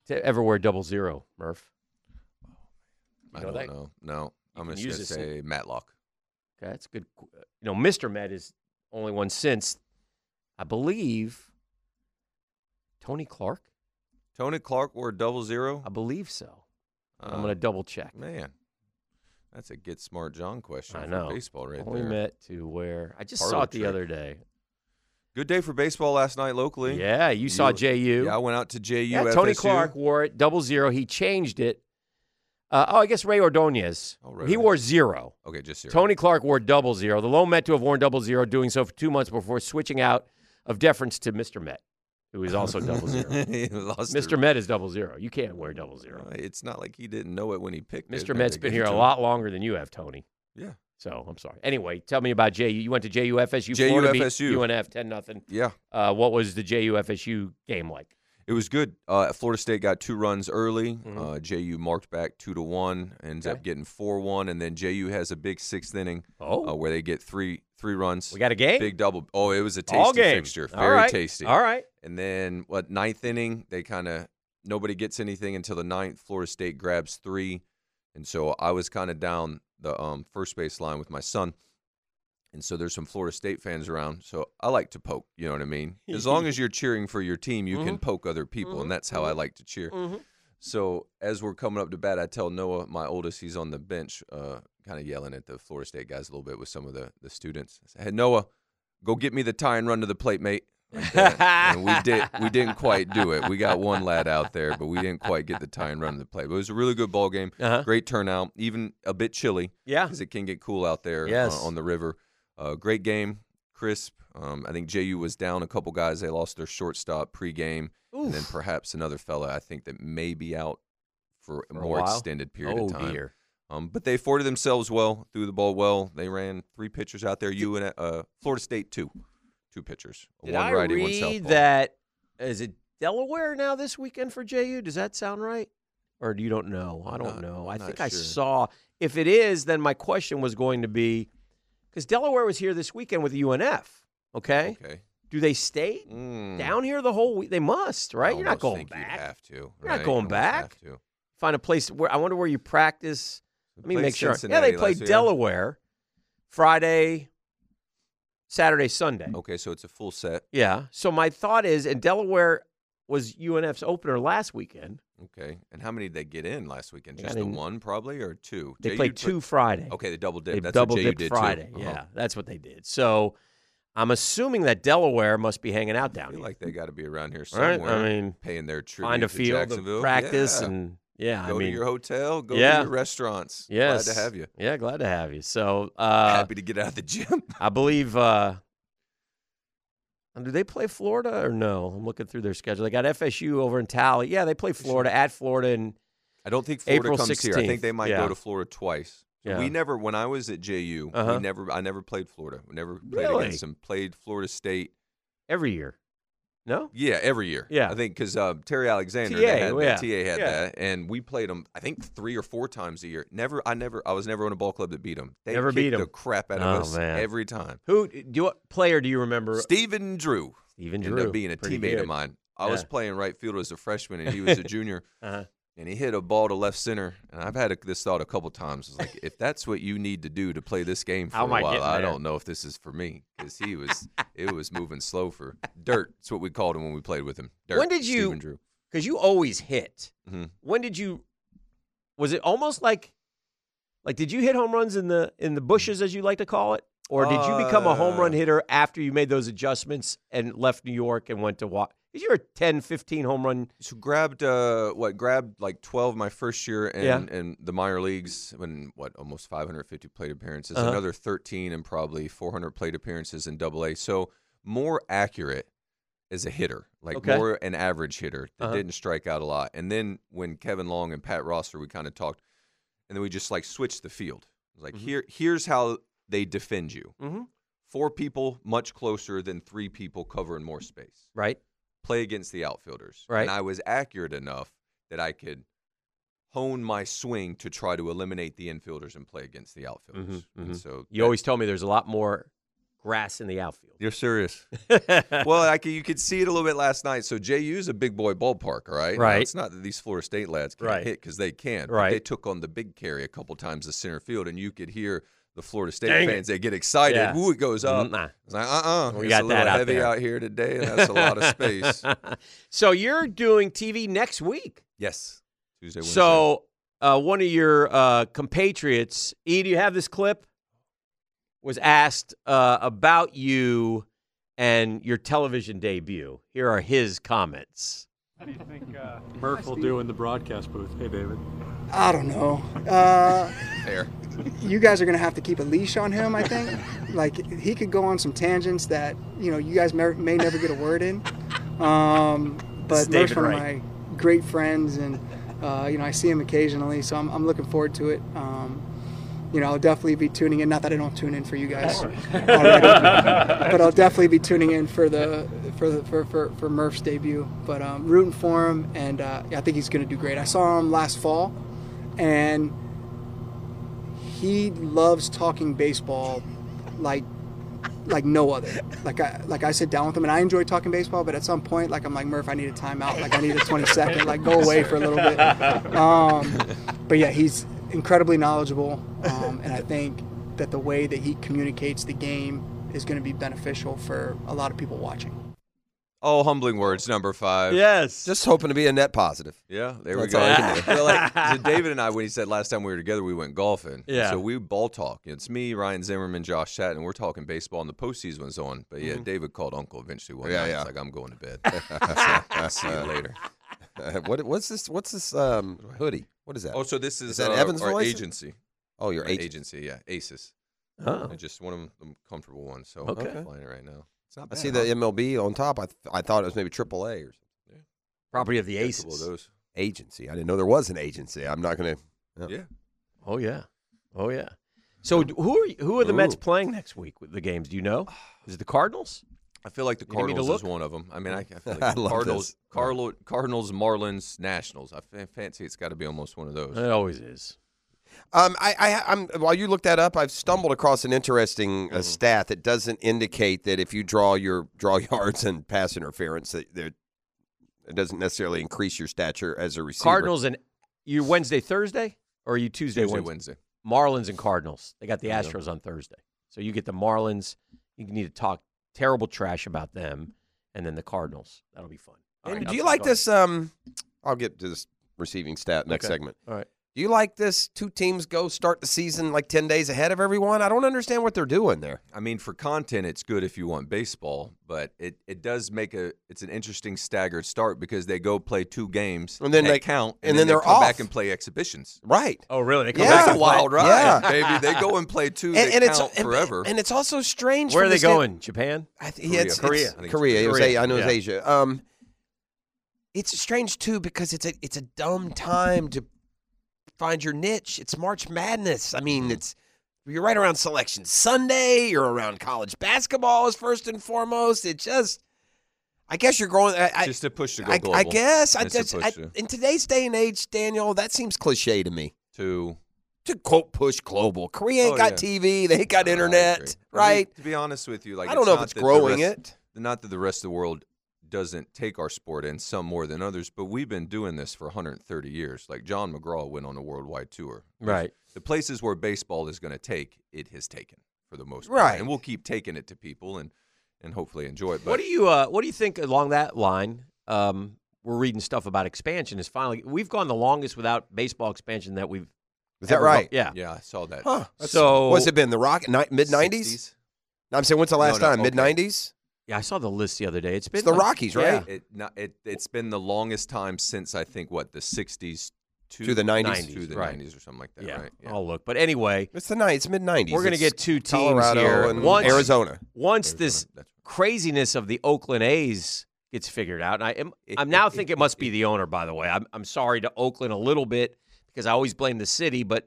D: to ever wear double zero, Murph?
E: I
D: know
E: don't
D: that-
E: know. No, I'm
D: can
E: just
D: use
E: gonna
D: this in-
E: say Matlock.
D: Okay, that's a good. qu- uh, You know, Mr. Met is only one since, I believe, Tony Clark.
E: Tony Clark wore double zero.
D: I believe so.
E: Oh. Uh,
D: I'm going to double check.
E: man. That's a get smart John question.
D: I
E: for
D: know.
E: baseball right
D: only
E: there.
D: Met to wear. I just
E: Parlor
D: saw it the
E: trick.
D: other day.
E: Good day for baseball last night locally.
D: Yeah, you saw JU.
E: Yeah, I went out to JU.
D: yeah, Tony
E: *laughs* FSU.
D: Clark wore it double zero. He changed it. Uh, oh, I guess Ray Ordonez.
E: Oh, Ray
D: he
E: Ordonez.
D: wore zero.
E: Okay, just here.
D: Tony Clark wore double zero. The lone Met to have worn double zero, doing so for two months before switching out of deference to Mr. Met, who is also double zero.
E: *laughs* He lost the-
D: Mr. Met is double zero. You can't wear double zero.
E: Uh, It's not like he didn't know it when he picked it.
D: Mr.
E: but
D: Met's
E: they
D: been
E: gave
D: here
E: it
D: a
E: to him.
D: lot longer than you have, Tony.
E: Yeah.
D: So I'm sorry. Anyway, tell me about JU. You went to JUFSU.
E: JU
D: Florida
E: FSU.
D: beat UNF ten nothing.
E: Yeah.
D: Uh, what was the JUFSU game like?
E: It was good. Uh, Florida State got two runs early.
D: Mhm.
E: Uh, JU marked back two to one, ends
D: Okay.
E: up getting four one, and then JU has a big sixth inning
D: Oh,
E: uh, where they get three three runs.
D: we got a game.
E: big double. Oh, it was a tasty
D: All game.
E: fixture,
D: All
E: very
D: right.
E: tasty.
C: *laughs*
D: All right.
E: And then what? Ninth inning, they kind of nobody gets anything until the ninth. Florida State grabs three, and so I was kind of down the um, first base line with my son, and so there's some Florida State fans around. So I like to poke. You know what I mean? As long as you're cheering for your team, you
D: Mm-hmm.
E: can poke other people, and that's how I like to cheer. So as we're coming up to bat, I tell Noah, my oldest, he's on the bench, uh, kind of yelling at the Florida State guys a little bit with some of the the students. I said, hey Noah, go get me the tie and run to the plate, mate. Like that. and we did we didn't quite do it. We got one lad out there, but we didn't quite get the tie and run to the plate. But it was a really good ball game.
D: Uh-huh.
E: Great turnout, even a bit chilly
D: Yeah.
E: because it can get cool out there uh,
D: Yes.
E: on the river. Uh, great game, crisp. Um, I think JU was down a couple guys. They lost their shortstop pregame, and then perhaps another fella. I think that may be out for,
D: a
E: a more
D: while?
E: extended period
D: Oh
E: of time.
D: dear.
E: Um, but they afforded themselves well, threw the ball well. They ran three pitchers out there. You and uh, Florida State two, two pitchers.
D: Did
E: one
D: I
E: righty, one
D: read
E: southpaw.
D: that? Is it Delaware now this weekend for JU? Does that sound right? Or you don't know? I
E: I'm
D: don't
E: not-
D: know.
E: I'm
D: I
E: not
D: think I
E: sure.
D: saw. If it is, then my question was going to be because Delaware was here this weekend with UNF. Okay.
E: Okay.
D: Do they stay
C: Hmm.
E: Mm.
D: down here the whole week? They must,
E: I
D: right? You're not
E: almost
D: going
E: think you'd
D: back.
E: have to.
D: You're not
E: right?
D: going
E: Almost
D: back.
E: have to.
D: Find a place where I wonder where you practice. Let me
E: Played
D: make sure.
E: Cincinnati
D: yeah, they play
E: last year.
D: Delaware Friday, Saturday, Sunday.
E: Okay, so it's a full set.
D: Yeah. So my thought is, and Delaware was UNF's opener last weekend.
E: Okay. And how many did they get in last weekend?
D: They
E: Just
D: got
E: the
D: in-
E: one, probably, or two?
D: They
E: JU
D: played two Friday.
E: Okay, they double dipped.
D: They
E: That's
D: double
E: what JU
D: dipped
E: did
D: Friday.
E: Too. Uh-huh.
D: Yeah, that's what they did. So I'm assuming that Delaware must be hanging out down
E: I
D: here.
E: feel like they got to be around here
D: Right?
E: somewhere.
D: I mean,
E: paying their tribute
D: find a
E: to
D: field,
E: Jacksonville.
D: of practice,
E: Yeah.
D: and yeah,
E: go
D: I mean,
E: to your hotel. Go
D: yeah.
E: to your restaurants.
D: yes,
E: Glad to have you.
D: Yeah, glad to have you. So uh,
E: Happy to get out of the gym. *laughs*
D: I believe. Uh, do they play Florida or no? I'm looking through their schedule. They got FSU over in Tally. Yeah, they play Florida at Florida, and
E: I don't think Florida
D: April
E: comes here. I
D: 16th,
E: think they might
D: yeah.
E: go to Florida twice.
D: Yeah.
E: We never, when I was at JU,
D: Uh-huh.
E: we never, I never played Florida. We never played
D: Really?
E: against them. Played Florida State.
D: every year. No,
E: Yeah, every year.
D: Yeah.
E: I think because uh, Terry Alexander,
D: TA,
E: they had
D: yeah,
E: that, TA had
D: yeah.
E: that, and we played them. I think three or four times a year. Never, I never, I was never on a ball club that beat them. They
D: Never beat
E: kicked
D: 'em.
E: the crap out
D: Oh,
E: of us
D: man.
E: every time.
D: who do what player do you remember?
E: Steven Drew
D: Steven
E: ended
D: Drew
E: up being a
D: pretty
E: teammate
D: good.
E: of mine. I was
D: Yeah.
E: playing right field as a freshman, and he was
D: *laughs*
E: a junior.
D: Uh-huh.
E: And he hit a ball to left center, and I've had a, this thought a couple times. It's like, if that's what you need to do to play this game for
D: How
E: a
D: am I
E: while,
D: getting
E: I
D: there?
E: don't know if this is for me because he was, it was moving slow for dirt. That's what we called him when we played with him. Dirt,
D: When did you-
E: Steven Drew.
D: because you always hit.
E: Mhm.
D: When did you? Was it almost like, like did you hit home runs in the in the bushes as you like to call it, or did you become a home run
E: Uh,
D: hitter after you made those adjustments and left New York and went to walk? Because you were a 10, 15 home run.
E: So grabbed uh what grabbed like twelve my first year and
D: Yeah.
E: and the minor leagues when what almost five hundred fifty plate appearances
D: Uh-huh.
E: another thirteen and probably four hundred plate appearances in Double A so more accurate as a hitter like
D: Okay.
E: more an average hitter that
D: Uh-huh.
E: didn't strike out a lot and then when Kevin Long and Pat Rosser we kind of talked and then we just like switched the field It was like here here's how they defend you
D: Mhm.
E: four people much closer than three people covering more space
D: Right.
E: play against the outfielders.
D: Right.
E: And I was accurate enough that I could hone my swing to try to eliminate the infielders and play against the outfielders.
D: Mhm, mhm.
E: And so
D: You always tell me there's a lot more
B: grass in the outfield.
D: *laughs*
E: You're serious. well, I can, you could see it a little bit last night. So JU is a big boy ballpark, all right? Now,
B: Right.
E: it's not that these Florida State lads can't
B: Right.
E: hit because they can. but
B: Right.
E: They took on the big carry a couple times to center field, and you could hear the Florida State
B: Dang it.
E: fans. They get excited.
B: Yeah.
E: Ooh, it goes up.
B: Mm-mm.
E: It's like, uh-uh.
B: We
E: it's
B: got that
E: a little
B: out
E: heavy
B: there.
E: out here today, and that's a lot of space.
B: *laughs*
D: *laughs*
B: So you're doing TV next week.
E: Yes. Tuesday, Wednesday.
B: So uh, one of your uh, compatriots, E, do you have this clip? Was asked uh, about you and your television debut. Here are his comments.
J: How do you think uh, Murph will do in the broadcast booth? Hey, David.
I: I don't know. Uh,
E: Fair.
I: you guys are gonna have to keep a leash on him. I think.
B: *laughs*
I: Like he could go on some tangents that you know you guys may, may never get a word in. Um,
B: It's
I: but
B: David
I: Murph's one of
B: Wright.
I: my great friends, and uh, you know I see him occasionally, so I'm, I'm looking forward to it. Um, you know I'll definitely be tuning in. Not that I don't tune in for you guys, already, but I'll definitely be tuning in for the for the for, for, for Murph's debut. But um, rooting for him, and uh, I think he's gonna do great. I saw him last fall, and he loves talking baseball like like no other like i like i sit down with him and i enjoy talking baseball but at some point like i'm like murph i need a timeout like i need a 20 second like go away for a little bit um but yeah he's incredibly knowledgeable um, and i think that the way that he communicates the game is going to be beneficial for a lot of people watching
E: Oh, humbling words, number five.
B: *laughs* Yes.
E: Just hoping to be a net positive. Yeah, there
I: That's
E: we go.
I: all I
B: can do.
E: Well,
B: *laughs*
E: like, so David and I, when he said last time we were together, we went golfing.
B: Yeah.
E: So we ball talk. It's me, Ryan Zimmerman, Josh Chatton. We're talking baseball, and the postseason was on. But yeah, David called Uncle eventually. One
D: Yeah,
E: night.
D: yeah.
E: He's like, I'm going to bed. So, see you later.
D: what, what's this? What's this um, hoodie? What is that?
E: Oh, so this is,
D: that
E: uh,
D: Evans
E: our
D: voice?
E: agency.
D: Oh, your
E: Our
D: agent.
E: agency, yeah, Aces.
B: Oh.
E: And just one of them comfortable ones. So
B: Okay.
E: I'm flying it right now. It's not
D: I
E: bad,
D: see
E: huh?
D: the MLB on top. I, th- I thought it was maybe AAA or something.
B: Property of the
E: Yeah, a couple of
B: Aces.
E: those.
D: agency. I didn't know there was an agency. I'm not going to.
E: Yeah.
B: Oh yeah. Oh yeah. So d- who are you, who are the Mets
D: Ooh.
B: playing next week with the games? Do you know? Is it the Cardinals?
E: I feel like the
B: You need me to
E: Cardinals is
B: look?
E: one of them. I mean, I, I
D: *laughs*
E: feel like
D: I
E: the
D: love
E: Cardinals,
D: this.
E: Carlo, Cardinals, Marlins, Nationals. I fa- fancy it's got to be almost one of those.
B: It always is.
D: Um, I, I, I'm while you look that up, I've stumbled across an interesting
E: Mm-hmm.
D: uh, stat that doesn't indicate that if you draw your draw *laughs* yards and pass interference, that that it doesn't necessarily increase your stature as a receiver.
B: Cardinals and you Wednesday, Thursday, or are you Tuesday,
E: Tuesday,
B: Wednesday?
E: Wednesday.
B: Marlins and Cardinals. They got the
E: Yeah.
B: Astros on Thursday. So you get the Marlins. You need to talk terrible trash about them, and then the Cardinals. That'll be fun. All
D: And
B: right,
D: do you
B: I'm-
D: like
B: go ahead.
D: this? Um, I'll get to this receiving stat next
B: Okay.
D: segment.
B: All right.
D: Do you like this? Two teams go start the season like ten days ahead of everyone. I don't understand what they're doing there.
E: I mean, for content, it's good if you want baseball, but it, it does make a it's an interesting staggered start because they go play two games
D: And then
E: that
D: they-
E: count,
D: and then
E: they
D: they're
E: come back
D: off.
E: and play exhibitions.
D: Right.
B: Oh, really? They come
D: Yeah.
B: back
E: That's a
B: and play-
E: wild ride,
D: Yeah.
E: baby. They go and play two,
D: and,
E: that
D: and it's
E: count
D: and-
E: forever.
D: and it's also strange.
B: Where
D: from
B: are they
D: the stand-
B: going? Japan?
D: I th-
E: Korea.
D: yeah, it's,
B: Korea. I
D: Korea.
E: think it's
D: It's, Korea. It was
B: Korea.
D: A- I know it was
B: Yeah.
D: Asia. Um, it's strange too because it's a it's a dumb time to find your niche. It's March Madness. I mean, it's you're right around Selection Sunday. You're around college basketball is first and foremost. It just, I guess you're growing. I, I,
E: just to push to go
D: I,
E: global.
D: I guess I
E: It's to
D: just I,
E: push you
D: in today's day and age, Daniel, that seems cliche to me.
E: to
D: To quote push global, Korea ain't
E: Oh,
D: got
E: yeah.
D: TV, they ain't got
E: I agree.
D: internet,
E: I mean,
D: right?
E: to be honest with you, like
D: I don't know if
E: not
D: it's
E: that the
D: growing
E: rest-
D: it.
E: Not that the rest of the world doesn't take our sport in some more than others, but we've been doing this for 130 years. Like John McGraw went on a worldwide tour.
B: Right.
E: The places where baseball is going to take, it has taken for the most part.
D: Right.
E: And we'll keep taking it to people and and hopefully enjoy it. But
B: what do you uh, What do you think along that line? Um, we're reading stuff about expansion. Is finally we've gone the longest without baseball expansion that we've.
D: Is that
B: ever gone-
D: right?
B: Yeah.
E: yeah, I saw that.
D: Huh.
B: So
D: What's it been? The Rock mid nineties? I'm saying when's the
E: No,
D: last
E: no,
D: time? Mid
E: okay.
D: nineties?
B: Yeah, I saw the list the other day. It's been
D: It's the
B: like-
D: Rockies,
B: yeah.
D: right?
E: It, not, it, it's been the longest time since I think, what, the 60s to,
D: To the 90s.
E: To the
B: right.
E: 90s or something like that,
B: Yeah,
E: right? Yeah.
B: I'll look. But anyway,
D: It's the night. It's mid nineties.
B: we're going to get two teams
D: Colorado
B: here.
D: and
B: once,
D: Arizona.
B: Once this
E: That's right.
B: craziness of the Oakland A's gets figured out, and I am,
E: It-
B: I'm now
E: it-
B: think
E: it-
B: it must be the owner. By the way, I'm I'm sorry to Oakland a little bit because I always blame the city, but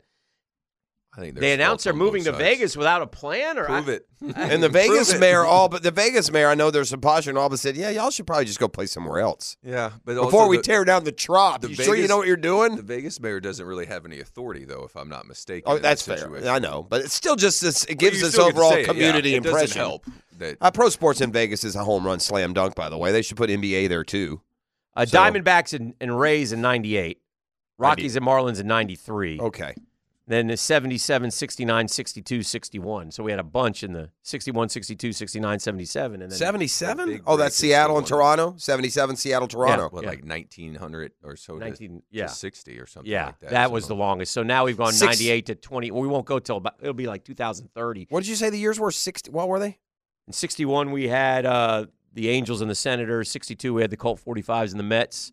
B: I
E: I think
B: They announced they're moving to Vegas without a plan, or
E: *laughs*
B: *laughs*
E: Prove it.
D: And the Vegas mayor, all but the Vegas mayor, I know there's some posture, and all but said, "Yeah, y'all should probably just go play somewhere else."
E: *laughs* Yeah, but
D: before
E: also
D: we
E: the-
D: tear down the trop,
E: the
D: you sure you know what you're doing?
E: The Vegas mayor doesn't really have any authority, though, if I'm not mistaken.
D: Oh,
E: in that
D: that's fair.
E: situation.
D: I know, but it's still just this. It
E: Well,
D: gives
E: you
D: this
E: still get to say
D: overall
E: it, yeah.
D: community
E: It doesn't
D: impression.
E: help that-
D: uh, pro sports in Vegas is a home run slam dunk. By the way, they should put NBA there too.
B: Uh,
D: So-
B: Diamondbacks and, and Rays in 98. Rockies and Marlins in 93.
D: Okay.
B: Then the 77, 69, 62, 61. So we had a bunch in the 61, 62, 69, 77. And then
D: 77? Oh, that's Seattle and Toronto. 77, Seattle, Toronto.
E: What, like 1900 or so? to-
B: 19
E: to
B: yeah.
E: 60 or something
B: Yeah,
E: like that.
B: was the longest. So now we've gone
D: Six-
B: 98 to 20. Well, we won't go till about, it'll be like 2030.
D: What did you say the years were? 60. What were they?
B: In 61, we had uh, the Angels and the Senators. 62, we had the Colt 45s and the Mets.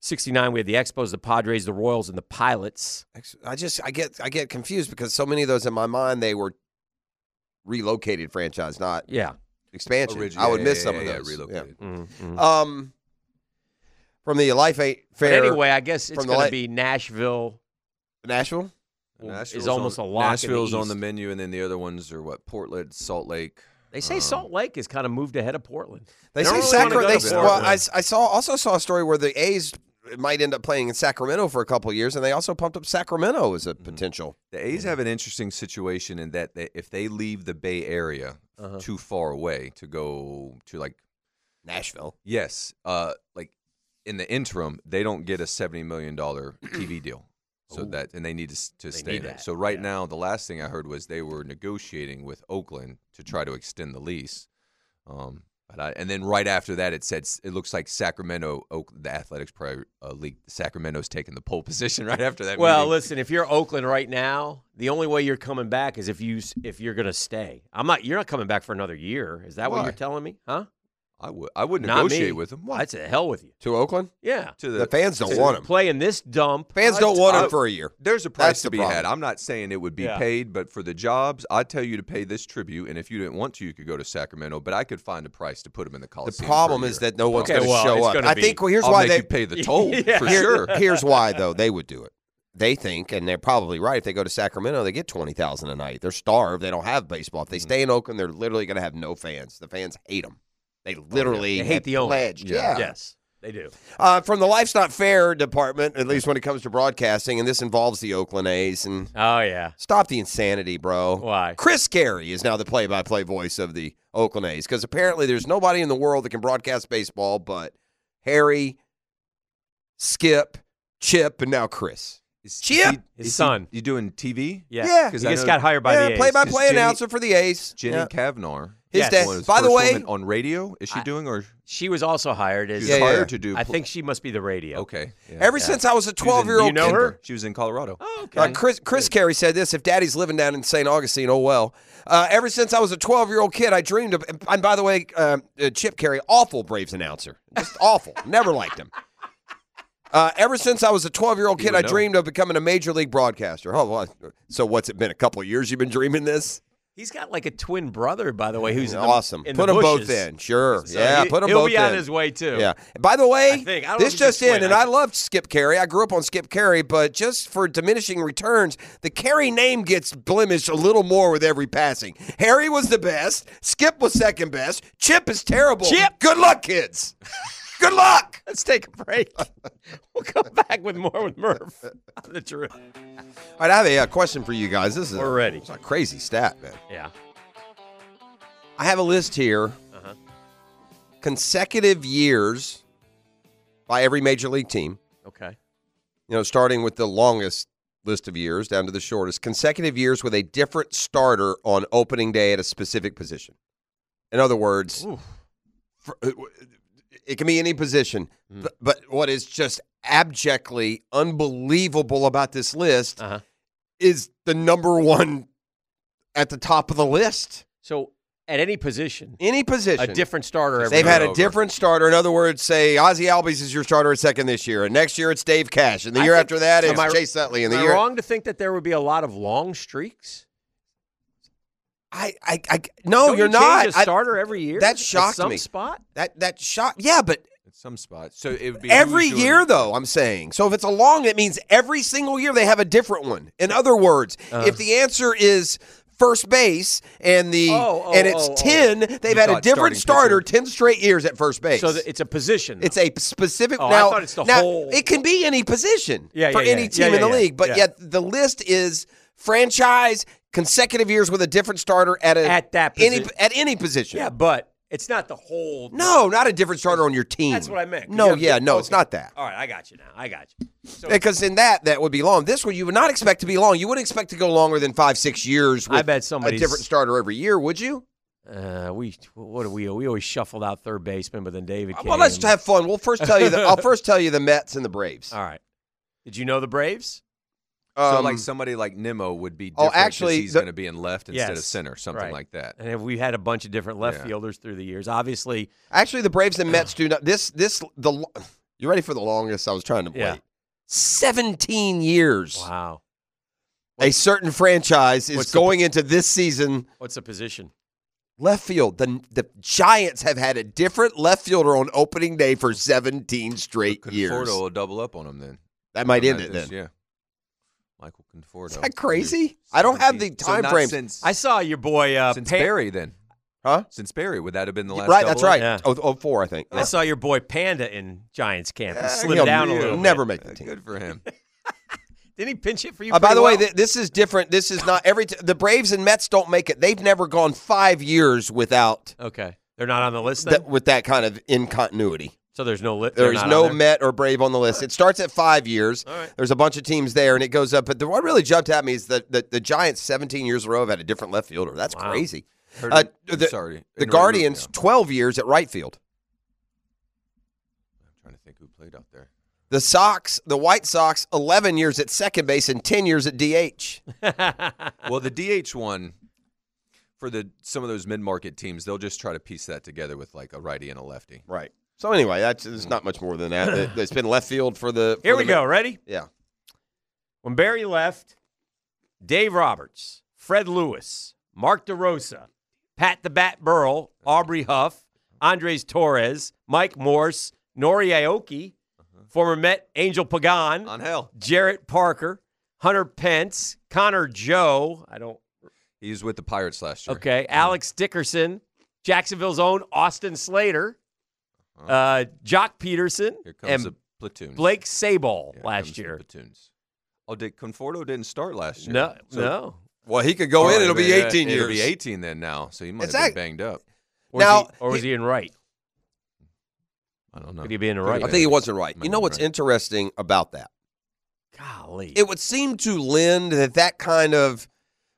B: 69, we had the Expos, the Padres, the Royals, and the Pilots.
D: I just I get I get confused because so many of those in my mind they were relocated franchise, not
B: Yeah.
D: expansion.
E: Origi-
D: I would
E: yeah,
D: miss
E: yeah,
D: some of
E: yeah, yeah,
D: those.
E: relocated.
B: Mm-hmm.
D: Um, from the life Ain't
B: But
D: fair.
B: anyway, I guess it's
D: from the
B: going
D: Li-
B: to be Nashville.
D: Nashville
B: is
E: Nashville's
B: almost
E: on,
B: a lock.
E: Nashville's
B: in the
E: on the
B: East.
E: menu, and then the other ones are what? Portland, Salt Lake.
B: They say Salt Lake has kind of moved ahead of Portland.
D: They say
B: don't really wanna
D: Sacra-
B: go
D: they,
B: to
D: well,
B: Portland.
D: I, s- I saw also saw a story where the A's might end up playing in Sacramento for a couple of years, and they also pumped up Sacramento as a potential.
E: The A's
B: Mm-hmm.
E: have an interesting situation in that they, if they leave the Bay Area
B: Uh-huh.
E: too far away to go to like
D: Nashville.
E: Yes. Uh, like in the interim, they don't get a seventy million dollar
B: *clears throat*
E: TV deal. So that and they need to, s- to stay
B: need
E: there.
B: that,
E: So right now, the last thing I heard was they were negotiating with Oakland to try to extend the lease. Um, but I, and then right after that, it said s- it looks like Sacramento, Oak, the Athletics Pro uh, League, Sacramento's taking the pole *laughs* position right after that.
B: Well,
E: meeting.
B: listen, if you're Oakland right now, the only way you're coming back is if you s- if you're going to stay. I'm not. You're not coming back for another year. Is that what
E: Why?
B: you're telling me? Huh?
E: I would I would
B: Not
E: negotiate
B: me.
E: with them.
B: I'd say hell with you.
D: To Oakland?
B: Yeah.
E: To
D: The fans don't
E: to-
D: want 'em.
B: Play in this dump.
D: Fans
E: I-
D: don't want
E: I-
D: him for a year.
E: There's a
D: That's
E: price to
D: the
E: be
D: problem.
E: had. I'm not saying it would be
B: Yeah.
E: paid, but for the jobs, I'd tell you to pay this tribute, and if you didn't want to, you could go to Sacramento. But I could find a price to put them in the
D: The
E: Coliseum. for a
D: problem is
E: year.
D: that no one's
B: Okay,
D: going to
B: well,
D: show
B: it's
D: up.
B: gonna
D: I
B: be-
D: think well, here's
E: I'll
D: why
E: make
D: they
E: you pay the toll
B: *laughs* Yeah.
E: for
D: Here-
E: sure.
D: Here's why though they would do it. They think, and they're probably right. If they go to Sacramento, they get twenty thousand a night. They're starved. They don't have baseball.
B: Mm-hmm.
D: If they stay in Oakland, they're literally going to have no fans. The fans hate them. They literally
B: Oh, They hate
D: have
B: the owner.
D: pledged. yeah.
B: Yes, they do.
D: Uh, from the Life's Not Fair department, at least when it comes to broadcasting, and this involves the Oakland A's. And
B: Oh yeah.
D: stop the insanity, bro.
B: Why?
D: Chris Carey is now the play-by-play voice of the Oakland A's because apparently there's nobody in the world that can broadcast baseball but Harry, Skip, Chip, and now Chris.
E: Is-
D: Chip!
E: is
B: His
E: is
B: son.
E: you doing TV?
B: Yeah.
D: Yeah.
B: He
E: 'Cause I
B: just
E: know-
B: got hired by
D: yeah,
B: the A's.
D: play-by-play
E: Is Jenny-
D: announcer for the A's.
E: Jenny
D: Yeah.
E: Kavnar.
D: His
B: Yes.
D: dad.
E: was
D: By the
E: first
D: way,
E: woman on radio, is she doing or
B: She was also hired
E: she
B: as.
E: was
D: Yeah, yeah.
E: hired to do?
B: I
E: pl-
B: think she must be the radio.
E: okay. yeah.
D: ever since I was a 12-year-old
E: you know
D: kid-
E: her? She was in Colorado.
B: Oh, okay.
D: Uh, Chris Chris Carey said this: If Daddy's living down in St. Augustine, oh well. Uh, ever since I was a 12 year old kid, I dreamed of. And by the way, um, uh, Chip Carey, awful Braves announcer, just awful. Never liked him. Uh, ever since I was a 12 year old
E: He
D: kid,
E: would
D: I
E: know.
D: dreamed of becoming a major league broadcaster. Oh, well, so what's it been? A couple of years you've been dreaming this?
B: He's got like a twin brother, by the way, who's in the-
D: awesome.
B: in
D: put
B: the
D: them both
B: bushes.
D: in, sure.
B: So
D: yeah,
B: he-
D: put them
B: he'll
D: both
B: be on
D: in.
B: his way, too.
D: Yeah. By the way,
B: I think. I don't know
D: this
B: if he's a
D: just in,
B: twin.
D: and
B: I-
D: I loved Skip Carey. I grew up on Skip Carey, but just for diminishing returns, the Carey name gets blemished a little more with every passing. Harry was the best. Skip was second best. Chip is terrible.
B: Chip!
D: Good luck, kids. Good luck.
B: Let's take a break. *laughs* we'll come back with more with Murph on the truth.
D: All right, I have a uh, question for you guys. This is
B: We're
D: a,
B: ready.
D: it's a crazy stat, man.
B: Yeah.
D: I have a list here.
B: Uh-huh.
D: Consecutive years by every major league team.
B: Okay.
D: you know, starting with the longest list of years down to the shortest, consecutive years with a different starter on opening day at a specific position. In other words,
B: Oof.
D: fr- it can be any position,
B: Hmm.
D: but, but what is just abjectly unbelievable about this list
B: Uh-huh.
D: is the number one at the top of the list.
B: So at any position,
D: Any
B: a
D: position.
B: different starter. Every
D: They've had a
B: over.
D: different starter. In other words, say Ozzy Albies is your starter at second this year, and next year it's Dave Cash, and the
B: I
D: year
B: think-
D: after that
B: Am
D: it's
B: I-
D: Chase Utley, and
B: Am
D: the
B: I
D: year
B: wrong to think that there would be a lot of long streaks?
D: I, I, I no,
B: Don't
D: you're
B: you
D: not.
B: Change a
D: I-
B: starter every year.
D: that
B: at
D: shocked
B: some
D: me.
B: Spot.
D: that that shot. Yeah, but
E: Some spots. So it would be
D: every
E: who's doing-
D: year, though, I'm saying. So if it's a long, it means every single year they have a different one. In
B: Uh,
D: other words, if the answer is first base and the
B: Oh,
D: and it's 10, they've
G: You
D: had a
G: thought
D: different starter
G: starting
D: 10 straight years at first base.
G: So th- it's a position.
D: it's a specific
G: Oh, I
D: now,
G: thought it's the
D: now,
G: whole-
D: it can be any position
G: Yeah,
D: for
G: yeah,
D: any
G: yeah.
D: team in
G: Yeah,
D: the
G: yeah, yeah.
D: league, but
G: Yeah.
D: yet the list is franchise consecutive years with a different starter at a
G: At that
D: any
G: posi-
D: at any position.
G: Yeah, but it's not the whole.
D: No, not a different starter on your team.
G: That's what I meant. 'Cause
D: No,
G: you have-
D: yeah, no, it's
G: okay.
D: not that.
G: All right, I got you now. I got you. So
D: Because in that, that would be long. This one, you would not expect to be long. You wouldn't expect to go longer than five, six years. With
G: I bet
D: a
G: somebody's-
D: different starter every year, would you?
G: uh, we what do we? We always shuffled out third baseman, but then David. Came.
D: Uh, Well, let's just have fun. We'll first tell you. The, I'll
G: *laughs*
D: first tell you the Mets and the Braves.
G: All right. Did you know the Braves?
E: So
D: Um,
E: like somebody like Nimmo would be
D: oh,
E: different 'cause
D: actually,
E: he's
D: the-
E: going to be in left instead of
G: Yes.
E: center, something
G: Right.
E: like that.
G: And we had a bunch of different left
E: Yeah.
G: fielders through the years. Obviously,
D: Actually, the Braves and Mets do not. This, this, the. lo- You ready for the longest? I was trying to
G: Yeah.
D: wait. Seventeen years.
G: Wow.
D: A certain franchise is
G: What's the-
D: going into this season
G: What's the position?
D: left field. The the Giants have had a different left fielder on opening day for seventeen straight years.
E: Conforto will double up on him then.
D: That might
E: On
D: end it
E: this,
D: then.
E: Yeah. Michael Conforto.
D: Is that crazy? I don't have the time
E: not
D: frame.
E: Since,
G: I saw your boy. Uh,
E: since
G: Pan-
E: Barry then.
D: Huh?
E: Since Barry, would that have been the last
D: Right, that's
E: double
D: right.
E: up?
G: Yeah.
D: Oh, oh, four, I think.
G: I saw your boy Panda in Giants camp. He
D: Uh,
G: slid
D: he'll
G: down a little. bit.
D: Never make the team.
E: Uh, Good for
D: *laughs*
E: him.
G: *laughs* Didn't he pinch it for you?
D: Uh, by
G: pretty
D: the way,
G: well?
D: th- this is different. This is not every. T- the Braves and Mets don't make it. They've never gone five years without
G: okay, they're not on the list. Then?
D: that with that kind of incontinuity.
G: so there's no list.
D: There is no Met or Brave on the list. It starts at five years.
G: right.
D: There's a bunch of teams there, and it goes up. But the one really jumped at me is that the, the Giants, 17 years in a row, have had a different left fielder. That's
G: Wow.
D: crazy.
E: Heard
D: Uh,
E: him- I'm
D: the-
E: sorry. Henry
D: The
E: Rubio.
D: Guardians, 12 years at right field.
E: I'm trying to think who played out there.
D: The Sox, the White Sox, 11 years at second base and 10 years at
E: *laughs*
D: DH.
E: Well, the DH one for the some of those mid market teams, they'll just try to piece that together with like a righty and a lefty.
D: Right. So anyway, that's it's not much more than that. It- It's been left field for the.
G: Here
D: for
G: we
D: the-
G: go. Ready?
D: Yeah.
G: When Barry left, Dave Roberts, Fred Lewis, Mark DeRosa, Pat the Bat Burl, Aubrey Huff, Andres Torres, Mike Morse, Nori Aoki, former Met Angel Pagan,
E: On hell.
G: Jarrett Parker, Hunter Pence, Connor Joe. I don't.
E: He's with the Pirates last year.
G: Okay. Alex Dickerson, Jacksonville's own Austin Slater, uh, Jock Peterson,
E: Uh-huh. Here comes
G: and
E: the platoons.
G: Blake
E: Here
G: Sabal
E: comes
G: last
E: the
G: year.
E: Platoons. Oh, did Conforto didn't start last year?
G: No,
E: So-
G: no.
D: Well, he could go
E: Oh,
D: in. It'll be
E: yeah,
D: 18 years.
E: It'll be 18 then now. So he might
D: It's
E: have
D: act-
E: been banged up.
G: Or was
D: Now-
G: he- or was he in right?
E: I don't know.
G: Could he be in the
E: Could
G: right?
E: have
D: I
E: been.
D: think he wasn't right.
E: Might
D: You
E: have
D: know
E: been
D: what's
E: right.
D: interesting about that?
G: Golly.
D: It would seem to lend that that kind of,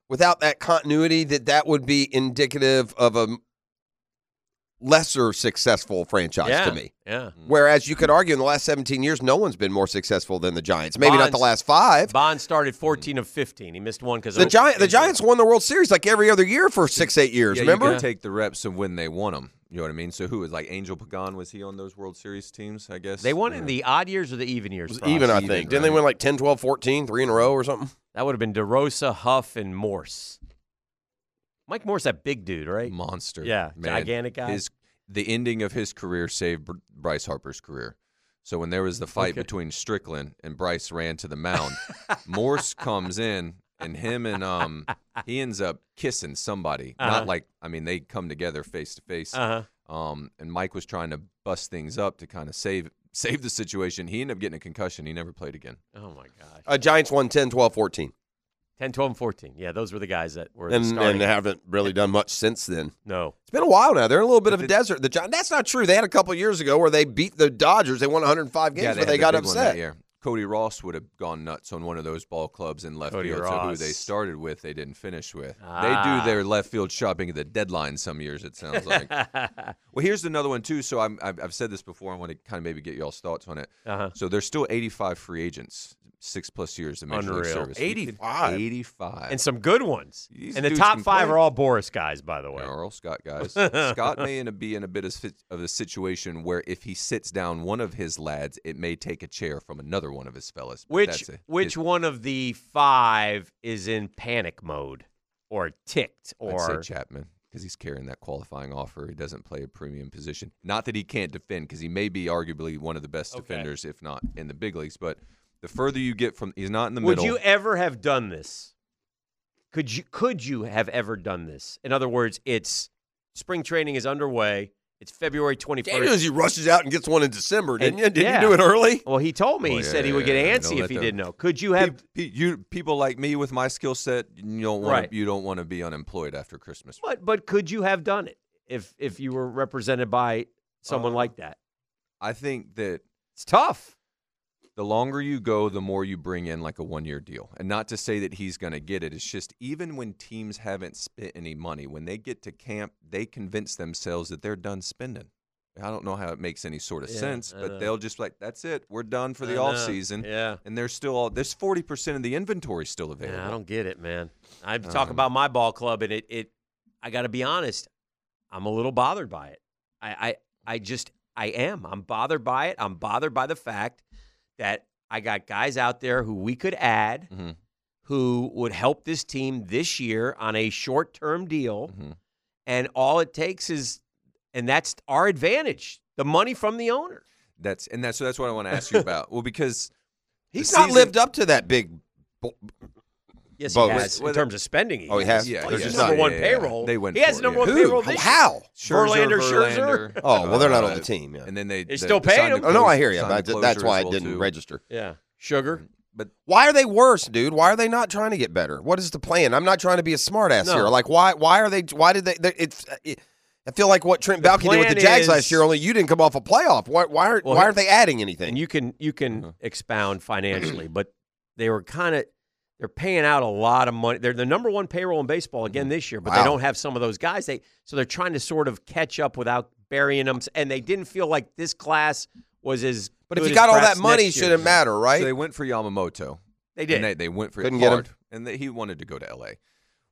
D: without that continuity, that that would be indicative of a lesser successful franchise
G: yeah.
D: to me.
G: Yeah. Mm-hmm.
D: Whereas you could argue in the last 17 years, no one's been more successful than the Giants. Maybe not the
G: Bonds-
D: last five.
G: Bond started 14 of 15. He missed one because
D: The, Giant, the Giants won the World Series like every other year for six, eight years.
E: Yeah,
D: remember?
E: you could take the reps of when they won them. You know what I mean? So who was like Angel Pagan? Was he on those World Series teams? I guess
G: They won in
E: Yeah.
G: the odd years or the even years.
D: It was
G: probably.
D: even, I
E: even,
D: think. Didn't they
E: right?
D: win like 10, 12, 14, three in a row or something?
G: That would have been DeRosa, Huff, and Morse. Mike Morse, that big dude, right?
E: monster.
G: Yeah,
E: man.
G: gigantic guy.
E: His the ending of his career saved Br- Bryce Harper's career. So when there was the fight
G: Okay.
E: between Strickland and Bryce ran to the
G: *laughs*
E: mound, Morse comes in and him and um he ends up kissing somebody.
G: Uh-huh.
E: Not like I mean they come together face to face.
G: Uh-huh.
E: Um and Mike was trying to bust things up to kind of save save the situation. He ended up getting a concussion. He never played again.
G: Oh, my gosh.
D: Uh, Giants won 10, 12, 14.
G: 10, 12, and 14. Yeah, those were the guys that were the
D: And, and
G: starting.
D: they haven't really done much since then.
G: no.
D: It's been a while now. They're in a little bit of a
E: But
D: desert. The Giants, that's not true. They had a couple years ago where they beat the Dodgers. They won 105 games, but
E: had
D: they
E: the
D: got
E: big one that
D: upset.
E: year. Cody Ross would have gone nuts on one of those ball clubs in left
G: Cody
E: field. So who
G: Ross.
E: they started with, they didn't finish with.
G: Ah.
E: They do their left field shopping at the deadline some years. It sounds
G: *laughs*
E: like. well, here's another one too. So I'm, I've, I've said this before. I want to kind of maybe get y'all's thoughts on it.
G: Uh-huh.
E: So there's still 85 free agents, six plus years of major league
G: Unreal.
E: service.
D: 85?
E: 85.
G: And some good ones.
E: These
G: and the
E: dudes
G: top
E: can
G: five
E: play.
G: are all Boris guys, by the way.
E: Earl
G: *laughs*
E: Scott guys. Scott may in a, be in a bit of, sit- of a situation where if he sits down one of his lads, it may take a chair from another one of his fellas. but
G: Which
E: that's a-
G: which
E: his-
G: one of the five is in panic mode or ticked
E: I'd
G: or
E: say Chapman. because he's carrying that qualifying offer. He doesn't play a premium position. Not that he can't defend, because he may be arguably one of the best defenders, if not in the big leagues. But the further you get from, he's not in the
B: Would
E: middle.
B: you ever have done this? Could you could you have ever done this? In other words, it's spring training is underway. It's February twenty first.
D: Daniels, he rushes out and gets one in December, didn't you? Didn't
B: yeah.
D: you do it early?
B: Well, he told me. he said he would get antsy if he didn't know. Could you have?
E: you people like me with my skill set? You don't want
B: Right.
E: you don't want to be unemployed after Christmas.
B: But but could you have done it if if you were represented by someone like that?
E: Uh, I think that
B: it's tough.
E: The longer you go, the more you bring in like a one year deal. And not to say that he's going to get it. It's just even when teams haven't spent any money, when they get to camp, they convince themselves that they're done spending. I don't know how it makes any sort of
B: Yeah,
E: sense,
B: I
E: but
B: know.
E: they'll just like, that's it. We're done for the
B: I know.
E: off season.
B: Yeah.
E: And there's still all, there's 40% of the inventory still available.
B: Yeah, I don't get it, man. I talk
E: Um,
B: about my ball club, and it, it I got to be honest, I'm a little bothered by it. I, I, I just, I am. I'm bothered by it. I'm bothered by the fact that I got guys out there who we could add,
E: Mm-hmm.
B: who would help this team this year on a short-term deal,
E: Mm-hmm.
B: and all it takes is, and that's our advantage, the money from the owner.
E: That's, and that's, so that's what I want
B: *laughs*
E: to ask you about. Well, because
D: He's
E: the
D: not
E: season-
D: lived up to that big. bo-
B: Yes,
D: boat.
B: he has. in terms of spending, he
D: oh, he
B: has.
D: has.
B: Yeah,
D: There's
B: yeah,
D: just
B: yeah. Number
D: not-
B: one payroll.
E: They went
B: He has
E: for
B: the
E: it,
B: number
E: yeah.
B: one payroll this
D: How?
B: year. Verlander, Scherzer.
D: Oh, well, they're not on
E: Uh,
D: the team. Yeah.
E: And then they
B: They
E: the-
B: still
E: signed
B: paid
E: the
B: him?
D: Oh, no, I hear
E: close-
D: you.
E: signed the
D: That- that's
E: closer
D: why
E: as
D: it
E: well,
D: didn't
E: too.
D: register.
B: Yeah. Sugar.
D: Why are they worse, dude? Why are they not trying to get better? What is the plan? I'm not trying to be a smartass
B: No.
D: here. Like, why? Why are they? Why did they? they it's. It, I feel like what Trent Baalke did with
B: plan
D: the Jags
B: is-
D: last year. Only you didn't come off a playoff. Why? Why aren't?
B: Well,
D: why
B: he-
D: aren't they adding anything? Uh-huh.
B: And you can you can expound financially, but they were kind of they're paying out a lot of money. They're the number one payroll in baseball again this year, but they
D: Mm-hmm. Wow.
B: don't have some of those guys. They so they're trying to sort of catch up without burying them. And they didn't feel like this class was as.
D: But if
B: good
D: you
B: as
D: got all
B: perhaps
D: that money,
B: next
D: it
B: year's.
D: shouldn't matter, right?
E: So they went for Yamamoto.
B: They did.
E: And they, they went for
D: Couldn't
E: it
D: get him.
E: hard, and that he wanted to go to L.A.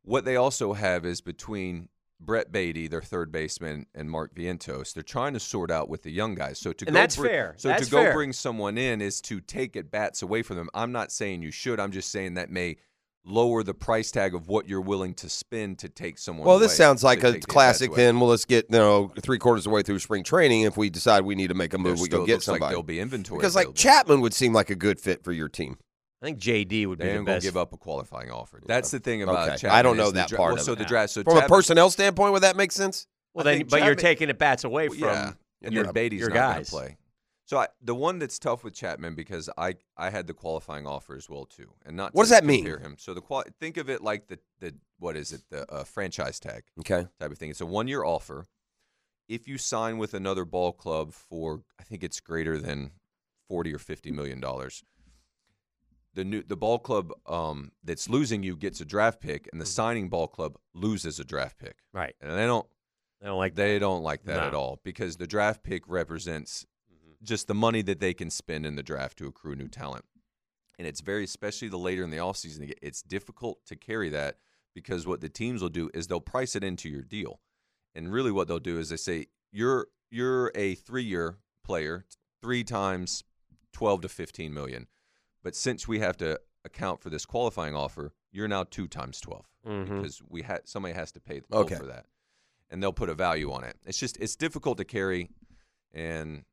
E: What they also have is between Brett Beatty, their third baseman, and Mark Vientos, they're trying to sort out with the young guys. So to
B: And
E: go
B: that's
E: bring-
B: fair.
E: So
B: That's
E: to go
B: fair.
E: bring someone in is to take at bats away from them. I'm not saying you should. I'm just saying that may lower the price tag of what you're willing to spend to take someone.
D: Well, this
E: away,
D: sounds
E: to
D: like
E: take
D: a
E: the at-bats
D: classic.
E: away.
D: Then, well, let's get you know three quarters of the way through spring training. If we decide we need to make a move,
E: There
D: we go
E: still
D: get
E: looks like
D: somebody.
E: there'll be inventory
D: because like
E: available.
D: Chapman would seem like a good fit for your team.
B: I think JD would
E: They
B: be the
E: ain't gonna
B: best.
E: give up a qualifying offer. That's the thing about
D: Okay.
E: Chapman.
D: I don't
E: is
D: know
E: the
D: that
E: dra-
D: part.
E: well,
D: of
E: so
D: it.
E: the draft. So
D: from a
E: Chapman-
D: personnel standpoint, would that make sense?
B: well,
E: I
B: then,
E: think
B: but you're
E: Chapman-
B: taking at bats away from
E: yeah. and your
B: your,
E: Beatty's
B: your
E: not going
B: guys.
E: to play. So I, the one that's tough with Chapman because I I had the qualifying offer as well too, and not
D: What
E: to
D: does that mean?
E: compare Him. So the qual- think of it like the the what is it the uh, franchise tag
D: Okay.
E: type of thing. It's a one year offer. If you sign with another ball club for I think it's greater than forty or fifty million dollars, the new the ball club um, that's losing you gets a draft pick, and the signing ball club loses a draft pick.
B: Right.
E: And they don't
B: They don't like
E: they don't like that
B: No. Mm-hmm.
E: at all because the draft pick represents just the money that they can spend in the draft to accrue new talent. And it's very, especially the later in the offseason, it's difficult to carry that because what the teams will do is they'll price it into your deal. And really what they'll do is they say, you're you're a three year player, three times twelve to fifteen million. But since we have to account for this qualifying offer, you're now two times 12
B: Mhm.
E: because we had somebody has to pay the bill
D: Okay.
E: for that, and they'll put a value on it. It's just it's difficult to carry, and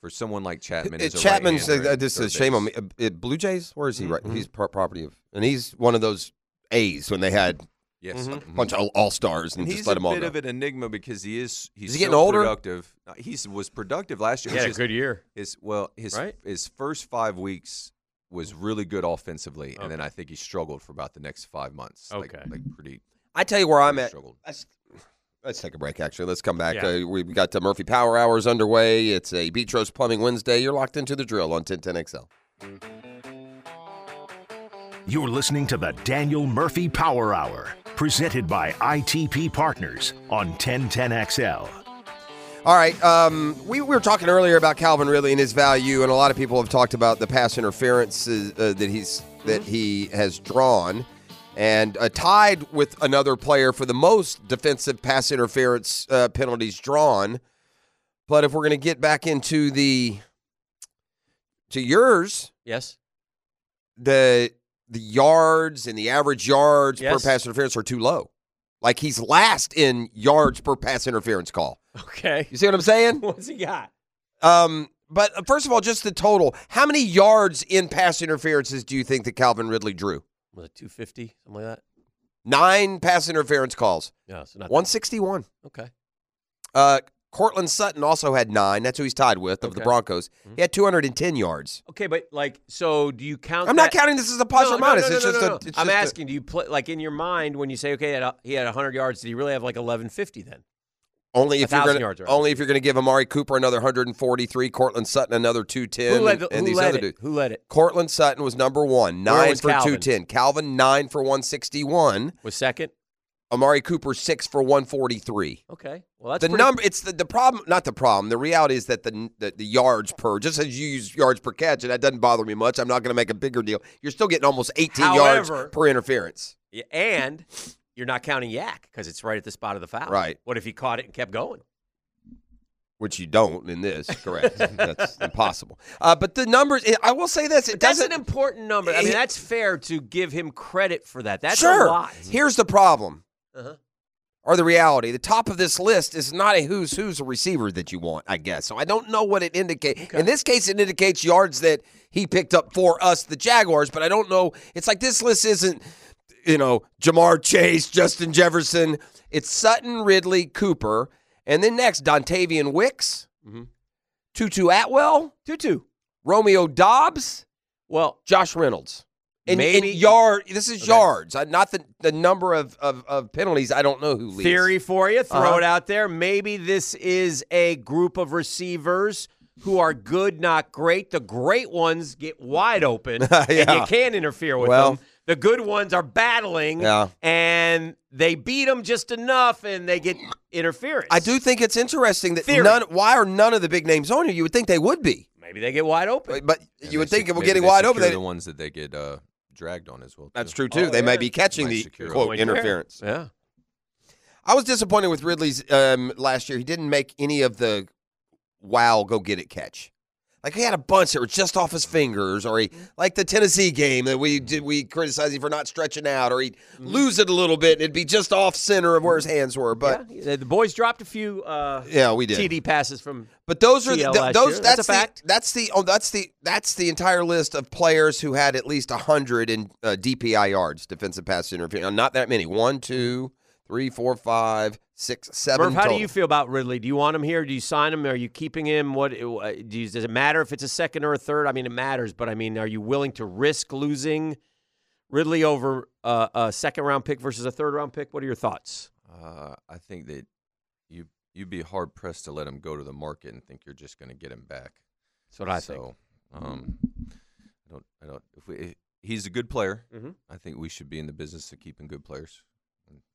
E: for someone like Chapman,
D: It,
E: is
D: Chapman's
E: a
D: uh,
E: right-hander
D: this
E: at
D: is a shame on me.
E: third
D: Uh, uh, Blue Jays, where is he? Right,
B: Mhm.
E: Mm-hmm.
D: he's pro- property of, and he's one of those A's when they had
E: base. Yes,
D: a bunch of all stars and,
E: Mm-hmm. And
D: just
E: he's
D: let
E: a
D: them all
E: bit
D: go.
E: of an enigma because he is he's
D: Is he getting
E: so
D: older?
E: productive. He was productive last year.
B: He
E: It's
B: had a
E: just
B: good year.
E: His well, his
B: Right?
E: his first five weeks was really good offensively, and then I think he struggled for about the next five months. Like-
B: Okay.
E: like, pretty.
D: I tell you where I'm
E: pretty
D: at.
E: Struggled.
D: Let's, let's take a break. Actually, let's come back.
B: Yeah.
D: Uh, we've got the Murphy Power Hours underway. It's a Beach Rose Plumbing Wednesday. You're locked into the drill on 1010XL.
K: You're listening to the Daniel Murphy Power Hour, presented by ITP Partners on 1010XL.
D: All right. Um, we, we were talking earlier about Calvin Ridley and his value, and a lot of people have talked about the pass interference uh, uh, that he's that he has drawn, and uh, tied with another player for the most defensive pass interference uh, penalties drawn. But if we're going to get back into the to yours,
B: Yes.
D: the the yards and the average yards
B: Yes.
D: per pass interference are too low.
E: Like he's last in yards per pass interference call.
D: Okay.
E: You see what I'm
D: *laughs*
E: saying?
D: What's he got?
E: Um, but uh, first of all, just the total. How many yards in pass interferences do you think that Calvin Ridley drew?
D: Was it 250, something like that?
E: Nine pass interference calls.
D: Yeah, so not-
E: 161.
D: Okay.
E: Uh, Cortland Sutton also had nine. That's who he's tied with of the
D: Okay.
E: Broncos.
B: Mm-hmm.
E: He had 210 yards.
D: Okay, but like, so do you count?
E: I'm not
D: that-
E: counting this as a plus
D: No,
E: or
D: no,
E: minus.
D: no,
E: It's
D: no,
E: just
D: no,
E: a-
D: no.
E: it's
D: I'm
E: just a-
D: asking, do you play like in your mind when you say, okay, he had, he had 100 yards? Did he really have like 1150 then?
E: Only if you're
D: 1,000
E: gonna,
D: yards, right.
E: only if you're going to give Amari Cooper another 143, Cortland Sutton another 210,
D: who led?
E: and,
D: the-
E: and
D: who
E: these
D: led
E: other
D: it?
E: dudes.
D: Who led it?
E: Cortland Sutton was number one,
D: Where
E: nine
D: was
E: for
D: Calvin?
E: 210. Calvin, nine for 161.
D: Was second.
E: Amari Cooper, six for 143.
D: Okay. Well, that's
E: the
D: pretty-
E: number, it's the, the problem, not the problem. The reality is that the, the the yards per, just as you use yards per catch, and that doesn't bother me much. I'm not going to make a bigger deal. You're still getting almost 18
D: However-
E: yards per interference.
D: Yeah, and you're not counting Yak because it's right at the spot of the foul.
E: Right.
D: What if he caught it and kept going?
E: which you don't in this.
D: *laughs*
E: Correct. that's impossible. Uh, but the numbers, it, I will say this: it
D: That's
E: doesn't.
D: an important number. I mean,
E: It-
D: that's fair to give him credit for that. That's
E: sure.
D: a lot.
E: Here's the problem,
D: Uh-huh.
E: or the reality: the top of this list is not a who's who's a receiver that you want. I guess so. I don't know what it indicates. In this case, it indicates yards that he picked up for us, the Jaguars. But I don't know. It's like this list isn't. You know, Jamar Chase, Justin Jefferson. It's Sutton, Ridley, Cooper, and then next Dontavian Wicks. Tutu Atwell,
D: Tutu,
E: Romeo Dobbs,
D: well,
E: Josh Reynolds, and,
D: Maybe-
E: and yard. This is yards, I- not the the number of, of of penalties. I don't know who leads.
D: Theory for you. Throw
E: Uh-huh.
D: it out there. Maybe this is a group of receivers who are good, not great. The great ones get wide open, and
E: *laughs* Yeah.
D: you can't interfere with
E: Well-
D: them. The good ones are battling,
E: Yeah.
D: and they beat them just enough, and they get interference.
E: I do think it's interesting that
D: Theory.
E: none. Why are none of the big names on here? You would think they would be,
D: Maybe they get wide open.
E: but but you would
L: They
E: think
L: sec-
E: it were
L: maybe
E: getting
L: they
E: wide open.
L: secure
E: They,
L: the ones that they get uh, dragged on as well.
E: that's
L: too.
E: true too.
D: Oh,
E: they may
D: yeah.
E: be catching
L: Might
E: the
L: secure
E: quote
D: Point there.
E: interference.
D: Yeah.
E: I was disappointed with Ridley's um, last year. He didn't make any of the wow go get it catch. Like he had a bunch that were just off his fingers, or
D: Mm-hmm.
E: he like the Tennessee game that we did we criticized him for not stretching out, or he'd
D: Mm-hmm.
E: lose it a little bit and it'd be just off center of where his hands were. But
D: Yeah, the- the boys dropped a few. Uh,
E: Yeah, we did.
D: TD passes from.
E: but those are the,
D: CL
E: th-
D: last
E: those
D: year.
E: that's,
D: That's a
E: the
D: fact.
E: that's the oh that's the that's the entire list of players who had at least hundred in uh, DPI yards defensive pass interference. Not that many. One, two, three, four, five, six, seven.
D: Murph, how
E: total.
D: do you feel about Ridley? Do you want him here? Do you sign him? Are you keeping him? What uh, do you, does it matter if it's a second or a third? I mean, it matters, but I mean, are you willing to risk losing Ridley over uh, a second round pick versus a third round pick? What are your thoughts?
L: Uh, I think that you you'd be hard pressed to let him go to the market and think you're just going to get him back.
D: That's what I think.
L: so, um, I don't, I don't. If we, eh, he's a good player.
D: Mhm.
L: I think we should be in the business of keeping good players.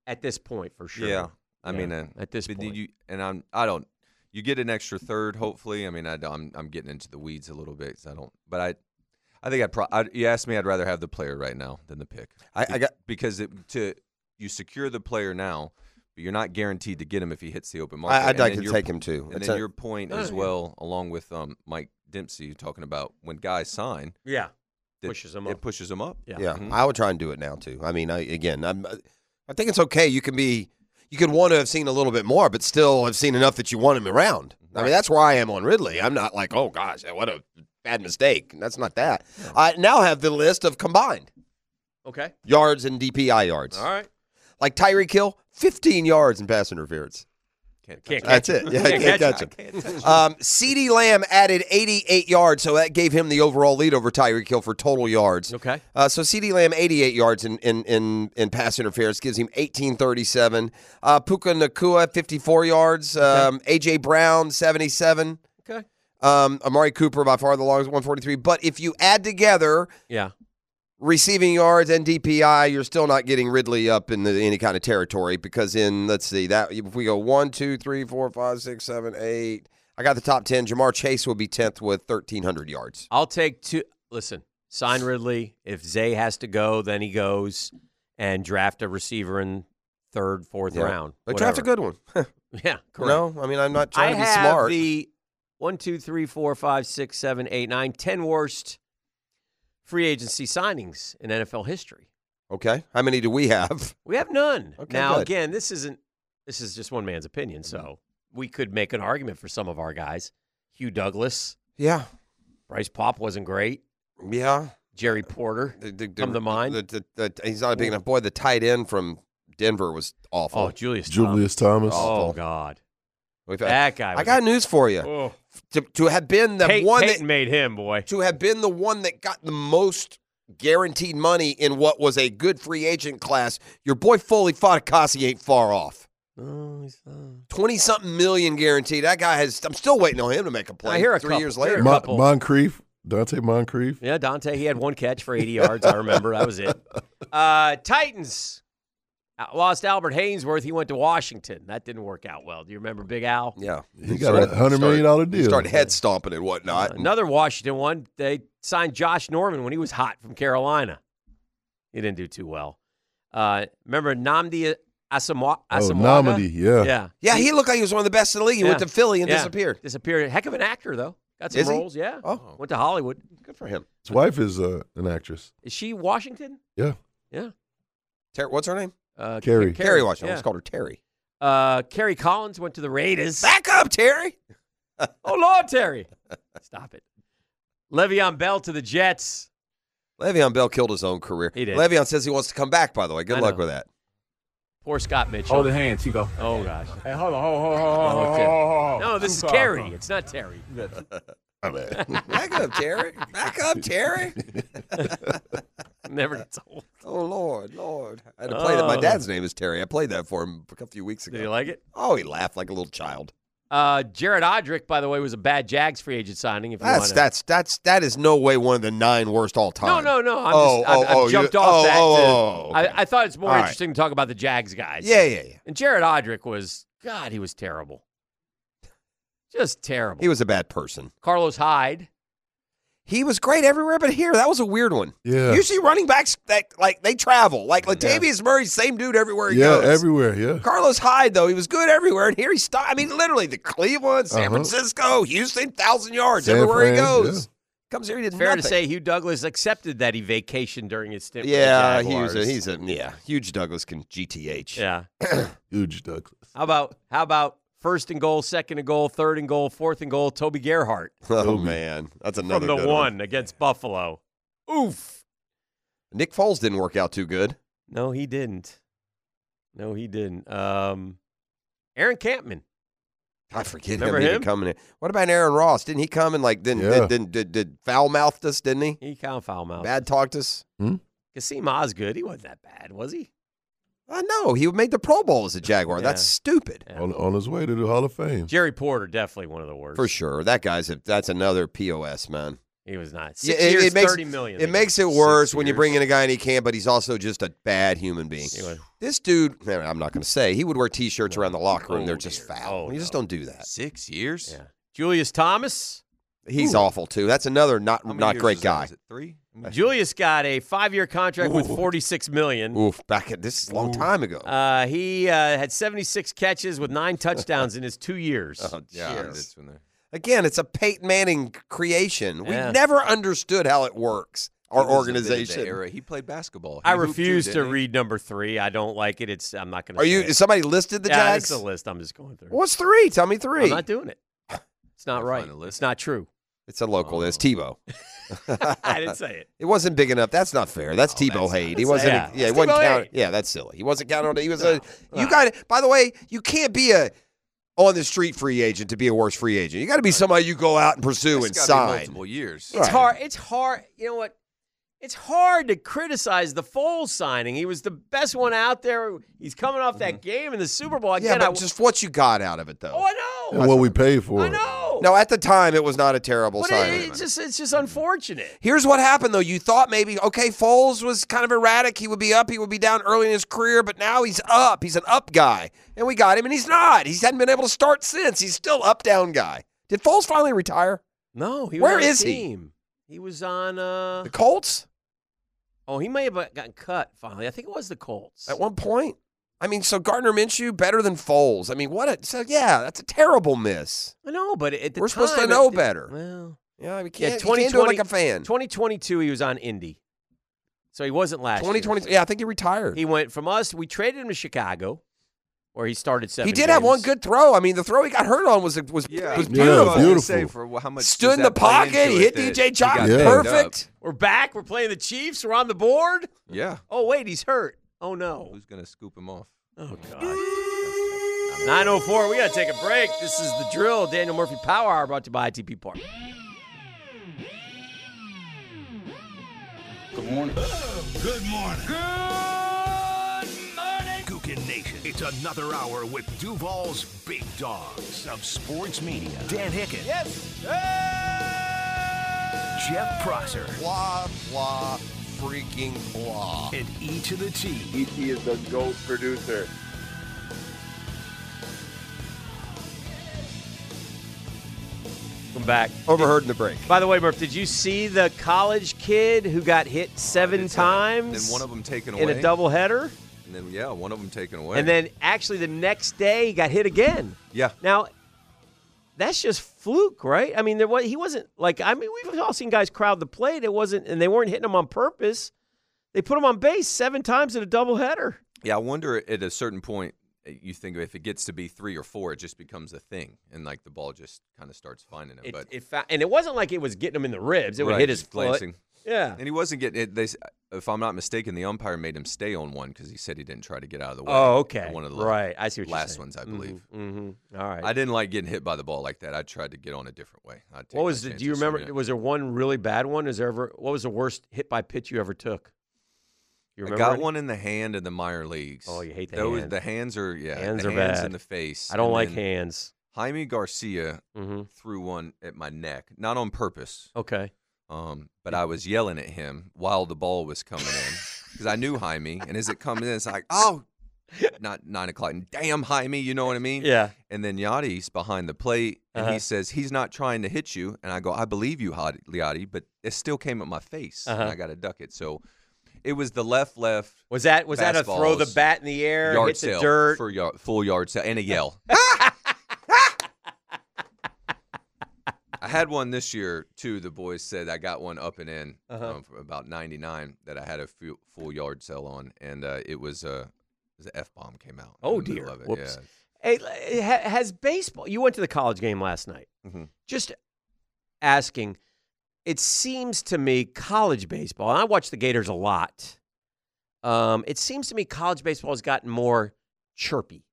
D: At this point, for sure.
L: I
D: Yeah,
L: mean, uh,
D: at this
L: but
D: point.
L: you and I'm, I don't. You get an extra third, hopefully. I mean, I, am I'm getting into the weeds a little bit. So I don't, but I, I think I'd. Pro- i you asked me, I'd rather have the player right now than the pick.
E: I- I got-
L: because it, to you secure the player now, but you're not guaranteed to get him if he hits the open market.
E: I, I'd
L: And
E: like
L: then
E: to
L: your
E: take
L: p-
E: him too.
L: And
E: It's
L: then
E: a-
L: your point
D: Oh,
L: as well, along with um, Mike Dempsey talking about when guys sign,
D: Yeah.
L: that
D: Pushes 'em
L: It
D: up.
L: pushes them up.
D: Yeah.
E: Yeah,
L: Mhm.
E: I would try and do it now too. I mean, I, again, I'm, I think it's okay. You can be, you could want to have seen a little bit more, but still have seen enough that you want him around. I mean, that's where I am on Ridley. I'm not like, oh gosh, what a bad mistake. That's not that. I now have the list of combined
D: Okay.
E: yards and DPI yards.
D: All right.
E: Like Tyreek Hill, 15 yards in pass interference.
L: Can't touch
D: Can't
E: That's
D: catch
E: it. Yeah, I can't catch
D: it.
E: him. Um, C.D. Lamb added 88 yards, so that gave him the overall lead over Tyreek Hill for total yards.
D: Okay.
E: Uh, so CD Lamb, 88 yards in, in, in, in pass interference, gives him 1837. Uh, Puka Nakua, 54 yards. Um, A.J. Brown, 77.
D: Okay.
E: Um, Amari Cooper, by far the longest, 143. But if you add together
D: Yeah.
E: receiving yards and DPI, you're still not getting Ridley up in the, any kind of territory because in, let's see, that if we go one, two, three, four, five, six, seven, eight. I got the top 10. Jamar Chase will be 10th with 1,300 yards.
D: I'll take two. Listen, sign Ridley. If Zay has to go, then he goes and draft a receiver in third, fourth
E: Yeah.
D: round.
E: But draft's a
D: whatever.
E: good one.
D: *laughs* Yeah, correct.
E: No, I mean, I'm not
D: I
E: trying to be
D: have
E: smart.
D: the one, two, three, four, five, six, seven, eight, nine, ten worst free agency signings in NFL history. Okay. How many do we have?
E: We have none.
D: Okay,
E: now,
D: good.
E: again, this isn't. This is just one man's opinion, so
D: Mm-hmm.
E: we could make an argument for some of our guys. Hugh Douglas.
D: Yeah.
E: Bryce Pop wasn't great.
D: Yeah.
E: Jerry Porter. come to mind.
D: The, the, he's not a big enough boy. The tight end from Denver was awful.
E: Oh, Julius
A: Julius Thomas.
E: Oh, God.
D: We've-
E: That guy.
D: I
E: was-
D: got news for you.
E: Oh.
D: To, to have been the
E: Pey-
D: one that
E: Peyton made him boy.
D: to have been the one that got the most guaranteed money in what was a good free agent class, your boy Foley Fadakasi ain't far off. Twenty something million guaranteed. That guy has. I'm still waiting on him to make a play.
E: I hear a
D: three
E: couple-
D: years
E: I hear
D: later.
E: a
A: Mon-
E: couple.
A: Moncrief. Dante Moncrief.
E: Yeah, Dante, he had one catch for 80 yards. I remember. That was it. Uh, Titans Uh, lost Albert Hainsworth. He went to Washington. That didn't work out well. Do you remember Big Al?
D: Yeah,
A: He got a hundred million dollar deal.
D: He started head stomping and whatnot.
E: Uh, Another Washington one. They signed Josh Norman when he was hot from Carolina. He didn't do too well. Uh, remember Namdi Asama- Asamoah?
A: Oh, Namdi, yeah.
E: Yeah.
D: yeah, he looked like he was one of the best in the league. He
E: Yeah.
D: went to Philly and
E: Yeah.
D: disappeared.
E: Disappeared. Heck of an actor, though. Got some
D: Is he?
E: roles, yeah.
D: Oh.
E: Went to Hollywood.
D: Good for him.
A: His wife is uh, an actress.
E: Is she Washington?
A: Yeah.
E: Yeah.
D: Ter- what's her name?
E: Uh,
A: Carrie.
E: Ca-
D: Terry Washington.
E: yeah.
D: Let's call her Terry.
E: Uh, Kerry Collins went to the Raiders.
D: Back up, Terry.
E: *laughs* Oh Lord, Terry, stop it. Le'Veon Bell to the Jets.
D: Le'Veon Bell killed his own career.
E: He did.
D: Le'Veon says he wants to come back. By the way, good
E: I
D: luck
E: know.
D: with that.
E: Poor Scott Mitchell.
M: Hold the hand, Tico.
E: Oh gosh. Oh,
M: Hey, hold on, hold on, hold on, hold on,
E: Okay.
M: hold on.
E: No, this is
M: Tupac.
E: Kerry. It's not Terry. *laughs*
A: My bad.
D: Back up, Terry. Back up,
E: *laughs*
D: Terry. *laughs*
E: Never told.
D: Oh Lord, Lord! I had to play that. My
E: Oh.
D: dad's name is Terry. I played that for him a few weeks ago.
E: Did you like it?
D: Oh, he laughed like a little child.
E: Uh, Jared Odrick, by the way, was a bad Jags free agent signing. If you
D: That's
E: want
D: that's that's that is no way one of the nine worst all
E: No,
D: time.
E: no, no. I'm
D: Oh,
E: just, I've,
D: oh,
E: I've
D: oh, you-
E: jumped off
D: oh,
E: that.
D: oh,
E: to-
D: oh, okay.
E: I, I thought it's more
D: All right.
E: interesting to talk about the Jags guys.
D: Yeah, yeah, yeah.
E: And Jared Odrick was, God, he was terrible. Just terrible.
D: He was a bad person.
E: Carlos Hyde.
D: He was great everywhere but here. That was a weird one.
A: Yeah.
D: Usually running backs that like they travel. Like Latavius Murray, same dude everywhere he
A: yeah,
D: goes.
A: everywhere. Yeah.
D: Carlos Hyde though, he was good everywhere, and here he stopped. I mean, literally the Cleveland, San
A: Uh-huh.
D: Francisco, Houston, thousand yards
A: San
D: everywhere
A: Fran,
D: he goes. Comes here, he did
E: Fair
D: nothing.
E: to say, Hugh Douglas accepted that he vacationed during his stint. with the
D: yeah, he was a,
E: Jaguars.
D: he's a yeah huge Douglas can GTH.
E: Yeah.
A: Huge Douglas.
E: How about how about first and goal, second and goal, third and goal, fourth and goal? Toby Gerhart
D: *laughs* Oh man, that's another
E: from the
D: good
E: one, against Buffalo. Oof.
D: Nick Foles didn't work out too good.
E: No, he didn't. No, he didn't. Um, Aaron Campman.
D: I forget
E: Remember
D: him, even
E: him?
D: coming in. What about Aaron Ross? Didn't he come and like didn't
A: Yeah.
D: did, did, did, did foul mouthed us? Didn't he?
E: He kind of foul mouth.
D: Bad talked us.
E: Kasim Osgood. He wasn't that bad, was he?
D: I know Uh, he made the Pro Bowl as a Jaguar. That's
E: Yeah.
D: stupid
E: Yeah.
A: On, on his way to the Hall of Fame.
E: Jerry Porter, definitely one of the worst.
D: for sure. That guy's a, that's another pos man.
E: He was not.
D: Yeah,
E: Six years,
D: makes,
E: thirty million.
D: It makes it worse when you bring in a guy and he can, but he's also just a bad human being.
E: Anyway.
D: This dude, man, I'm not going to say, he would wear t-shirts around the locker room. They're just foul.
E: Oh,
D: you just
E: no.
D: don't do that.
N: Six years?
E: Yeah. Julius Thomas.
D: He's awful too. That's another not
N: How many
D: not
N: years
D: great
N: is that?
D: guy.
N: Is it three? I mean,
E: Julius got a five-year contract with
D: Ooh.
E: forty-six million.
D: Oof, back at this is a long time ago.
E: Uh, he uh, had 76 catches with nine *laughs* touchdowns in his two years.
D: Oh,
N: yeah,
D: jeez.
N: it's when they're-
D: Again, it's a Peyton Manning creation. We
E: Yeah.
D: never understood how it works. Our
N: He was a bit of the
D: organization.
N: era. He played basketball. He
E: I
N: hooped too,
E: refuse to
N: didn't he?
E: read number three. I don't like it. It's I'm not going to.
D: Are you? Is somebody listed the
E: yeah,
D: Jags?
E: it's a list. I'm just going through.
D: What's three? Tell me
E: I'm
D: three.
E: not doing it. It's not
N: Gotta
E: right.
N: find a
E: It's
N: list.
E: not true.
D: it's a local.
E: Oh.
D: It's Tebow.
E: I didn't say it.
D: It wasn't big enough. That's not fair.
E: Oh,
D: That's Tebow hate. He wasn't.
E: yeah.
D: Yeah, he
E: That's
D: wasn't
E: Tebow
D: counting.
E: hate.
D: Yeah, that's silly. He wasn't counting on it. He was a. You got to By the way, you can't be a on the street free agent to be a worse free agent. You got to be somebody you go out and pursue
N: It's gotta be
D: and sign.
N: multiple years.
E: It's
D: Right.
E: hard. It's hard. You know what? It's hard to criticize the Foles signing. He was the best one out there. He's coming off that game in the Super Bowl.
D: Yeah,
E: Again,
D: but
E: I,
D: just what you got out of it though.
E: oh, I know.
A: And what we paid for.
E: I
A: it.
E: know.
D: No, at the time it was not a terrible
E: but
D: sign.
E: it, it's just it's just unfortunate.
D: Here's what happened though. You thought maybe okay, Foles was kind of erratic. He would be up. He would be down early in his career, but now he's up. He's an up guy, and we got him, and he's not. He hasn't been able to start since. He's still up down guy. Did Foles finally retire?
E: No, he was
D: Where
E: on a
D: is he?
E: team. he? He was on. Uh,
D: The Colts
E: oh, he may have gotten cut finally. I think it was the Colts.
D: at one point. I mean, so Gardner Minshew better than Foles. I mean, what? A, so yeah, that's a terrible miss.
E: I know, but at the
D: We're supposed to
E: time,
D: know
E: it-
D: better.
E: Well,
D: Yeah, we
E: yeah,
D: can't. you can't do it
E: 2020
D: like a fan.
E: 2022, he was on Indy.
D: So he wasn't last. year.
A: 2020 yeah, I think he retired.
D: He went from us. We traded him to Chicago, where he started seven.
A: He did have
D: games.
A: one good throw. I mean, the throw he got hurt on was was was
D: Yeah,
A: beautiful.
D: beautiful.
E: Say for wh- how much
A: Stood
E: does
A: in the
E: that play
A: pocket.
E: into
A: He hit
E: it that
A: DJ Chop.
E: got banged up?
A: Perfect.
D: We're back. We're playing the Chiefs. We're on the board.
E: Yeah.
D: Oh wait, he's hurt. Oh no.
E: Who's gonna scoop him off?
D: Oh god. 904. We gotta take a break. This is the drill. Daniel Murphy Power Hour brought to you by ITP Park.
O: Good morning.
B: Good morning. Good morning. Gookin Nation. It's another hour with Duval's big dogs of sports media. Dan Hicken. Yes. Jeff Prosser. Blah, blah, freaking blah. And E to the T.
P: ET is the GOAT producer.
D: Welcome back.
A: Overheard in the break.
D: By the way, Murph, did you see the college kid who got hit seven times?
E: Then one of them taken
D: in
E: away.
D: a doubleheader,
E: And then yeah, one of them taken away.
D: and then actually the next day he got hit again.
E: Yeah.
D: Now, that's just fluke, right? I mean, there was he wasn't like I mean we've all seen guys crowd the plate. It wasn't, and they weren't hitting him on purpose. They put him on base seven times in a doubleheader.
E: Yeah, I wonder at a certain point uh, you think if it gets to be three or four, it just becomes a thing, and like the ball just kind of starts finding him.
D: It,
E: but
D: it fa- and it wasn't like it was getting him in the ribs. It would
E: Right,
D: hit his
E: just
D: foot.
E: glancing.
D: Yeah.
E: and he wasn't getting it. They, s- if I'm not mistaken, the umpire made him stay on one because he said he didn't try to get out of the way.
D: Oh, okay.
E: One of the
D: Right, I see what you're
E: last
D: saying.
E: ones,
D: Mhm,
E: I believe.
D: Mm-hmm. All right.
E: I didn't like getting hit by the ball like that. I tried to get on a different way. I'd take
D: What
E: my
D: was the? Do you
E: chances. So,
D: remember?
E: yeah.
D: Was there one really bad one? Is there ever? What was the worst hit by pitch you ever took? You
E: I
D: remember?
E: got
D: any?
E: one in the hand in the minor leagues.
D: Oh, you hate the
E: Those,
D: hand.
E: The hands are yeah.
D: Hands
E: the
D: are
E: hands
D: bad.
E: in the face.
D: I don't
E: And
D: like
E: then
D: hands. Mm-hmm.
E: Jaime Garcia threw one at my neck, not on purpose.
D: Okay.
E: Um, but
D: *laughs*
E: I was yelling at him while the ball was coming in because I knew Jaime, and as it comes in, it's like
D: *laughs*
E: oh, not nine o'clock. And damn Jaime, you know what I mean?
D: Yeah.
E: And then Yachty's behind the plate, and
D: Uh-huh.
E: he says he's not trying to hit you, and I go, I believe you, Hadi- Yachty, but it still came at my face, and
D: Uh-huh.
E: I got to duck it. So. It was the left left.
D: Was that was that a throw the
E: fastballs,
D: bat in the air,
E: yard
D: hit the
E: sale
D: dirt? Uh-huh.
E: for yard, full yard sale and
D: *laughs*
E: a yell. I had one this year too. The boys said I got one up and in
D: Uh-huh.
E: um, for about ninety nine that I had a few, full yard sell on, and uh, it was a uh, f bomb came out.
D: Oh
E: in the
D: dear.
E: middle of it,
D: Whoops.
E: yeah.
D: Hey, l- ha- has baseball? You went to the college game last night.
E: Mhm.
D: Just asking. It seems to me college baseball. And I watch the Gators a lot. Um, it seems to me college baseball has gotten more chirpy.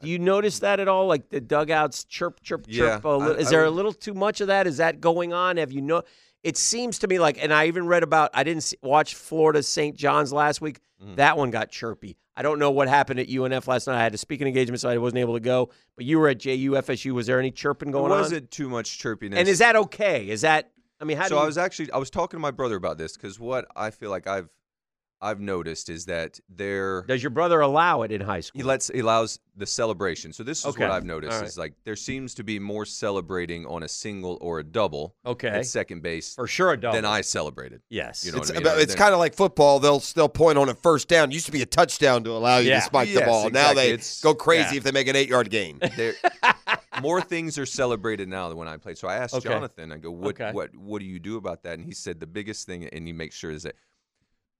D: Do you notice that at all? Like the dugouts chirp, chirp, chirp.
E: Yeah,
D: a li-
E: I-
D: is
E: I
D: there a
E: would-
D: little too much of that? Is that going on? Have you know? It seems to me like, and I even read about. I didn't see, watch Florida St. John's last week.
A: Mm.
D: That one got chirpy. I don't know what happened at UNF last night. I had a speaking engagement, so I wasn't able to go. But you were at JUFSU. Was there any chirping going
E: there
D: on?
E: wasn't too much chirpiness.
D: And is that okay? Is that? I mean, how
E: so
D: do you,
E: I was actually I was talking to my brother about this because what I feel like I've I've noticed is that there
D: does your brother allow it in high school?
E: He lets he allows the celebration. So this is
D: Okay.
E: what I've noticed
D: All right.
E: is like there seems to be more celebrating on a single or a double.
D: Okay.
E: At second base
D: for sure a
E: Than
D: double.
E: I celebrated.
D: Yes.
E: You know
A: it's
E: what I mean?
A: about-
E: Or
A: it's
E: than-
A: kind of like football. They'll they'll point on a first down. Used to be a touchdown to allow you
E: Yeah.
A: to spike the
E: Yes,
A: ball. Now
E: exactly.
A: they
E: It's-
A: go crazy
E: yeah.
A: if they make an eight yard gain.
D: *laughs*
E: There, more things are celebrated now than when I played. So I asked
A: Okay.
E: Jonathan, I go, what,
A: Okay.
E: what, what do you do about that? And he said the biggest thing, and he makes sure is that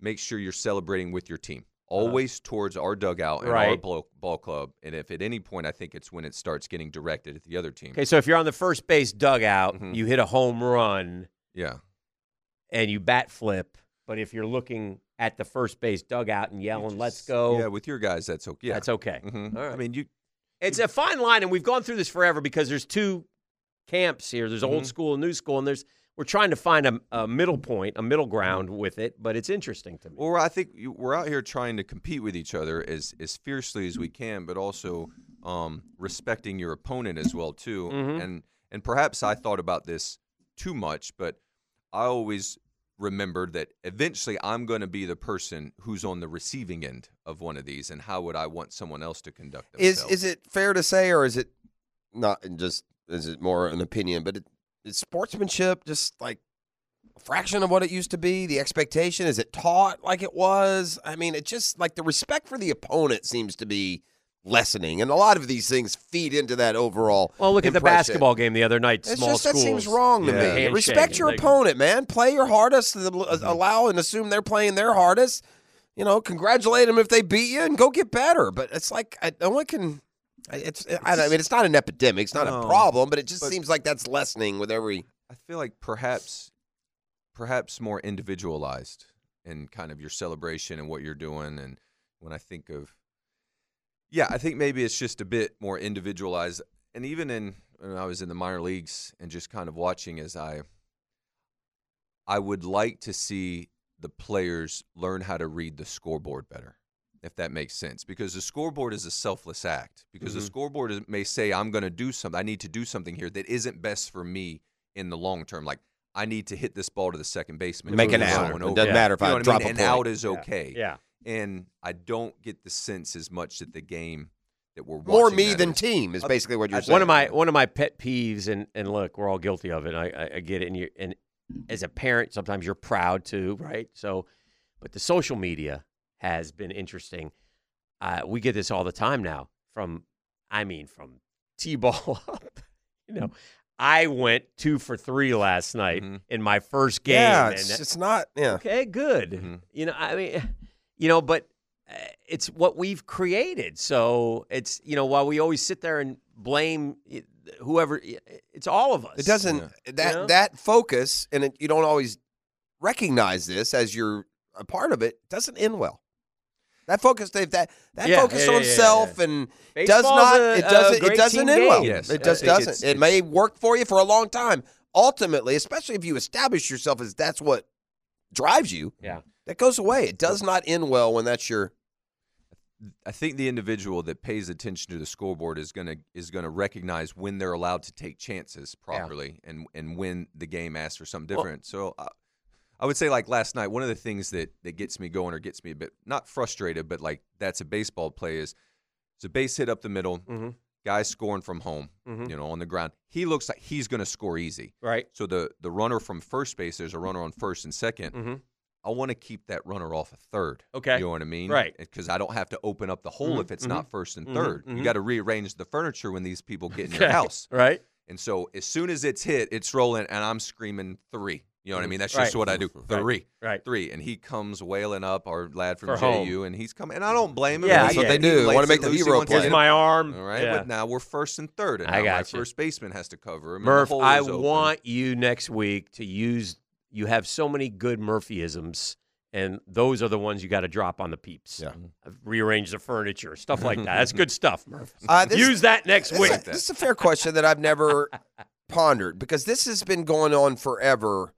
E: make sure you're celebrating with your team, always towards our dugout and our
D: Uh-huh. Right.
E: ball, ball club. And if at any point, I think it's when it starts getting directed at the other team. Mm-hmm.
D: Okay, so if you're on the first base dugout, you hit a home run.
E: Yeah.
D: And you bat flip. But if you're looking at the first base dugout and yelling, let's go.
E: Yeah, with your guys, that's okay. Yeah.
D: That's okay.
E: Mhm.
D: All right.
E: I mean, you.
D: It's a fine line, and we've gone through this forever because there's two camps here. There's
A: Mm-hmm.
D: old
E: Mhm.
D: school and new school, and there's we're trying to find a, a middle point, a
A: Mm-hmm.
D: middle ground with it. But it's interesting to me.
E: Well, I think you- we're out here trying to compete with each other as as fiercely as we can, but also um, respecting your opponent as well too.
A: Mm-hmm.
D: Mhm.
E: And and perhaps I thought about this too much, but I always remembered that eventually I'm going to be the person who's on the receiving end of one of these, and how would I want someone else to conduct
A: Is
E: themselves?
A: is it fair to say, or is it not? and Just is it more an opinion? But it, is sportsmanship just like a fraction of what it used to be? The expectation is it taught like it was? I mean, it just like the respect for the opponent seems to be
D: lessening, and a lot of these things feed into that overall.
G: Well, look at the
D: impression.
G: basketball game the other night.
D: It's
G: small
D: just
G: schools.
D: that seems wrong to me.
G: Handshake.
D: Respect your
G: Like, Mm-hmm.
D: opponent, man. Play your hardest. th- Allow and assume they're playing their hardest. You know, congratulate them if they beat you, and go get better. But it's like I, no one can. I- It's I, I mean, it's not an epidemic. It's not
E: No.
D: a problem, but it just
E: But-
D: seems like that's lessening with every.
E: I feel like perhaps, perhaps more individualized in kind of your celebration and what you're doing. And when I think of, yeah, I think maybe it's just a bit more individualized. And even in when I was in the minor leagues and just kind of watching as I, I would like to see the players learn how to read the scoreboard better, if that makes sense, because the scoreboard is a selfless act. Because the
D: Mm-hmm.
B: Mhm.
E: scoreboard is, may say, "I'm going to do something. I need to do something here that isn't best for me in the long term. Like I need to hit this ball to the second baseman,
D: Make an
E: move
D: out.
E: someone
D: It
E: over.
D: doesn't matter if
E: You know
D: I
E: what
D: drop
E: mean?
D: a
E: an
D: point.
E: out is
D: Yeah.
E: okay.
G: Yeah.
E: and I don't get the sense as much that the game that we're
D: More
E: watching
D: me
E: that
D: than team is
E: I-
D: basically what you're
E: I-
D: saying.
G: one of my one of my pet peeves, and and look, we're all guilty of it. I I, I get it. And you and as a parent, sometimes you're proud too, right? So, but the social media has been interesting. Uh, we get this all the time now. From I mean, from t-ball *laughs* up, you know.
D: Mm-hmm.
G: I went two for three last night in my first game.
D: Yeah,
G: and
D: it's, Mm-hmm.
G: that-
D: it's not. Yeah.
G: Okay, good. You know, I mean, you know, but uh, it's what we've created. So it's you know, while we always sit there and blame i- whoever, i- it's all of us.
D: It doesn't eh, that
G: You know?
D: that focus, and it, you don't always recognize this as you're a part of it. Doesn't end well. That focus, Dave. That that
B: Yeah,
D: focus
B: yeah,
D: on
B: yeah, yeah,
D: self
B: yeah.
D: and does
B: Baseball's
D: not.
B: a-
D: it
B: a
D: doesn't.
B: great
D: It
B: team
D: doesn't end well.
B: game. Yes,
D: it
B: I
D: just
B: think
D: doesn't.
B: it's-
D: it may work for you for a long time. Ultimately, especially if you establish yourself as that's what drives you.
G: Yeah,
D: that goes away. It does not end well when that's your
E: I think the individual that pays attention to the scoreboard is gonna is gonna recognize when they're allowed to take chances properly and and when the game asks for something
B: Well-
E: different. so I, I would say like last night, one of the things that that gets me going or gets me a bit not frustrated, but like that's a baseball play is it's a base hit up the middle,
D: Mm-hmm.
G: Mhm.
E: guy scoring from home,
G: Mhm.
E: you know, on the ground. He looks like he's gonna score easy,
G: Right.
E: So the the runner from first base, there's a runner on first and 2nd
G: Mhm.
E: I want to keep that runner off a third.
G: Okay.
E: You know what I mean?
G: Right.
E: Because I don't have to open up the hole
G: Mhm,
E: if it's
G: mhm,
E: not first and
G: mhm,
E: 3rd
G: mhm.
E: You got to rearrange the furniture when these people get in your
G: Okay,
E: house.
G: right.
E: And so as soon as it's hit, it's rolling and I'm screaming three. You know what I
G: Mhm,
E: mean? That's
G: right.
E: just what I do.
G: Right,
E: Three.
G: right.
E: Three. And he comes wailing up our lad from
G: For home.
E: JU and he's coming and I don't blame him.
G: Yeah,
E: That's
G: I
E: what
G: get
E: they
G: it.
E: do.
G: You wanna
E: Lays
G: make
E: it
G: the
E: loose, he
G: hero
E: wants
G: play.
E: it-
G: Here's my arm.
E: All right.
G: Yeah.
E: But now we're first and third. And
G: I
E: now my
G: gotcha.
E: first baseman has to cover him. and the
G: Murph,
E: hole
G: I
E: is open.
G: want you next week to use. You have so many good Murphyisms, and those are the ones you got to drop on the peeps. Yeah. Rearrange the furniture, stuff like
D: *laughs*
G: that. That's good stuff, Murph.
D: Uh, this-
G: Use that next
D: this
G: week.
D: Is a, this is a fair question that I've
G: *laughs*
D: never pondered because this has been going on forever.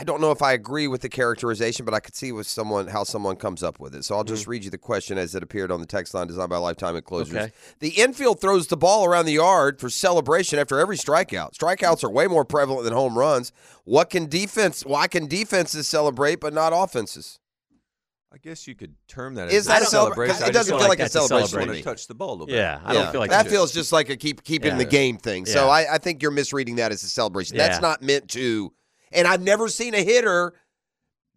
D: I don't know if I agree with the characterization, but I could see with someone how someone comes up with it. So I'll just read you the question as it appeared on the text line designed by Lifetime Enclosures.
G: Okay.
D: The infield throws the ball around the yard for celebration after every strikeout. Strikeouts are way more prevalent than home runs. What can defense? Why can defenses celebrate but not offenses?
E: I guess you could term that
D: Is
E: as
D: that
E: a
D: a celebra- 'cause
E: celebration.
D: it
E: I just
D: doesn't feel like a
E: that's
D: celebration to
E: I
D: me.
E: want to touch the ball a little bit.
D: that feels just like a keep keeping the
E: Yeah.
D: game thing. So
E: Yeah.
D: I, I think you're misreading that as a celebration. That's
E: Yeah.
D: not meant to. And I've never seen a hitter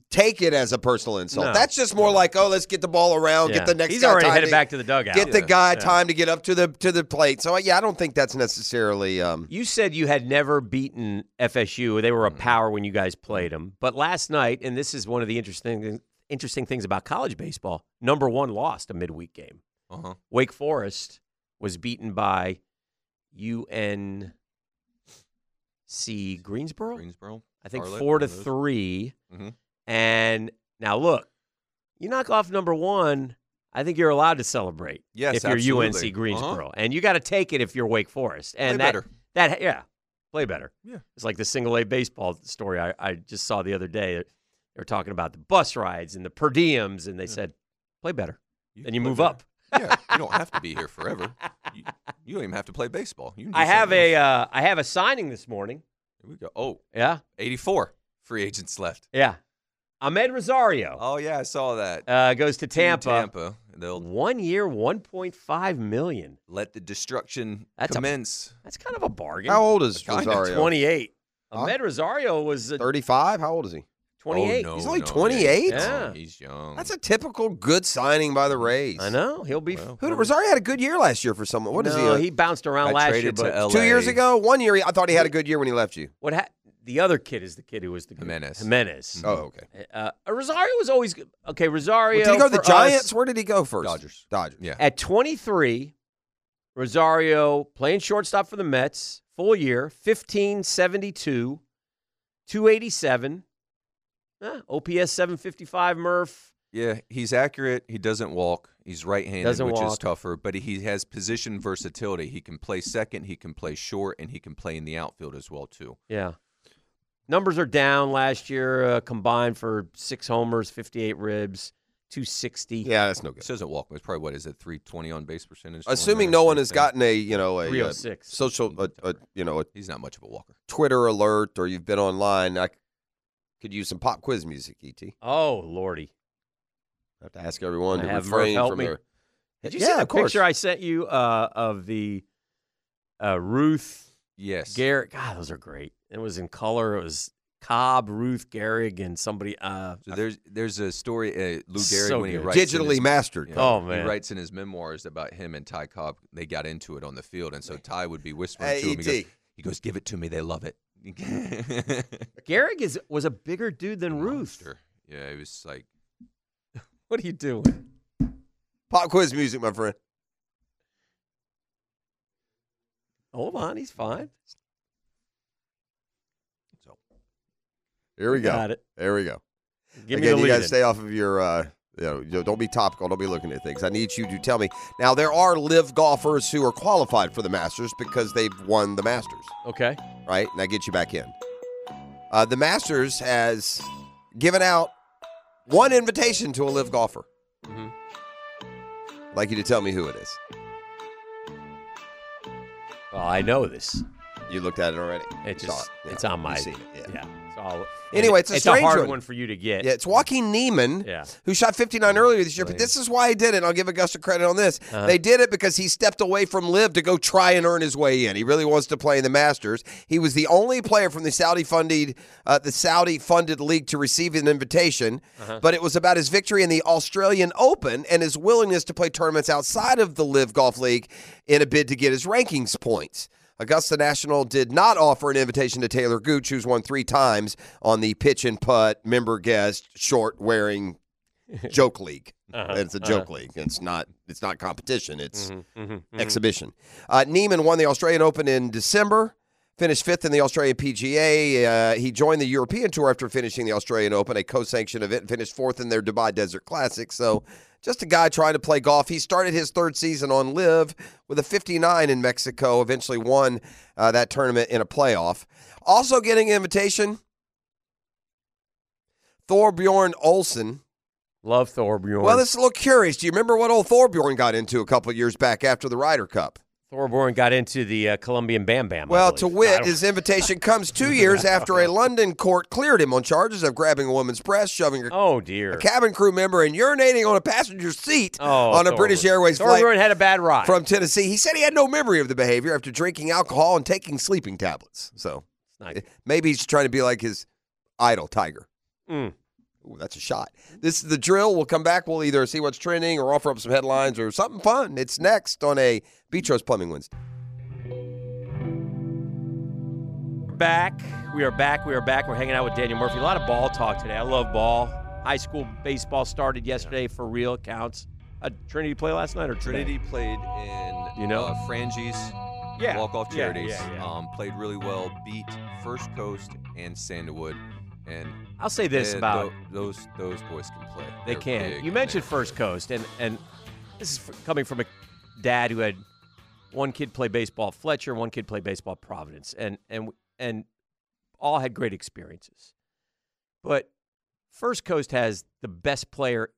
D: take it as a personal insult.
G: No.
D: That's just more like, oh, let's get the ball around,
G: Yeah.
D: get the next.
G: He's
D: guy
G: already
D: time
G: headed back to the dugout.
D: Get the
G: Yeah.
D: guy
G: Yeah.
D: time to get up to the to the plate. So yeah, I don't think that's necessarily. Um,
G: You said you had never beaten FSU. They were
E: Mm-hmm.
G: a power when you guys played them. But last night, and this is one of the interesting interesting things about college baseball. Number one lost a midweek game.
E: Uh-huh.
G: Wake Forest was beaten by UNC Greensboro.
E: Greensboro,
G: I think
E: Charlotte,
G: four to
E: one of those.
G: 3
E: Mhm.
G: And now look, you knock off number one. I think you're allowed to celebrate.
E: Yes,
G: if you're
E: absolutely.
G: UNC
E: Uh-huh.
G: Greensboro, and you got to take it if you're Wake Forest. And
E: Play
G: that,
E: better.
G: that yeah, play better.
E: Yeah.
G: it's like the single A baseball story I, I just saw the other day. They were talking about the bus rides and the per diems, and they said, play better,
E: You
G: and
E: can
G: you
E: play
G: move
E: better.
G: up.
E: *laughs* yeah, you don't have to be
G: *laughs*
E: here forever. You, you don't even have to play baseball. You can do
G: I have
E: something
G: a uh, I have a signing this morning.
E: else. Here we go. Oh,
G: yeah,
E: eighty-four free agents left.
G: Yeah, Ahmed Rosario.
E: Oh yeah, I saw that.
G: Uh, goes to Tampa.
E: Tampa. They'll
G: one year, one point five million.
E: Let the destruction
G: That's a-
E: commence.
G: that's kind of a bargain.
D: How old is
E: Kinda
D: Rosario?
G: Twenty eight.
D: Huh?
G: Ahmed Rosario was a,
D: Thirty-five. How old is he?
E: Oh,
G: 28.
D: He's only 28?
G: Yeah.
E: young.
D: That's a typical good signing by the Rays. I
G: know. He'll be.
D: Who, Rosario had a good year last year for someone. What is
G: No,
D: he? a-
G: he bounced around Got last year, traded to but-
D: two
G: LA.
D: years ago, one year, he- I thought he had a good year when he left you.
G: What ha- the other kid is the kid who was the Jimenez. Jimenez.
D: Oh, okay.
G: Uh, uh, Rosario was always good. okay. Rosario.
D: did he go to the
G: for us-
D: Giants? Where did he go first? Dodgers. Dodgers.
E: Yeah.
G: At 23, Rosario playing shortstop for the Mets, full year, 1572, 287, eh, OPS 755, Murph.
E: Yeah, he's accurate. He doesn't walk. He's right-handed,
G: Doesn't
E: which is
G: walk.
E: tougher, but he has position versatility. He can play second, he can play short, and he can play in the outfield as well too.
G: Yeah. Numbers are down last year uh, combined for six homers, 58 ribs, 260.
D: Yeah, that's no good.
E: doesn't walk. It's probably what is it, three twenty on base percentage?
D: Assuming no one has gotten a you know
G: oh
D: a, uh
E: 306.
D: social a, a, you know a,
E: he's not much of a walker.
D: Twitter alert or you've been online, I c- could use some pop quiz music. Et.
G: Oh lordy,
D: I have to ask everyone
G: I
D: to
G: have
D: refrain
G: Murph help
D: from
G: me.
D: their.
G: Did you
D: yeah,
G: see the
D: of course.
G: picture I sent you uh, of the uh, Ruth?
E: Yes.
G: Garrett. God, those are great. It was in color. It was Cobb, Ruth, Gehrig, and somebody. Uh,
E: So there's there's a story uh, Lou Gehrig
G: So
E: when he
G: good.
E: writes in
D: Digitally
E: his-
D: mastered.
G: Oh,
E: he
G: man.
E: writes in his memoirs about him and Ty Cobb. They got into it on the field, and so Ty would be whispering
D: Hey, E
E: to him. He goes,
D: E.T..
E: he goes, "Give it to me. They love it." *laughs*
G: Gehrig is was a bigger dude than Ruth.
E: yeah, it was like
G: What are you doing?
D: Pop quiz music, my friend.
G: Hold on, he's fine.
D: Here we go.
G: Got it.
D: There we go.
G: Give me
D: Again,
G: the
D: you
G: lead-in.
D: guys stay off of your. Uh, you know, you- don't be topical. Don't be looking at things. I need you to tell me now. There are live golfers who are qualified for the Masters because they've won the Masters.
G: Okay.
D: Right now, get you back in. Uh, the Masters has given out one invitation to a live golfer.
G: Mhm.
D: I'd like you to tell me who it is.
G: Well, I know this.
D: You looked at it already.
G: It
D: You saw
G: just
D: Yeah,
G: it's on
D: you've
G: my.
D: seen it, yeah.
G: It's all,
D: Anyway, it's a
G: it's
D: strange
G: hard
D: one.
G: one. for you to get.
D: Yeah, it's Joaquin Neiman, who shot 59 earlier this year. But this is why he did it. and I'll give Augusta credit on this.
G: Uh-huh.
D: They did it because he stepped away from Live to go try and earn his way in. He really wants to play in the Masters. He was the only player from the Saudi funded uh, the Saudi funded league to receive an invitation.
Q: Uh-huh.
D: But it was about his victory in the Australian Open and his willingness to play tournaments outside of the Live Golf League in a bid to get his rankings points. Augusta National did not offer an invitation to Taylor Gooch, who's won three times on the pitch and putt member guest short wearing
Q: *laughs*
D: joke league.
Q: Uh-huh,
D: It's a joke
Q: uh-huh.
D: league. It's not. It's not competition. It's
Q: Mhm, mhm, mhm.
D: exhibition. Uh, Neiman won the Australian Open in December. Finished fifth in the Australian PGA. Uh, he joined the European Tour after finishing the Australian Open, a co-sanctioned event, and finished fourth in their Dubai Desert Classic. So, just a guy trying to play golf. He started his third season on Live with a 59 in Mexico. Eventually, won uh, that tournament in a playoff. Also, getting an invitation, Thorbjorn Olsen.
G: Love Thorbjorn.
D: Well, this is a little curious. Do you remember what old Thorbjorn got into a couple of years back after the Ryder Cup?
G: Thorborn got into the uh, Colombian Bam Bam. I
D: Well,
G: believe.
D: to
G: I
D: wit,
G: don't-
D: his invitation comes two years after a London court cleared him on charges of grabbing a woman's breast, shoving a,
G: oh dear,
D: a cabin crew member, and urinating on a passenger's seat
G: Oh,
D: on a
G: Thorbjorn.
D: British Airways flight.
G: Thorbjorn had a bad ride.
D: from Tennessee. He said he had no memory of the behavior after drinking alcohol and taking sleeping tablets. So eh, maybe he's trying to be like his idol, Tiger.
G: Mm.
D: Ooh, that's a shot. This is the drill. We'll come back. We'll either see what's trending or offer up some headlines or something fun. It's next on a Beatrice Plumbing Wednesday.
G: We're back. We are back. We are back. We're hanging out with Daniel Murphy. A lot of ball talk today. I love ball. High school baseball started yesterday for real counts. Uh, Trinity play last night or today?
E: Trinity played in
G: You know?
E: uh, Frangies,
G: Yeah,
E: walk off
G: yeah,
E: charities.
G: yeah, yeah.
E: Um, played really well, beat First Coast and Sandalwood, and
G: I'll say this
E: they-
D: uh,
G: about-
E: tho- those those boys can play.
G: They
E: They're
G: can.
E: big.
G: You mentioned First Coast, and and this is fr- coming from a dad who had one kid play baseball at Fletcher, one kid play baseball at Providence, and and and all had great experiences. But First Coast has the best player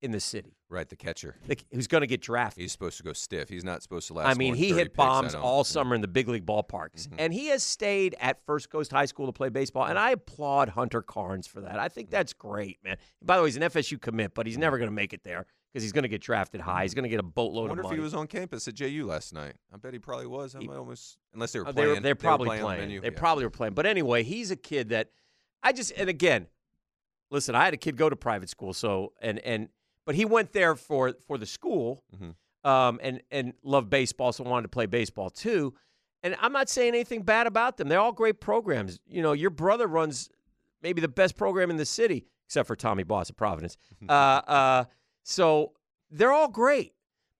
G: in the city,
E: right? The catcher,
G: like, who's going to get drafted.
E: He's supposed to go stiff. He's not supposed to last.
G: I mean,
E: more than
G: he
E: 30
G: hit
E: picks, I
G: bombs
E: don't- Mm-hmm.
G: all summer in the big league ballparks, and he has stayed at First Coast High School to play baseball. And I applaud Hunter Carnes for that. I think that's great, man. By the way, he's an FSU commit, but he's
E: Mm-hmm.
G: never going to make it there because he's going to get drafted high. He's going to get a
E: I
G: boatload
E: wonder
G: of
E: if
G: money.
E: he was on campus at JU last night. I bet he probably was. I might almost unless they were
G: Uh,
E: playing.
G: They were, they're probably
E: playing. on the
G: playing.
E: menu.
G: They
E: Yeah.
G: probably were playing. But anyway, he's a kid that I just and again,
B: listen, I had a kid go to private school, so and and but he went there for for the school,
E: Mm-hmm.
B: um, and and loved baseball, so wanted to play baseball too. And I'm not saying anything bad about them. They're all great programs. You know, your brother runs maybe the best program in the city, except for Tommy Boss at
E: *laughs*
B: Providence. uh, uh, so they're all great.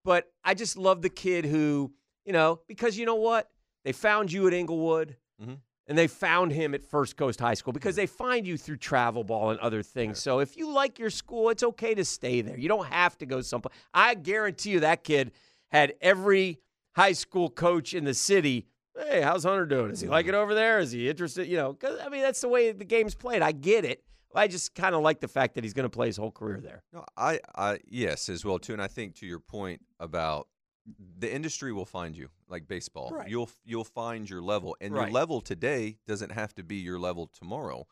B: But I just love the kid who, you know, because you know what? They found you at Inglewood
E: Mm-hmm.
B: and they found him at First Coast High School because they find you through travel ball and other things. So if you like your school, it's okay to stay there. You don't have to go someplace. I guarantee you that kid had every high school coach in the city. Hey, how's Hunter doing?
E: Mm-hmm.
B: Is he like it over there? Is he interested? You know, 'cause, I mean, that's the way the game's played. I get it. I just kind of like the fact that he's going to play his whole career there.
E: No, I, I yes as well too, and I think to your point about the industry will find you, like baseball.
B: Right.
E: You'll you'll find your level, and
B: Right.
E: your level today doesn't have to be your level tomorrow.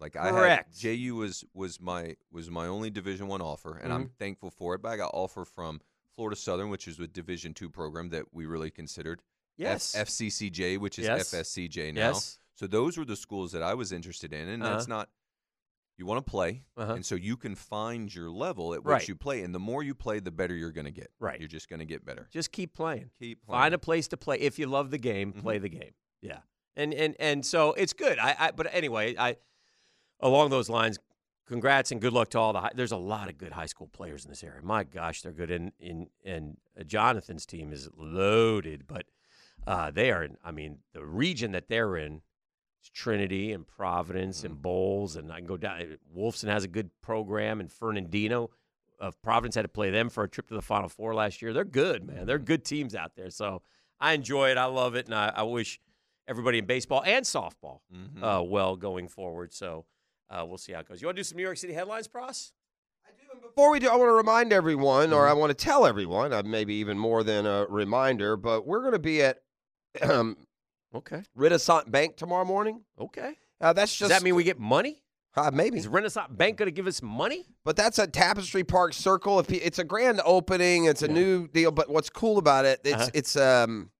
E: Like I had
B: Correct.
E: JU was was my was my only Division One offer, and I'm
B: Mhm.
E: thankful for it. But I got offer from Florida Southern, which is a Division Two program that we really considered. F-
B: Yes.
E: FCCJ, which is
B: Yes.
E: FSCJ now.
B: Yes.
E: So those were the schools that I was interested in, and that's
B: Uh-huh.
E: not you want to play,
B: Uh-huh.
E: and so you can find your level at which
B: Right.
E: you play, and the more you play, the better you're going to get. Right, you're just going to get better.
B: Just keep playing.
E: Keep playing.
B: Find a place to play. If you love the game, play the game. Yeah. And and and so it's good. I, I but anyway, I along those lines, congrats and good luck to all the high, there's a lot of good high school players in this area. My gosh, they're good in in and Jonathan's team is loaded, but uh, they are in, I mean, the region that they're in it's Trinity and Providence and Bowles, and I can go down. eh, Wolfson has a good program, and Fernandino of Providence had to play them for a trip to the Final Four last year. They're good, man. They're good teams out there. So I enjoy it. I love it, and I, I wish everybody in baseball and softball
D: Mm-hmm.
B: uh, well going forward. So uh, we'll see how it goes. You want to do some New York City headlines, Pross?
D: Before we do, I want to remind everyone,
B: Mm-hmm.
D: or I want to tell everyone, uh, maybe even more than a reminder, but we're going to be at *clears throat* um,
B: okay
D: Renaissance Bank tomorrow morning.
B: Okay.
D: Uh, that's just
B: Does that mean we get money?
D: Uh, maybe.
B: Is Renaissance Bank going to give us money?
D: But that's a Tapestry Park Circle. If you- it's a grand opening, it's a new deal. But what's cool about it, it's
B: Uh-huh.
D: it's um,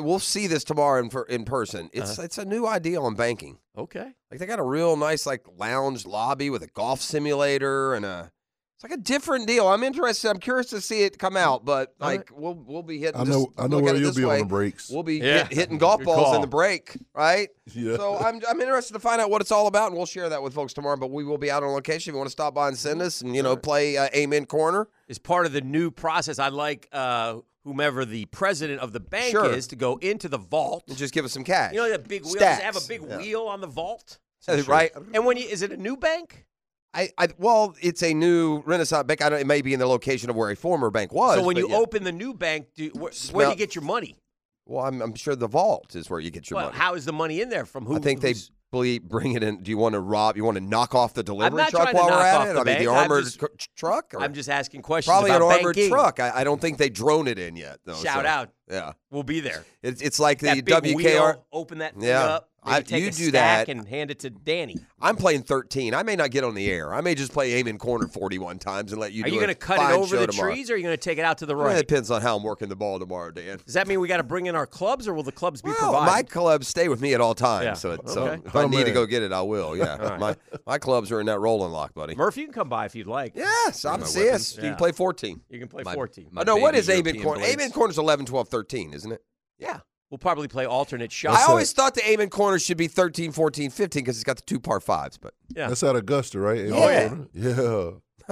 D: we'll see this tomorrow in per, in person. It's
B: Uh-huh.
D: it's a new idea on banking.
B: Okay.
D: Like they got a real nice like lounge lobby with a golf simulator and a. It's like a different deal. I'm interested. I'm curious to see it
B: Mm.
D: come out, but like we'll we'll be hitting.
A: I know-
D: just
A: I know
D: look at
A: where
D: it
A: you'll
D: this
A: be on
D: way.
A: the breaks.
D: We'll be
A: Yeah.
D: hit- hitting golf
A: Good
D: balls in
A: call.
D: the break, right?
A: Yeah.
D: So I'm, I'm interested to find out what it's all about, and we'll share that with folks tomorrow. But we will be out on location. If you want to stop by and send
A: Mm-hmm.
D: us, and you know, play uh, Amen Corner.
B: Is part of the new process. I like uh, whomever the president of the bank
D: Sure.
B: is to go into the vault.
D: And just give us some cash.
B: You know that big wheel? Does it have a
D: Stacks.
B: big
D: Yeah.
B: wheel on the vault?
D: That's right.
B: And when you is it a new bank?
D: I, I well, it's a new Renaissance bank. I don't, it may be in the location of where a former bank was.
B: so when
D: but
B: you
D: yeah.
B: open the new bank, do, where, where
D: Smell-
B: do you get your money?
D: well, I'm, I'm sure the vault is where you get your
B: Well,
D: money.
B: how is the money in there? From who?
D: I think they
B: who's-
D: ble- bring it in. Do you want to rob? You want to knock off the
B: I'm
D: delivery
B: not
D: truck
B: trying to
D: while
B: knock
D: we're
B: off
D: at it?
B: the
D: I mean,
B: bank.
D: the
B: I'm
D: armored
B: just-
D: cr- tr- truck. Or?
B: I'm just asking
E: Oh,
B: questions.
D: Probably an
B: about
D: armored
B: banking.
D: truck. I, I don't think they drone it in yet. Though,
B: Shout
D: so-
B: out.
D: Yeah,
B: We'll be there.
D: it's it's like the
B: that big
D: WKR.
B: Wheel, open that thing
D: Yeah.
B: up.
D: I-
B: maybe take
D: you
B: a
D: do
B: stack
D: that.
B: and hand it to Danny.
D: I'm playing 13. I may not get on the air. I may just play aim in corner 41 times and let you.
B: Are
D: do
B: you
D: going to
B: cut it over the trees, or are you going to take it out to the right?
D: It depends on how I'm working the ball tomorrow, Dan.
B: Does that mean we got to bring in our clubs, or will the clubs be
D: Oh,
B: provided?
D: my clubs stay with me at all times,
B: Yeah.
D: so, it, so
B: Okay.
D: if I
B: Oh,
D: need to
B: man.
D: go get it, I will. Yeah,
B: *laughs* All right.
D: my my clubs are in that rolling lock, buddy.
B: Murph, you can come by if you'd like.
D: Yes, I'm see us. You can play 14.
B: You can play 14.
D: I know Oh, what is Amen Corner. Amen Corner's 11, 12, 13, isn't it? Yeah.
B: We'll probably play alternate shots.
D: I always thought the Amen Corner should be 13, 14, 15 because it's got the two par fives, but *laughs*
B: Yeah.
A: That's at Augusta, right?
D: Oh, yeah.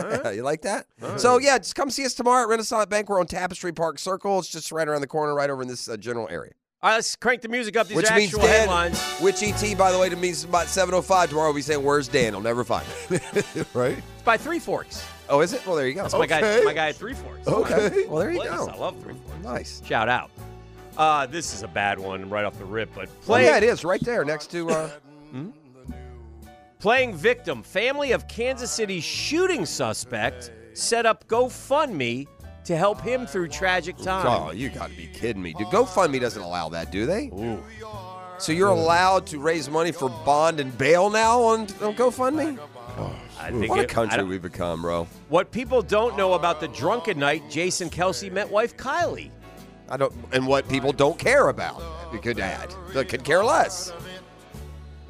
A: Yeah.
D: you like that?
A: All
D: So yeah, just come see us tomorrow at Renaissance Bank. We're on Tapestry Park Circle. It's just right around the corner, right over in this uh, general area.
B: All right, let's crank the music up. These
D: which
B: are
D: means
B: actual
D: Dan,
B: headlines.
D: which ET by the way, to means about seven oh five tomorrow. We'll be saying, "Where's Dan?" I'll never find him. *laughs*
A: *laughs* right?
B: It's by Three Forks.
D: Oh, is it? Well, there you go.
B: That's my guy. My guy at Three Forks.
D: Okay. Well, there you
B: Bless,
D: go.
B: I love Three Forks.
D: Nice.
B: Shout out. Uh, this is a bad one right off the rip, but
D: Oh,
B: play.
D: yeah, it is right there next to. Uh,
B: Playing victim, family of Kansas City shooting suspect set up GoFundMe to help him through tragic time.
D: oh, you got to be kidding me, dude! GoFundMe doesn't allow that, do they? So you're allowed to raise money for bond and bail now on, on GoFundMe?
B: I think
D: what a
B: it- I
D: country
B: don't-
D: we've become, bro.
B: What people don't know about the drunken night Jason Kelsey met wife Kylie.
D: I don't, and what people don't care about. You could add, that could care less.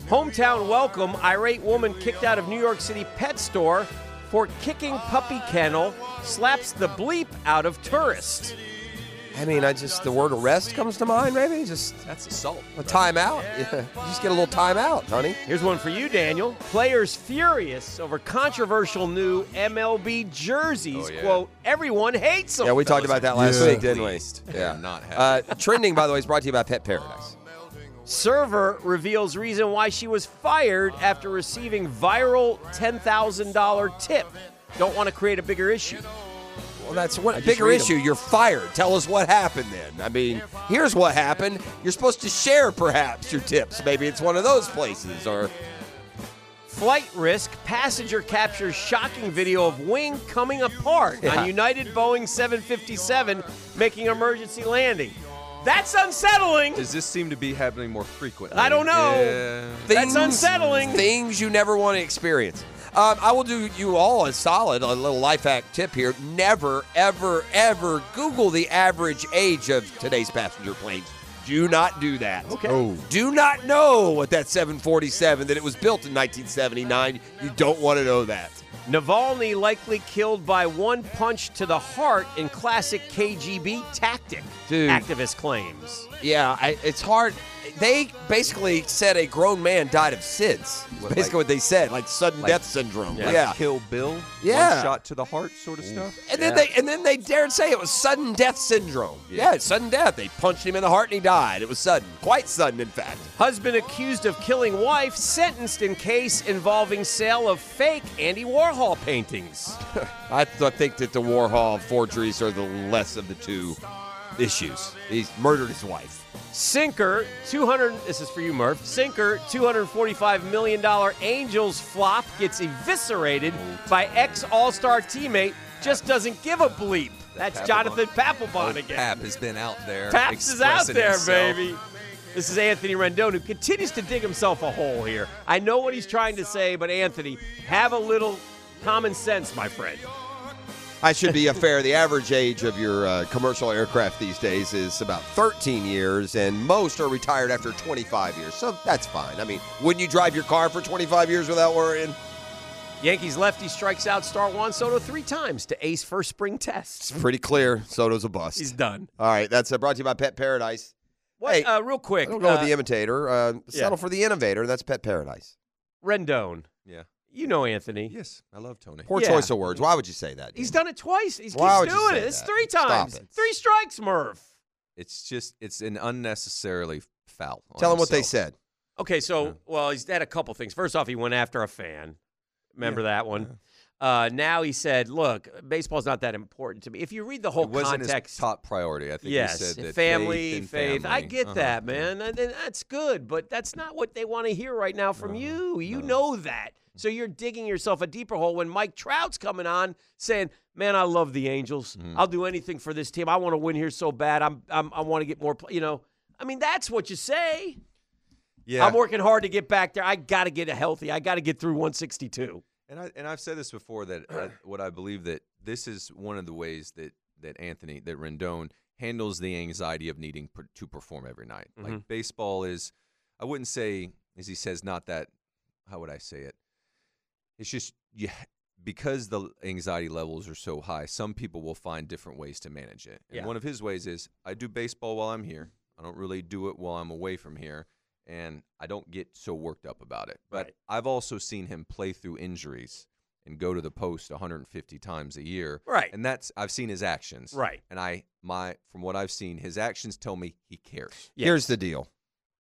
B: Hometown welcome. Irate woman kicked out of New York City pet store for kicking puppy kennel. Slaps the bleep out of tourist.
D: I mean, I just the word arrest comes to mind. Maybe just
E: that's assault.
D: A *laughs* timeout. Yeah, just get a little timeout, honey.
B: Here's one for you, Daniel. Players furious over controversial new MLB jerseys.
D: yeah.
B: Quote: Everyone hates *laughs* them.
D: Yeah, we talked about that last week, didn't we? Yeah,
E: not
D: uh, trending. By the way, is brought to you by Pet Paradise.
B: Server reveals reason why she was fired after receiving viral $10,000 tip. Don't want to create a bigger issue.
D: Well, that's what bigger issue. You're fired. Tell us what happened then. I mean, here's what happened. You're supposed to share perhaps your tips. Maybe it's one of those places or
B: Flight risk. Passenger captures shocking video of wing coming apart
D: Yeah.
B: on United Boeing 757 making emergency landing. That's unsettling.
E: Does this seem to be happening more frequently?
B: I don't know.
E: Yeah.
B: That's unsettling.
D: Things you never want to experience. Um, I will do you all a solid, a little life hack tip here. Never, ever, ever Google the average age of today's passenger planes. Do not do that. Okay. Do not know what that 747 that it was built in 1979. You don't want to know that.
B: Navalny likely killed by one punch to the heart in classic KGB tactic,
D: Dude.
B: activist claims.
D: Yeah, I, it's hard. They basically said a grown man died of SIDS. That's
E: What,
D: basically
E: like-
D: what they said, like sudden
E: Like-
D: death syndrome.
E: Like
D: yeah.
E: Kill Bill.
D: Yeah.
E: One shot to the heart, sort of stuff.
D: And then they and then they dared say it was sudden death syndrome. Yeah. it's sudden death. They punched him in the heart and he died. It was sudden, quite sudden, in fact.
B: Husband accused of killing wife, sentenced in case involving sale of fake Andy Warhol paintings.
D: *laughs* I, th- I think that the Warhol forgeries are the less of the two issues. He murdered his wife.
B: Sinker, 200, this is for you, Murph. Sinker, $245 million Angels flop gets eviscerated by ex All Star teammate, just doesn't give a bleep. That's
E: Papelbon.
B: Jonathan Papelbon
E: Old
B: again.
E: Pap has been out there.
B: Paps is out
E: expressing
B: there,
E: himself.
B: baby. This is Anthony Rendon, who continues to dig himself a hole here. I know what he's trying to say, but Anthony, have a little common sense, my friend.
D: I should be a fair. The average age of your uh, commercial aircraft these days is about 13 years, and most are retired after 25 years. So that's fine. I mean, wouldn't you drive your car for 25 years without worrying?
B: Yankees lefty strikes out star Juan Soto three times to ace first spring test.
D: Pretty clear. Soto's a bust.
B: He's done.
D: All right, that's uh, brought to you by Pet Paradise.
B: What,
D: Hey,
B: uh, real quick,
D: Don't go with
B: uh,
D: the imitator. Uh,
B: yeah.
D: settle for the innovator. That's Pet Paradise.
B: Rendon.
E: Yeah.
B: You know Anthony.
E: Yes, I love Tony.
D: Poor
B: Yeah.
D: choice of words. Why would you say that?
B: He's done it twice. He's
D: Why
B: keeps
D: would you
B: doing
D: say
B: it. It's
D: that?
B: three
D: Stop
B: times.
D: it.
B: Three strikes, Murph.
E: It's just it's an unnecessarily foul. on
D: Tell him what they
E: himself.
D: said.
B: Okay, so well, he's had a couple things. First off, he went after a fan. Remember
E: Yeah,
B: that one? Uh, now he said, "Look, baseball's not that important to me." If you read the whole
E: It wasn't
B: context,
E: his top priority. I think
B: yes,
E: he said that
B: family,
E: faith, and
B: faith. I
E: family.
B: get
E: Uh-huh.
B: that, man. And then that's good, but that's not what they want to hear right now from you. You know that, so you're digging yourself a deeper hole. When Mike Trout's coming on saying, "Man, I love the Angels. I'll do anything for this team. I want to win here so bad. I'm, I'm I want to get more. pl-" You know, I mean, that's what you say."
E: Yeah,
B: I'm working hard to get back there. I got to get healthy. I got to get through 162.
E: And I and I've said this before that I, what I believe that this is one of the ways that that Anthony that Rendon handles the anxiety of needing per, to perform every night.
B: Mhm.
E: Like baseball is, I wouldn't say as he says not that. How would I say it? It's just you ha- because the anxiety levels are so high. Some people will find different ways to manage it. And
B: Yeah.
E: one of his ways is I do baseball while I'm here. I don't really do it while I'm away from here, and I don't get so worked up about it. But
B: Right.
E: I've also seen him play through injuries and go to the post 150 times a year.
B: Right.
E: And that's I've seen his actions.
B: Right.
E: And I my from what I've seen, his actions tell me he cares.
B: Yeah.
D: Here's the deal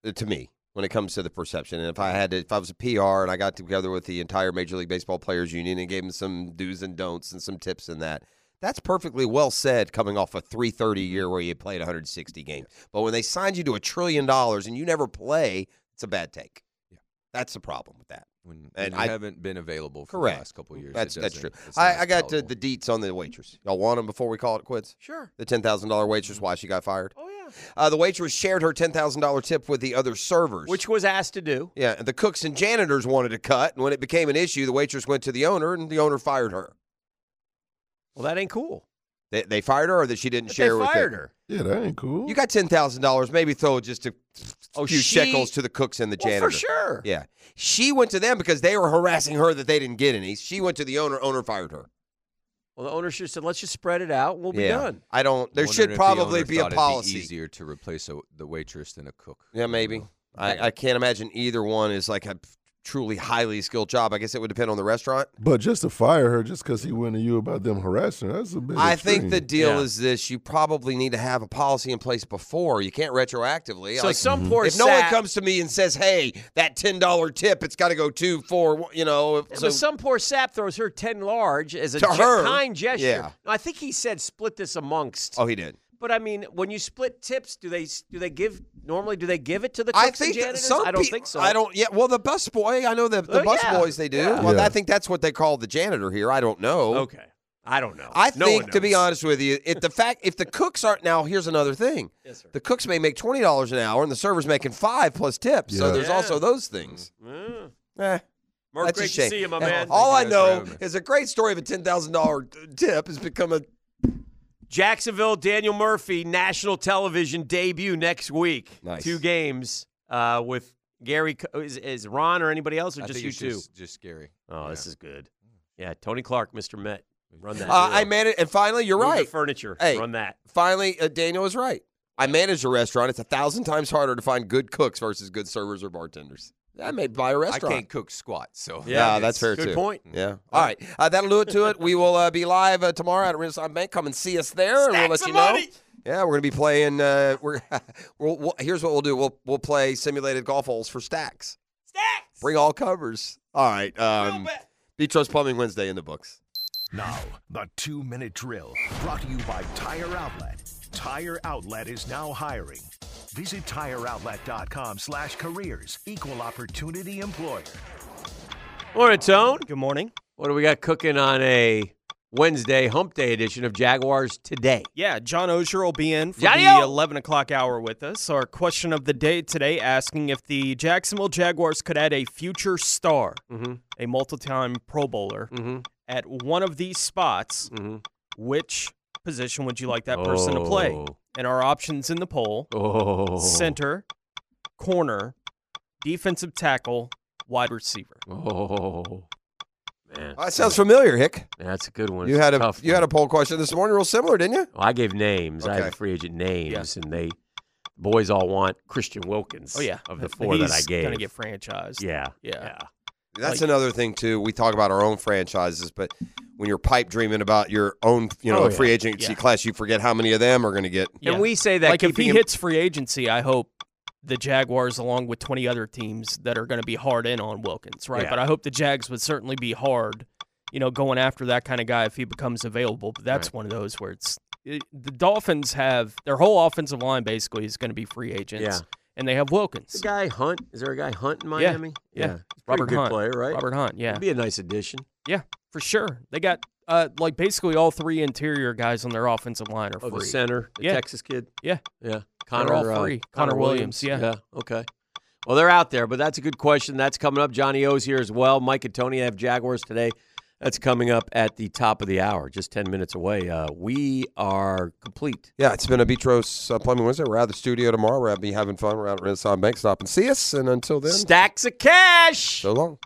D: uh, to me when it comes to the perception. And if I had to, if I was a PR and I got together with the entire Major League Baseball Players Union and gave them some do's and don'ts and some tips and that, that's perfectly well said coming off a 330 year where you played 160 games. But when they signed you to a trillion dollars and you never play, it's a bad take. That's the problem with that.
E: When,
D: And
E: and
D: I-
E: I haven't been available for
D: Correct.
E: the last couple of years. it
D: That's that's true.
E: doesn't- it's not
D: I,
E: as
D: I got to
E: palatable.
D: the deets on the waitress. Y'all want them before we call it quits?
B: Sure.
D: The ten thousand dollar
E: Mm-hmm.
D: waitress. Why she got fired?
B: Oh yeah.
D: Uh, the waitress shared her ten thousand dollar tip with the other servers.
B: Which was asked to do.
D: yeah, and the cooks and janitors wanted to cut, and when it became an issue, the waitress went to the owner, and the owner fired her.
B: Well, that ain't cool.
D: They, they fired her, or that she didn't
E: But they
D: share with
E: fired
D: the-
E: her.
A: Yeah, that ain't cool.
D: You got ten thousand dollars. Maybe throw just a
E: Oh,
D: few
E: she-
D: shekels to the cooks and the
E: Well,
D: janitor.
E: for sure.
D: Yeah, she went to them because they were harassing her that they didn't get any. She went to the owner. Owner fired her.
E: Well, the owner should have said, let's just spread it out and we'll be
D: Yeah.
E: done.
D: I don't. There
N: Wondering
D: should
N: if the
D: probably
N: owner
D: be a
N: thought it'd
D: policy.
N: easier to replace a, the waitress than a cook.
D: Yeah, maybe. I, I can't imagine either one is like a truly highly skilled job. I guess it would depend on the restaurant.
A: But just to fire her just because he went to you about them harassing her, that's a bit.
D: I think the
A: extreme.
D: deal is this: you probably need to have a policy in place before. You can't retroactively.
E: So some
N: Mm-hmm.
E: poor
D: if no one
E: sap-
D: comes to me and says, "Hey, that ten dollar tip, it's got to go two for you know."
E: Yeah,
D: So
E: but some poor sap throws her 10 large as a
D: To
E: ge-
D: her,
E: kind gesture.
D: yeah.
E: No, I think he said split this amongst.
D: oh, he did.
E: But I mean, when you split tips, do they do they give normally? Do they give it to the cooks
D: I think
E: and
D: that
E: janitors?
D: some
E: I don't
D: peo-
E: think so.
D: I don't. Yeah. Well, the bus boy. I know the the
E: Oh,
D: bus
E: yeah,
D: boys. They do.
E: yeah.
D: Well,
A: Yeah.
D: I think that's what they call the janitor here. I don't know.
E: Okay, I don't know.
D: I
E: No one
D: think, to be
E: knows.
D: honest with you, if the fact if the cooks aren't now, here's another thing.
E: Yes, sir.
D: The cooks may make twenty dollars an hour, and the servers making five plus tips. So
A: Yeah.
D: there's
E: Yeah.
D: also those things.
E: Yeah.
D: Eh,
E: Mark,
D: that's a
E: great to
D: shame.
E: see you, my
D: Uh,
E: man.
D: All I
N: Thank you guys for
D: know
N: having me.
D: is a great story of a ten thousand dollar tip has become a.
E: Jacksonville, Daniel Murphy, national television debut next week.
D: Nice.
E: Two games uh, with Gary. Co- Is, is Ron or anybody else, or
N: I
E: just
N: think
E: you
N: it's
E: two?
N: Just, just scary.
E: oh,
N: yeah.
E: this is good. Yeah, Tony Clark, Mr. Met. Run that.
D: Uh,
E: deal.
D: I managed, and finally, you're
E: Move the
D: right.
E: furniture.
D: Hey.
E: Run that.
D: Finally, uh, Daniel is right. I manage a restaurant. It's a thousand times harder to find good cooks versus good servers or bartenders. I may buy a
N: I
D: restaurant.
N: can't cook squat, so
D: Yeah,
N: it's-
D: that's fair
E: good
D: too.
E: point.
D: Yeah. All right, uh, that'll do it to it. We will uh, be live uh, tomorrow at Renaissance Bank. Come and see us there, and we'll let
E: Stacks of
D: you
E: money.
D: know. Yeah, we're gonna be playing. Uh, we're *laughs* we'll, we'll, here's what we'll do. We'll we'll play simulated golf holes for stacks. Stacks. Bring all covers. All right. Um, Beatrice Plumbing Wednesday in the books.
B: Now, the two minute drill brought to you by Tire Outlet. Tire Outlet is now hiring. Visit tireoutlet.com slash careers, equal opportunity employer.
E: Morning, Tone.
R: Good morning.
E: What do we got cooking on a Wednesday hump day edition of Jaguars today?
R: Yeah, John Osher will be in for
E: Johnny-o.
R: the 11 o'clock hour with us. Our question of the day today asking if the Jacksonville Jaguars could add a future star, a multi time Pro Bowler, at one of these spots, which position would you like that person to play?
E: Oh.
R: And our options in the poll
E: Oh.
R: center, corner, defensive tackle, wide receiver.
E: Oh, man.
D: Oh, that sounds familiar, Hick.
E: That's a good one.
D: You
E: It's
D: had a
E: tough
D: you had a poll question this morning, real similar, didn't you?
E: Well, I gave names. I
D: Okay.
E: had free agent names, and they boys all want Christian Wilkins.
R: Oh, yeah.
E: of the four that I
R: He's
E: gave.
R: gonna get franchised.
E: Yeah,
R: Yeah.
D: That's
R: Like-
D: another thing too. We talk about our own franchises, but when you're pipe dreaming about your own, you know,
E: Oh, yeah.
D: free agency
R: Yeah.
D: class, you forget how many of them are going to get.
R: Yeah.
E: And we say that
R: like if
E: keeping
R: he
E: him-
R: hits free agency, I hope the Jaguars, along with twenty other teams that are going to be hard in on Wilkins, right?
E: Yeah.
R: But I hope the Jags would certainly be hard, you know, going after that kind of guy if he becomes available. But that's
E: Right.
R: one of those where it's it, the Dolphins have their whole offensive line basically is going to be free agents,
E: Yeah.
R: and they have Wilkins.
E: the guy Hunt. Is there a guy Hunt in Miami?
R: Yeah.
E: He's a pretty
R: Robert
E: good
R: Hunt.
E: player, right?
R: Robert Hunt, yeah.
E: He'd be a nice addition.
R: Yeah, for sure. They got uh like basically all three interior guys on their offensive line are
E: Oh, the
R: free.
E: center, the
R: Yeah.
E: Texas kid.
R: Yeah.
E: Yeah.
R: all
E: Connor, uh,
R: free. Connor Williams, yeah.
E: Okay. Well, they're out there, but that's a good question. That's coming up. Johnny O's here as well. Mike and Tony have Jaguars today. That's coming up at the top of the hour, just 10 minutes away. Uh, we are complete.
D: Yeah, it's been a Beatros uh, Plumbing Wednesday. We're out of the studio tomorrow. We're out be having fun. We're out at Renaissance Bank. Stop and see us. And until then,
E: Stacks of cash.
D: so long.